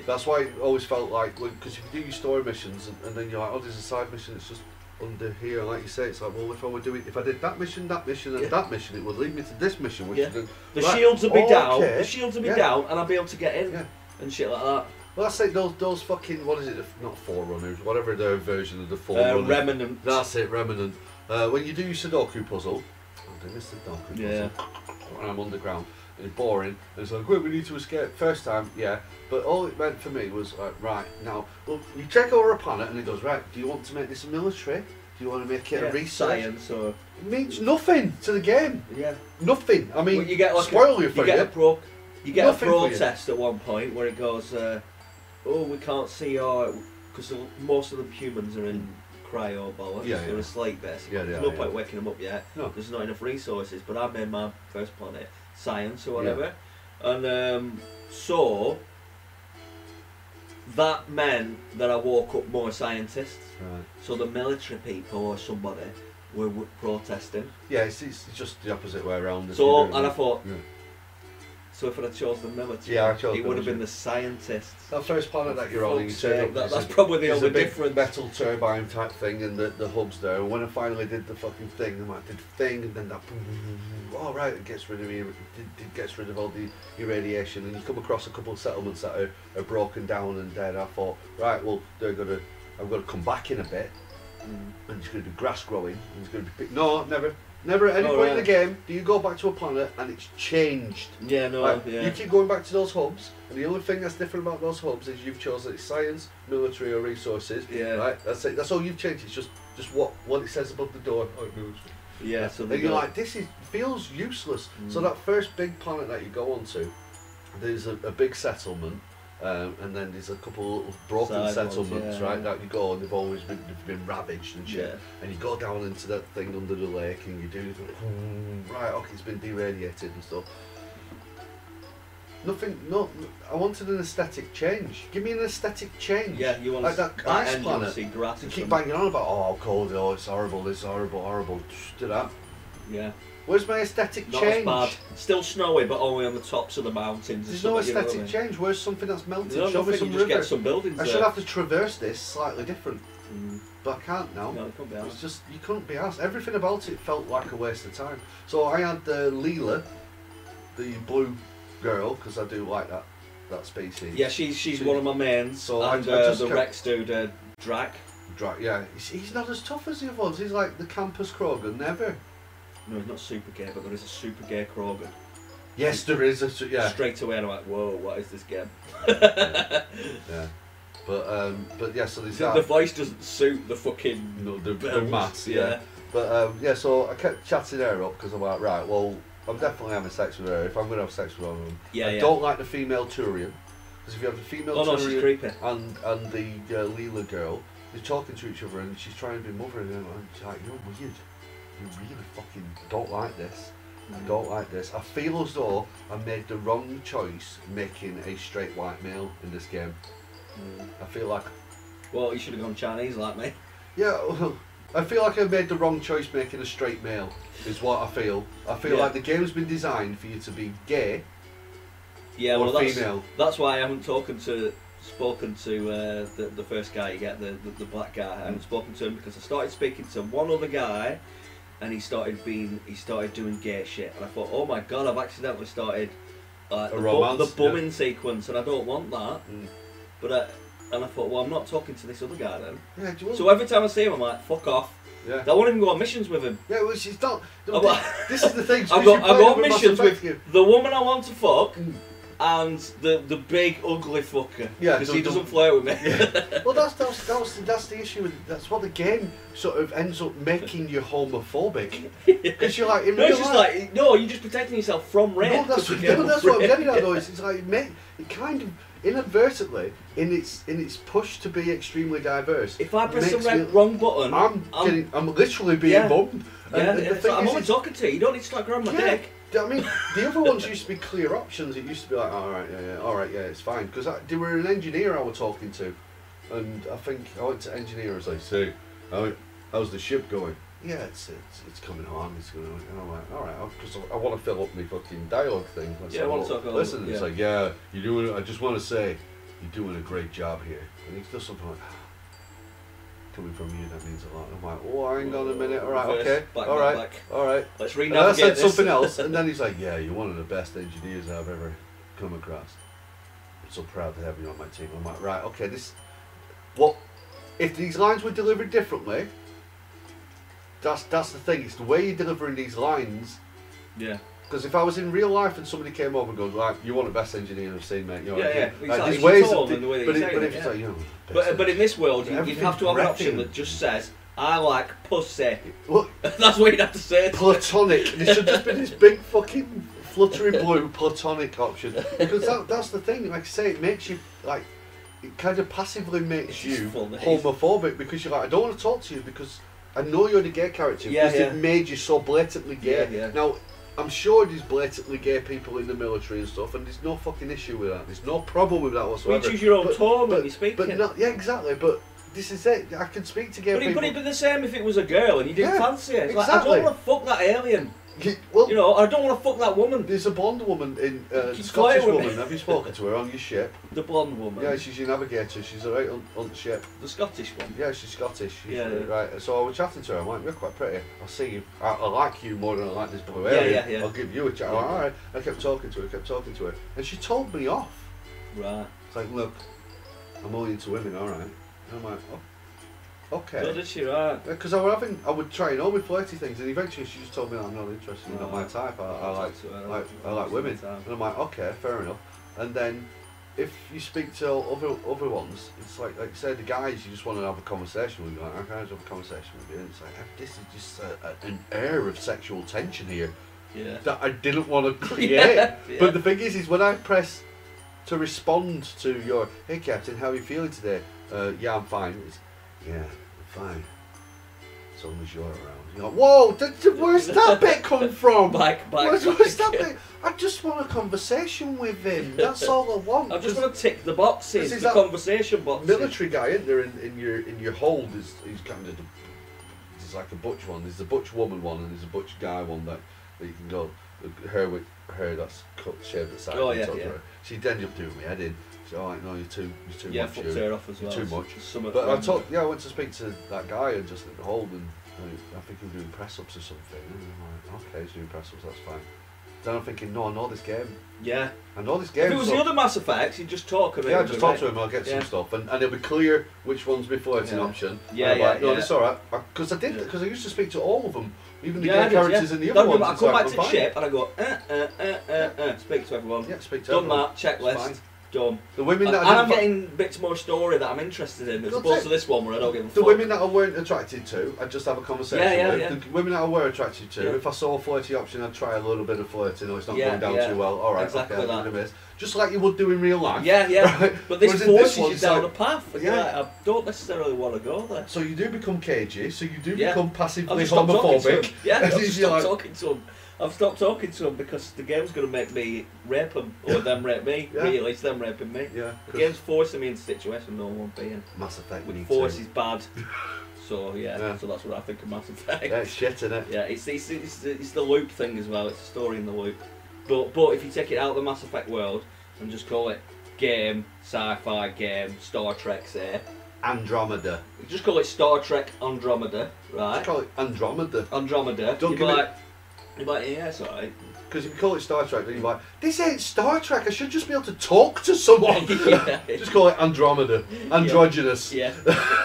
Speaker 2: That's why it always felt like because if you do your story missions and, and then you're like, oh, there's a side mission, it's just under here. Like you say, it's like, well, if I were doing, if I did that mission, that mission, and
Speaker 1: Yeah.
Speaker 2: that mission, it would lead me to this mission, which
Speaker 1: Yeah.
Speaker 2: is the-
Speaker 1: the
Speaker 2: Right,
Speaker 1: shields will be down.
Speaker 2: okay,
Speaker 1: The shields will be
Speaker 2: yeah.
Speaker 1: down, and I'll be able to get in
Speaker 2: Yeah.
Speaker 1: and shit like that.
Speaker 2: well, that's like those those fucking what is it? Not forerunners, whatever their version of the
Speaker 1: Uh,
Speaker 2: forerunner.
Speaker 1: remnant.
Speaker 2: that's it, remnant. Uh, when you do your Sudoku puzzle, oh, I missed the Sudoku
Speaker 1: Yeah.
Speaker 2: puzzle, and I'm underground. and It's boring. And it's like, wait, we need to escape. First time, yeah. But all it meant for me was, like, right, now, well, you take over a planet and it goes, right, do you want to make this a military? Do you want to make it
Speaker 1: yeah,
Speaker 2: a research?
Speaker 1: science or
Speaker 2: It means nothing to the game.
Speaker 1: yeah.
Speaker 2: Nothing. I mean,
Speaker 1: Well, you get like a-
Speaker 2: spoil
Speaker 1: You
Speaker 2: you for
Speaker 1: get a
Speaker 2: it.
Speaker 1: pro, you get
Speaker 2: Nothing
Speaker 1: a
Speaker 2: for you.
Speaker 1: protest at one point where it goes, uh, "Oh, we can't see our," because most of the humans are in cryo balance.
Speaker 2: Yeah,
Speaker 1: they're
Speaker 2: yeah.
Speaker 1: asleep basically.
Speaker 2: Yeah, they
Speaker 1: There's
Speaker 2: are,
Speaker 1: no
Speaker 2: yeah.
Speaker 1: point waking them up yet.
Speaker 2: No.
Speaker 1: There's not enough resources. But I made my first planet science or whatever, and um, so that meant that I woke up more scientists.
Speaker 2: Right.
Speaker 1: So the military people or somebody were, were protesting.
Speaker 2: Yeah, it's, it's just the opposite way around. if
Speaker 1: So
Speaker 2: you do it.
Speaker 1: and I thought.
Speaker 2: Yeah.
Speaker 1: So if I'd have chose the military,
Speaker 2: Yeah, I chose
Speaker 1: it would have
Speaker 2: military.
Speaker 1: been the scientists.
Speaker 2: That first planet that you're on, you
Speaker 1: Fuck's
Speaker 2: turn
Speaker 1: sake, that-
Speaker 2: up. there's
Speaker 1: that's
Speaker 2: a-
Speaker 1: probably the
Speaker 2: there's
Speaker 1: only
Speaker 2: a big
Speaker 1: difference.
Speaker 2: Metal turbine type thing, and the, the hub's there. And when I finally did the fucking thing, I'm like, did the thing, and then that. All right, it gets rid of ir- it- it gets rid of all the irradiation, and you come across a couple of settlements that are, are broken down and dead. I thought, right, well, they're gonna, I'm gonna come back in a bit,
Speaker 1: Mm.
Speaker 2: and there's gonna be grass growing, and there's gonna be pic- no, never, never at any
Speaker 1: Oh,
Speaker 2: point in
Speaker 1: right.
Speaker 2: the game do you go back to a planet and it's changed.
Speaker 1: Yeah, no,
Speaker 2: Right,
Speaker 1: yeah.
Speaker 2: You keep going back to those hubs, and the only thing that's different about those hubs is you've chosen it's science, military, or resources.
Speaker 1: Yeah.
Speaker 2: Right. That's it. That's all you've changed. It's just just what what it says above the door. Oh, military.
Speaker 1: yeah, so they
Speaker 2: and you're
Speaker 1: go,
Speaker 2: like, this is feels useless. So
Speaker 1: Mm.
Speaker 2: that first big planet that you go onto, there's a, a big settlement. Um, and then there's a couple of broken
Speaker 1: Side ones,
Speaker 2: settlements,
Speaker 1: yeah.
Speaker 2: right? That you go and they've always been, they've been ravaged and shit
Speaker 1: yeah,
Speaker 2: and you go down into that thing under the lake and you do you go, right okay it's been deradiated and stuff nothing no I wanted an aesthetic change give me an aesthetic change
Speaker 1: yeah, you want
Speaker 2: like
Speaker 1: to
Speaker 2: that ice
Speaker 1: and you want to
Speaker 2: planet.
Speaker 1: see grass
Speaker 2: to
Speaker 1: and
Speaker 2: keep
Speaker 1: something.
Speaker 2: banging on about oh how cold oh it's horrible it's horrible horrible Just do that
Speaker 1: Yeah,
Speaker 2: where's my aesthetic
Speaker 1: not
Speaker 2: change
Speaker 1: as bad. Still snowy, but only on the tops of the mountains.
Speaker 2: there's
Speaker 1: and
Speaker 2: no
Speaker 1: stuff, you know what I
Speaker 2: aesthetic
Speaker 1: mean?
Speaker 2: change where's something that's melted
Speaker 1: There's
Speaker 2: show
Speaker 1: no
Speaker 2: me
Speaker 1: nothing. You
Speaker 2: some
Speaker 1: just
Speaker 2: river
Speaker 1: get some buildings.
Speaker 2: I
Speaker 1: there.
Speaker 2: should have to traverse this slightly different
Speaker 1: Mm.
Speaker 2: but I can't now
Speaker 1: No, it can't be
Speaker 2: It
Speaker 1: out.
Speaker 2: was just you couldn't be asked. Everything about it felt like a waste of time. So I had uh, Leela, the blue girl, because I do like that that species.
Speaker 1: Yeah, she's she's
Speaker 2: She-
Speaker 1: one of my mains.
Speaker 2: So I-
Speaker 1: and
Speaker 2: I
Speaker 1: uh,
Speaker 2: just
Speaker 1: the
Speaker 2: kept-
Speaker 1: Rex dude, uh, Drac.
Speaker 2: Dra- yeah. He's, he's not as tough as the other ones. He's like the campus Krogan. Never.
Speaker 1: No, he's not super gay, but there is a super gay Krogan.
Speaker 2: Yes, there is. A, s- yeah,
Speaker 1: Straight away, I'm like, whoa, what is this game?
Speaker 2: yeah. But um, but yeah, so there's
Speaker 1: The,
Speaker 2: that.
Speaker 1: the voice doesn't suit the fucking.
Speaker 2: no, the, the
Speaker 1: bells,
Speaker 2: mass, yeah. But um, yeah, so I kept chatting her up because I'm like, right, well, I'm definitely having sex with her if I'm going to have sex with her.
Speaker 1: Yeah,
Speaker 2: I
Speaker 1: yeah.
Speaker 2: don't like the female Turian because if you have the female
Speaker 1: oh no, she's
Speaker 2: Turian
Speaker 1: creepy.
Speaker 2: and and the uh, Leela girl, they're talking to each other and she's trying to be mother and I'm just like, you're weird. You really fucking don't like this. I
Speaker 1: Mm.
Speaker 2: don't like this. I feel as though I made the wrong choice making a straight white male in this game.
Speaker 1: Mm.
Speaker 2: I feel like
Speaker 1: Well, you should have gone Chinese like me.
Speaker 2: Yeah, well, I feel like I made the wrong choice making a straight male, is what I feel. I feel
Speaker 1: Yeah.
Speaker 2: like the game's been designed for you to be gay
Speaker 1: Yeah,
Speaker 2: or
Speaker 1: well, that's
Speaker 2: female.
Speaker 1: that's why I haven't talking to spoken to uh, the the first guy you get the the, the black guy. I haven't spoken to him because I started speaking to one other guy, and he started being he started doing gay shit, and I thought, oh my god, I've accidentally started uh,
Speaker 2: A
Speaker 1: the,
Speaker 2: romance,
Speaker 1: the
Speaker 2: yeah.
Speaker 1: bumming sequence, and I don't want that.
Speaker 2: Mm.
Speaker 1: But I, and I thought, well, I'm not talking to this other guy then.
Speaker 2: Yeah, do you want
Speaker 1: So every time I see him, I'm like, fuck off.
Speaker 2: yeah.
Speaker 1: I won't even go on missions with him.
Speaker 2: yeah, well, she's not.
Speaker 1: I've got-
Speaker 2: this is the thing.
Speaker 1: I've
Speaker 2: because
Speaker 1: got,
Speaker 2: you
Speaker 1: I've
Speaker 2: played
Speaker 1: got
Speaker 2: it Mass
Speaker 1: missions
Speaker 2: Effect,
Speaker 1: with
Speaker 2: you-
Speaker 1: the woman I want to fuck
Speaker 2: Mm.
Speaker 1: and the, the big ugly fucker.
Speaker 2: Yeah,
Speaker 1: because
Speaker 2: the-
Speaker 1: he
Speaker 2: the-
Speaker 1: doesn't flirt with me.
Speaker 2: Well, that's that's that's the, that's the issue. with- That's what the game sort of ends up making you homophobic because you're like in
Speaker 1: no,
Speaker 2: real
Speaker 1: it's just
Speaker 2: life-
Speaker 1: like no, you're just protecting yourself from rape.
Speaker 2: No, that's,
Speaker 1: 'cause you
Speaker 2: what,
Speaker 1: get
Speaker 2: no, that's
Speaker 1: rape.
Speaker 2: what I'm getting at though. It's, it's like mate, it kind of inadvertently in its in its push to be extremely diverse.
Speaker 1: If I press the
Speaker 2: makes me-
Speaker 1: red, wrong button,
Speaker 2: I'm
Speaker 1: I'm-
Speaker 2: getting, I'm literally being
Speaker 1: Yeah.
Speaker 2: bummed.
Speaker 1: yeah,
Speaker 2: And- and
Speaker 1: it's
Speaker 2: thing
Speaker 1: like, I'm
Speaker 2: is,
Speaker 1: only
Speaker 2: is-
Speaker 1: talking to you. You don't need to start grabbing my
Speaker 2: yeah,
Speaker 1: dick.
Speaker 2: do you know what I mean, the other ones used to be clear options. It used to be like, all right, yeah, yeah, all right, yeah, it's fine. Because there were an engineer I was talking to, and I think I went to engineer. I was like, so, how, how's the ship going? Yeah, it's it's, it's coming on. It's going. on." And I'm like, all right, because I, want to fill up my fucking dialogue thing. Let's
Speaker 1: Yeah, I
Speaker 2: have a
Speaker 1: wanna
Speaker 2: look.
Speaker 1: talk a little
Speaker 2: Listen,
Speaker 1: bit,
Speaker 2: it's
Speaker 1: yeah.
Speaker 2: like, yeah, you're doing. I just want to say, you're doing a great job here. And he's just something like. "Ah, Coming from you, that means a lot. I'm like, oh, hang on a minute. All right,
Speaker 1: Reverse,
Speaker 2: okay,
Speaker 1: back,
Speaker 2: all
Speaker 1: back,
Speaker 2: right,
Speaker 1: back.
Speaker 2: all right.
Speaker 1: Let's
Speaker 2: And I
Speaker 1: renavigate
Speaker 2: said
Speaker 1: this.
Speaker 2: something else, and then he's like, "Yeah, you're one of the best engineers I've ever come across. I'm so proud to have you on my team." I'm like, "Right, okay, this. What if these lines were delivered differently? That's that's the thing. It's the way you're delivering these lines.
Speaker 1: Yeah,
Speaker 2: Because if I was in real life and somebody came over and goes, "Right, you're one of the best engineers I've seen, mate. You're
Speaker 1: Yeah,
Speaker 2: right.
Speaker 1: yeah,
Speaker 2: Like,
Speaker 1: exactly.
Speaker 2: there's
Speaker 1: You
Speaker 2: ways
Speaker 1: told
Speaker 2: of
Speaker 1: them the way that
Speaker 2: but,
Speaker 1: you
Speaker 2: it-
Speaker 1: say
Speaker 2: but
Speaker 1: it,
Speaker 2: if it's
Speaker 1: yeah.
Speaker 2: like, you know,
Speaker 1: but but in this world, you, you'd
Speaker 2: Everything's
Speaker 1: have to have an option
Speaker 2: breathing.
Speaker 1: that just says, "I like pussy."
Speaker 2: look,
Speaker 1: That's what you'd have to say. to
Speaker 2: platonic. There should just be this big fucking fluttery blue platonic option because that, that's the thing. Like I say, it makes you like it kind of passively
Speaker 1: It's
Speaker 2: makes
Speaker 1: just
Speaker 2: you
Speaker 1: full of-
Speaker 2: homophobic because you're like, I don't want to talk to you because I know you're the gay character
Speaker 1: Yeah,
Speaker 2: because
Speaker 1: yeah.
Speaker 2: they've made you so blatantly gay.
Speaker 1: Yeah, yeah.
Speaker 2: Now. I'm sure there's blatantly gay people in the military and stuff, and there's no fucking issue with that. There's no problem with that
Speaker 1: Well,
Speaker 2: whatsoever.
Speaker 1: you choose your own
Speaker 2: But-
Speaker 1: tone when
Speaker 2: but,
Speaker 1: you're speaking.
Speaker 2: but not, yeah, exactly. But this is it. I can speak to gay
Speaker 1: But, it,
Speaker 2: people.
Speaker 1: but it'd be the same if it was a girl and you didn't
Speaker 2: Yeah,
Speaker 1: fancy it. It's
Speaker 2: exactly.
Speaker 1: like, I don't want to fuck that alien.
Speaker 2: well,
Speaker 1: You know, I don't want to fuck that woman.
Speaker 2: There's a Bond woman in uh,
Speaker 1: She's
Speaker 2: Scottish
Speaker 1: quite a
Speaker 2: woman. Have you spoken to her on your ship?
Speaker 1: The blonde woman.
Speaker 2: Yeah, she's your navigator. She's all right on, on the ship.
Speaker 1: the Scottish one.
Speaker 2: Yeah, she's Scottish. She's
Speaker 1: Yeah, yeah.
Speaker 2: Right. So I was chatting to her. I'm like, you're quite pretty. I see you. I, I like you more than I like this blue
Speaker 1: Yeah,
Speaker 2: area.
Speaker 1: yeah, yeah.
Speaker 2: I'll give you a chat. I'm like, all right. I kept talking to her. Kept talking to her, and she told me off.
Speaker 1: Right.
Speaker 2: It's like, look, I'm only into women. All right. And I'm like, oh, okay.
Speaker 1: So did she, right?
Speaker 2: Because I were having, I would try and all my flirty things, and eventually she just told me I'm not interested. You're not my
Speaker 1: Right.
Speaker 2: type. I, I like
Speaker 1: talked to her.
Speaker 2: like, I like women. And I'm like, okay, fair enough. And then if you speak to other other ones, it's like like say the guys you just want to have a conversation with. You're like, I can have a conversation with you. And it's like "Ah, this is just a, a, an air of sexual tension here
Speaker 1: Yeah.
Speaker 2: that I didn't want to create.
Speaker 1: yeah.
Speaker 2: But the thing is, is when I press to respond to your, hey Captain, how are you feeling today? Uh, yeah, I'm fine. It's, yeah, I'm fine. As long as you're around. You're like, whoa, th- th- where's that bit come from?
Speaker 1: Back, back,
Speaker 2: Where's,
Speaker 1: back.
Speaker 2: where's that bit? I just want a conversation with him. That's all I want.
Speaker 1: I just
Speaker 2: There's
Speaker 1: want to tick the boxes,
Speaker 2: This is
Speaker 1: the
Speaker 2: that
Speaker 1: conversation
Speaker 2: a
Speaker 1: boxes.
Speaker 2: military guy in there in, in your in your hold is he's kind of the, there's like a butch one. There's a butch woman one and there's a butch guy one that, that you can go her with her that's cut shaved at the side.
Speaker 1: Oh,
Speaker 2: and
Speaker 1: yeah,
Speaker 2: tuck
Speaker 1: yeah.
Speaker 2: her. She'd end up doing me head in. She's all right. No, you're too you're too
Speaker 1: Yeah, I
Speaker 2: much.
Speaker 1: fucked
Speaker 2: you're-
Speaker 1: her off as
Speaker 2: you're
Speaker 1: well.
Speaker 2: too
Speaker 1: It's-
Speaker 2: much.
Speaker 1: it's something
Speaker 2: But I
Speaker 1: random.
Speaker 2: talked. Yeah, I went to speak to that guy and just at the hold, and I, I think he was doing press ups or something. And I'm like, okay, he's doing press ups. That's fine. Then I'm thinking, no, I know this game.
Speaker 1: Yeah.
Speaker 2: I know this
Speaker 1: If
Speaker 2: game.
Speaker 1: it was
Speaker 2: so-
Speaker 1: the other Mass Effects, you'd just talk about it.
Speaker 2: yeah, just talk to
Speaker 1: wouldn't
Speaker 2: him. I'll get
Speaker 1: Yeah.
Speaker 2: some stuff, and, and it'll be clear which one's my flirting
Speaker 1: Yeah.
Speaker 2: option.
Speaker 1: Yeah,
Speaker 2: and I'm
Speaker 1: yeah,
Speaker 2: like, no,
Speaker 1: yeah.
Speaker 2: it's all right. Because I did,
Speaker 1: Yeah.
Speaker 2: because I used to speak to all of them, even the
Speaker 1: Yeah, I
Speaker 2: gay
Speaker 1: did, yeah.
Speaker 2: characters and the
Speaker 1: Don't
Speaker 2: other
Speaker 1: worry
Speaker 2: ones.
Speaker 1: about it. I
Speaker 2: it's
Speaker 1: come
Speaker 2: like,
Speaker 1: back to the
Speaker 2: we're fine.
Speaker 1: ship and I go, uh, uh, uh, uh, uh, speak to everyone.
Speaker 2: Yeah, speak to
Speaker 1: Done
Speaker 2: everyone.
Speaker 1: that, checklist,
Speaker 2: It's
Speaker 1: done.
Speaker 2: The women
Speaker 1: And,
Speaker 2: that
Speaker 1: and
Speaker 2: I didn't
Speaker 1: I'm
Speaker 2: fi-
Speaker 1: getting bits more story that I'm interested in as
Speaker 2: That's
Speaker 1: opposed
Speaker 2: it.
Speaker 1: to this one where I don't give a
Speaker 2: the
Speaker 1: fuck.
Speaker 2: women that I weren't attracted to, I'd just have a conversation
Speaker 1: Yeah, yeah,
Speaker 2: with.
Speaker 1: yeah.
Speaker 2: The women that I were attracted to,
Speaker 1: Yeah.
Speaker 2: if I saw a flirty option, I'd try a little bit of flirting, or it's not
Speaker 1: Yeah,
Speaker 2: going down
Speaker 1: yeah.
Speaker 2: too well. All right,
Speaker 1: Exactly
Speaker 2: okay, I'll
Speaker 1: that.
Speaker 2: give it a miss. Just like you would do in real life.
Speaker 1: Yeah, yeah.
Speaker 2: Right?
Speaker 1: But this
Speaker 2: Whereas in
Speaker 1: forces
Speaker 2: one,
Speaker 1: you
Speaker 2: it's
Speaker 1: down
Speaker 2: like-
Speaker 1: the path. It's
Speaker 2: Yeah.
Speaker 1: like, I don't necessarily want to go there.
Speaker 2: So you do become cagey, so you do
Speaker 1: Yeah.
Speaker 2: become
Speaker 1: I've
Speaker 2: passively
Speaker 1: just stopped talking to
Speaker 2: homophobic.
Speaker 1: him. Yeah, I've
Speaker 2: As
Speaker 1: just
Speaker 2: you
Speaker 1: stopped
Speaker 2: like-
Speaker 1: talking to him. I've stopped talking to him because the game's going to make me rape him or them rape me.
Speaker 2: Yeah.
Speaker 1: Really, it's them raping me.
Speaker 2: Yeah,
Speaker 1: The
Speaker 2: 'cause
Speaker 1: game's forcing me into a situation no one being.
Speaker 2: Mass Effect
Speaker 1: Which
Speaker 2: need
Speaker 1: force
Speaker 2: to.
Speaker 1: is bad. So yeah,
Speaker 2: Yeah.
Speaker 1: so that's what I think of Mass Effect.
Speaker 2: Yeah, it's shit, innit?
Speaker 1: Yeah, it's, it's, it's, it's the loop thing as well. It's a story in the loop. But but if you take it out of the Mass Effect world and just call it game, sci-fi game, Star Trek, say,
Speaker 2: Andromeda.
Speaker 1: just call it Star Trek Andromeda,
Speaker 2: Let's
Speaker 1: right?
Speaker 2: call it Andromeda.
Speaker 1: Andromeda. you'd
Speaker 2: Don't
Speaker 1: be
Speaker 2: give it-
Speaker 1: like, you'd be like, yeah, it's alright.
Speaker 2: Because if you call it Star Trek, then you're like, this ain't Star Trek, I should just be able to talk to someone.
Speaker 1: yeah,
Speaker 2: just call it Andromeda. Androgynous.
Speaker 1: yeah,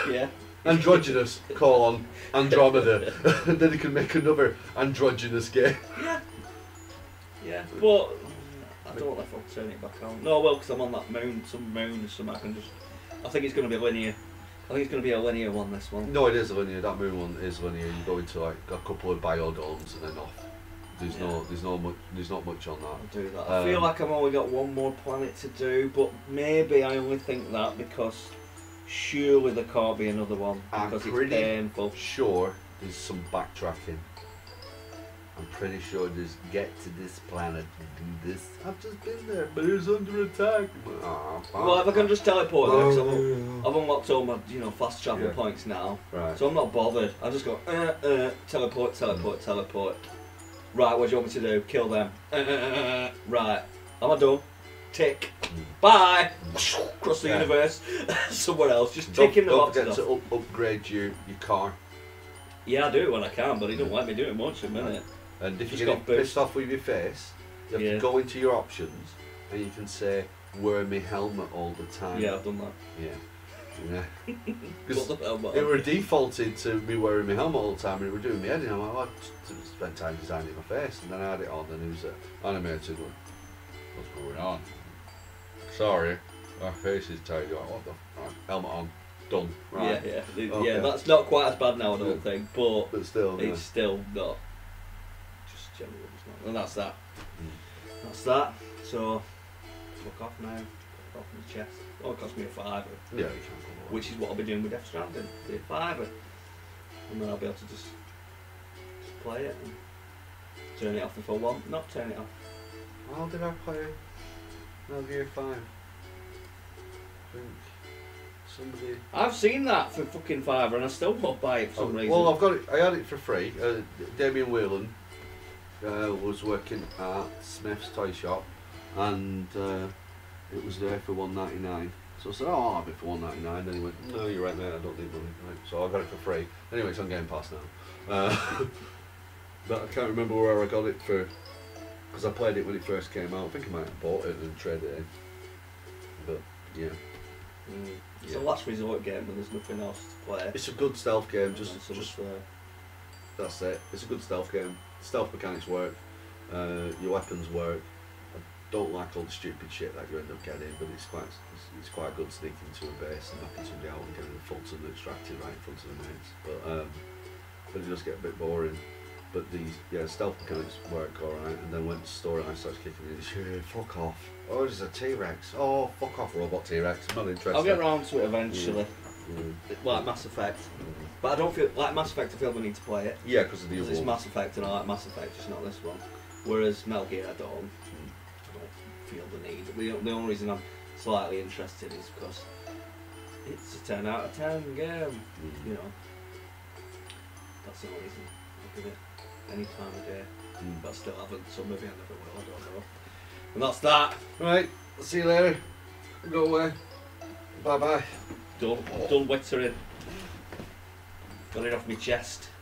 Speaker 1: yeah.
Speaker 2: Androgynous, call on Andromeda. then you can make another androgynous game.
Speaker 1: Yeah. Yeah. But I don't know if I'll turn it back on. No, well, because I'm on that moon, some moon or something. I can just. I think it's going to be linear. I think it's going to be a linear one. This one.
Speaker 2: No, it is linear. That moon one is linear. You go into like a couple of biodomes and then off. There's no,
Speaker 1: Yeah.
Speaker 2: there's no much, there's not much on that.
Speaker 1: I'll do that. I
Speaker 2: Um,
Speaker 1: feel like I've only got one more planet to do, but maybe I only think that because surely there can't be another one
Speaker 2: I'm
Speaker 1: because it's
Speaker 2: pretty-
Speaker 1: painful.
Speaker 2: sure there's some backtracking. I'm pretty sure there's get to this planet and do this. I've just been there, but it's under attack. Oh,
Speaker 1: Well, if I can just teleport there, 'cause I've,
Speaker 2: Oh,
Speaker 1: I've unlocked all my you know fast travel
Speaker 2: Yeah.
Speaker 1: points now,
Speaker 2: right.
Speaker 1: so I'm not bothered. I just go uh, uh, teleport, teleport, teleport. Right, what do you want me to do? Kill them. Uh, uh, uh, uh, right, am I done? Tick. Bye. Across the
Speaker 2: Mm. Yeah.
Speaker 1: universe, somewhere else. Just
Speaker 2: Don't,
Speaker 1: ticking the
Speaker 2: don't
Speaker 1: boxes
Speaker 2: forget
Speaker 1: off.
Speaker 2: to up, upgrade your, your car.
Speaker 1: Yeah, I do it when I can, but he don't let me do it much at the minute.
Speaker 2: And if
Speaker 1: Just
Speaker 2: you're getting
Speaker 1: got boost.
Speaker 2: pissed off with your face, you have
Speaker 1: Yeah.
Speaker 2: to go into your options and you can say, wear my helmet all the time.
Speaker 1: Yeah, I've done that.
Speaker 2: Yeah. Yeah. 'Cause-
Speaker 1: Put the helmet
Speaker 2: It
Speaker 1: on.
Speaker 2: were defaulted to me wearing my helmet all the time, and it were doing me head in. I'm like, well, I t- t- spent time designing my face, and then I had it on, and it was uh, animated. Going, What's going on? Sorry, my face is tight. You're Like, what the? Right, helmet on, done. Right.
Speaker 1: Yeah, yeah, yeah.
Speaker 2: Okay.
Speaker 1: That's not quite as bad now, I don't
Speaker 2: Yeah.
Speaker 1: think, but
Speaker 2: But still, yeah.
Speaker 1: it's still not. Just generally, it's not. And that's that.
Speaker 2: Hmm.
Speaker 1: That's that. So, fuck off now. Fuck off my chest. Oh, it cost me a fiver,
Speaker 2: yeah, you can't go wrong.
Speaker 1: which is what I'll be doing with Death Stranding. Be a fiver, and then I'll be able to just, just play it and turn it off if I want. Not turn it off.
Speaker 2: How did I play Metal Gear Five? I think somebody.
Speaker 1: I've seen that for fucking fiver, and I still won't buy it for some
Speaker 2: Oh,
Speaker 1: reason.
Speaker 2: Well, I've got it. I had it for free. Uh, Damien Whelan uh, was working at Smith's Toy Shop, and uh, it was there for one ninety nine. So I said, "Oh, I'll have it for one ninety nine. Then he went, "No, you're right, mate. I don't need money." Right, so I got it for free. Anyway, it's on Game Pass now. Uh, but I can't remember where I got it for, because I played it when it first came out. I think I might have bought it and traded it in. But yeah,
Speaker 1: Mm. It's a
Speaker 2: Yeah.
Speaker 1: last resort game when there's nothing else to play.
Speaker 2: it's a good stealth game. Just,
Speaker 1: And so
Speaker 2: just
Speaker 1: much, uh,
Speaker 2: That's it. It's a good stealth game. Stealth mechanics work. Uh, your weapons work. I don't like all the stupid shit that you end up getting, but it's quite it's, it's quite good sneaking to a base and knocking somebody out and getting Fulton extracted right in front of the mates. But um, but it does get a bit boring. But these yeah stealth mechanics work all right, and then when the storyline starts kicking in, it's yeah, fuck off. Oh, there's a T Rex. Oh, fuck off, robot T Rex. I'm not interested.
Speaker 1: I'll get round to it eventually,
Speaker 2: Mm,
Speaker 1: like Mass Effect.
Speaker 2: mm.
Speaker 1: But I don't feel like Mass Effect. I feel we need to play it
Speaker 2: Yeah, because of the
Speaker 1: because
Speaker 2: other
Speaker 1: it's
Speaker 2: one.
Speaker 1: Mass Effect, and I like Mass Effect, just not this one. Whereas Metal Gear, I don't. I don't feel the need. The, the only reason I'm slightly interested is because it's a ten out of ten game.
Speaker 2: Mm,
Speaker 1: You know, that's the only reason. I'll give it any time of day.
Speaker 2: mm.
Speaker 1: But I still haven't, so maybe I never will. I don't know. And that's that.
Speaker 2: Right, see you later. Go away. Bye bye.
Speaker 1: Done. Done wittering. Got it off my chest.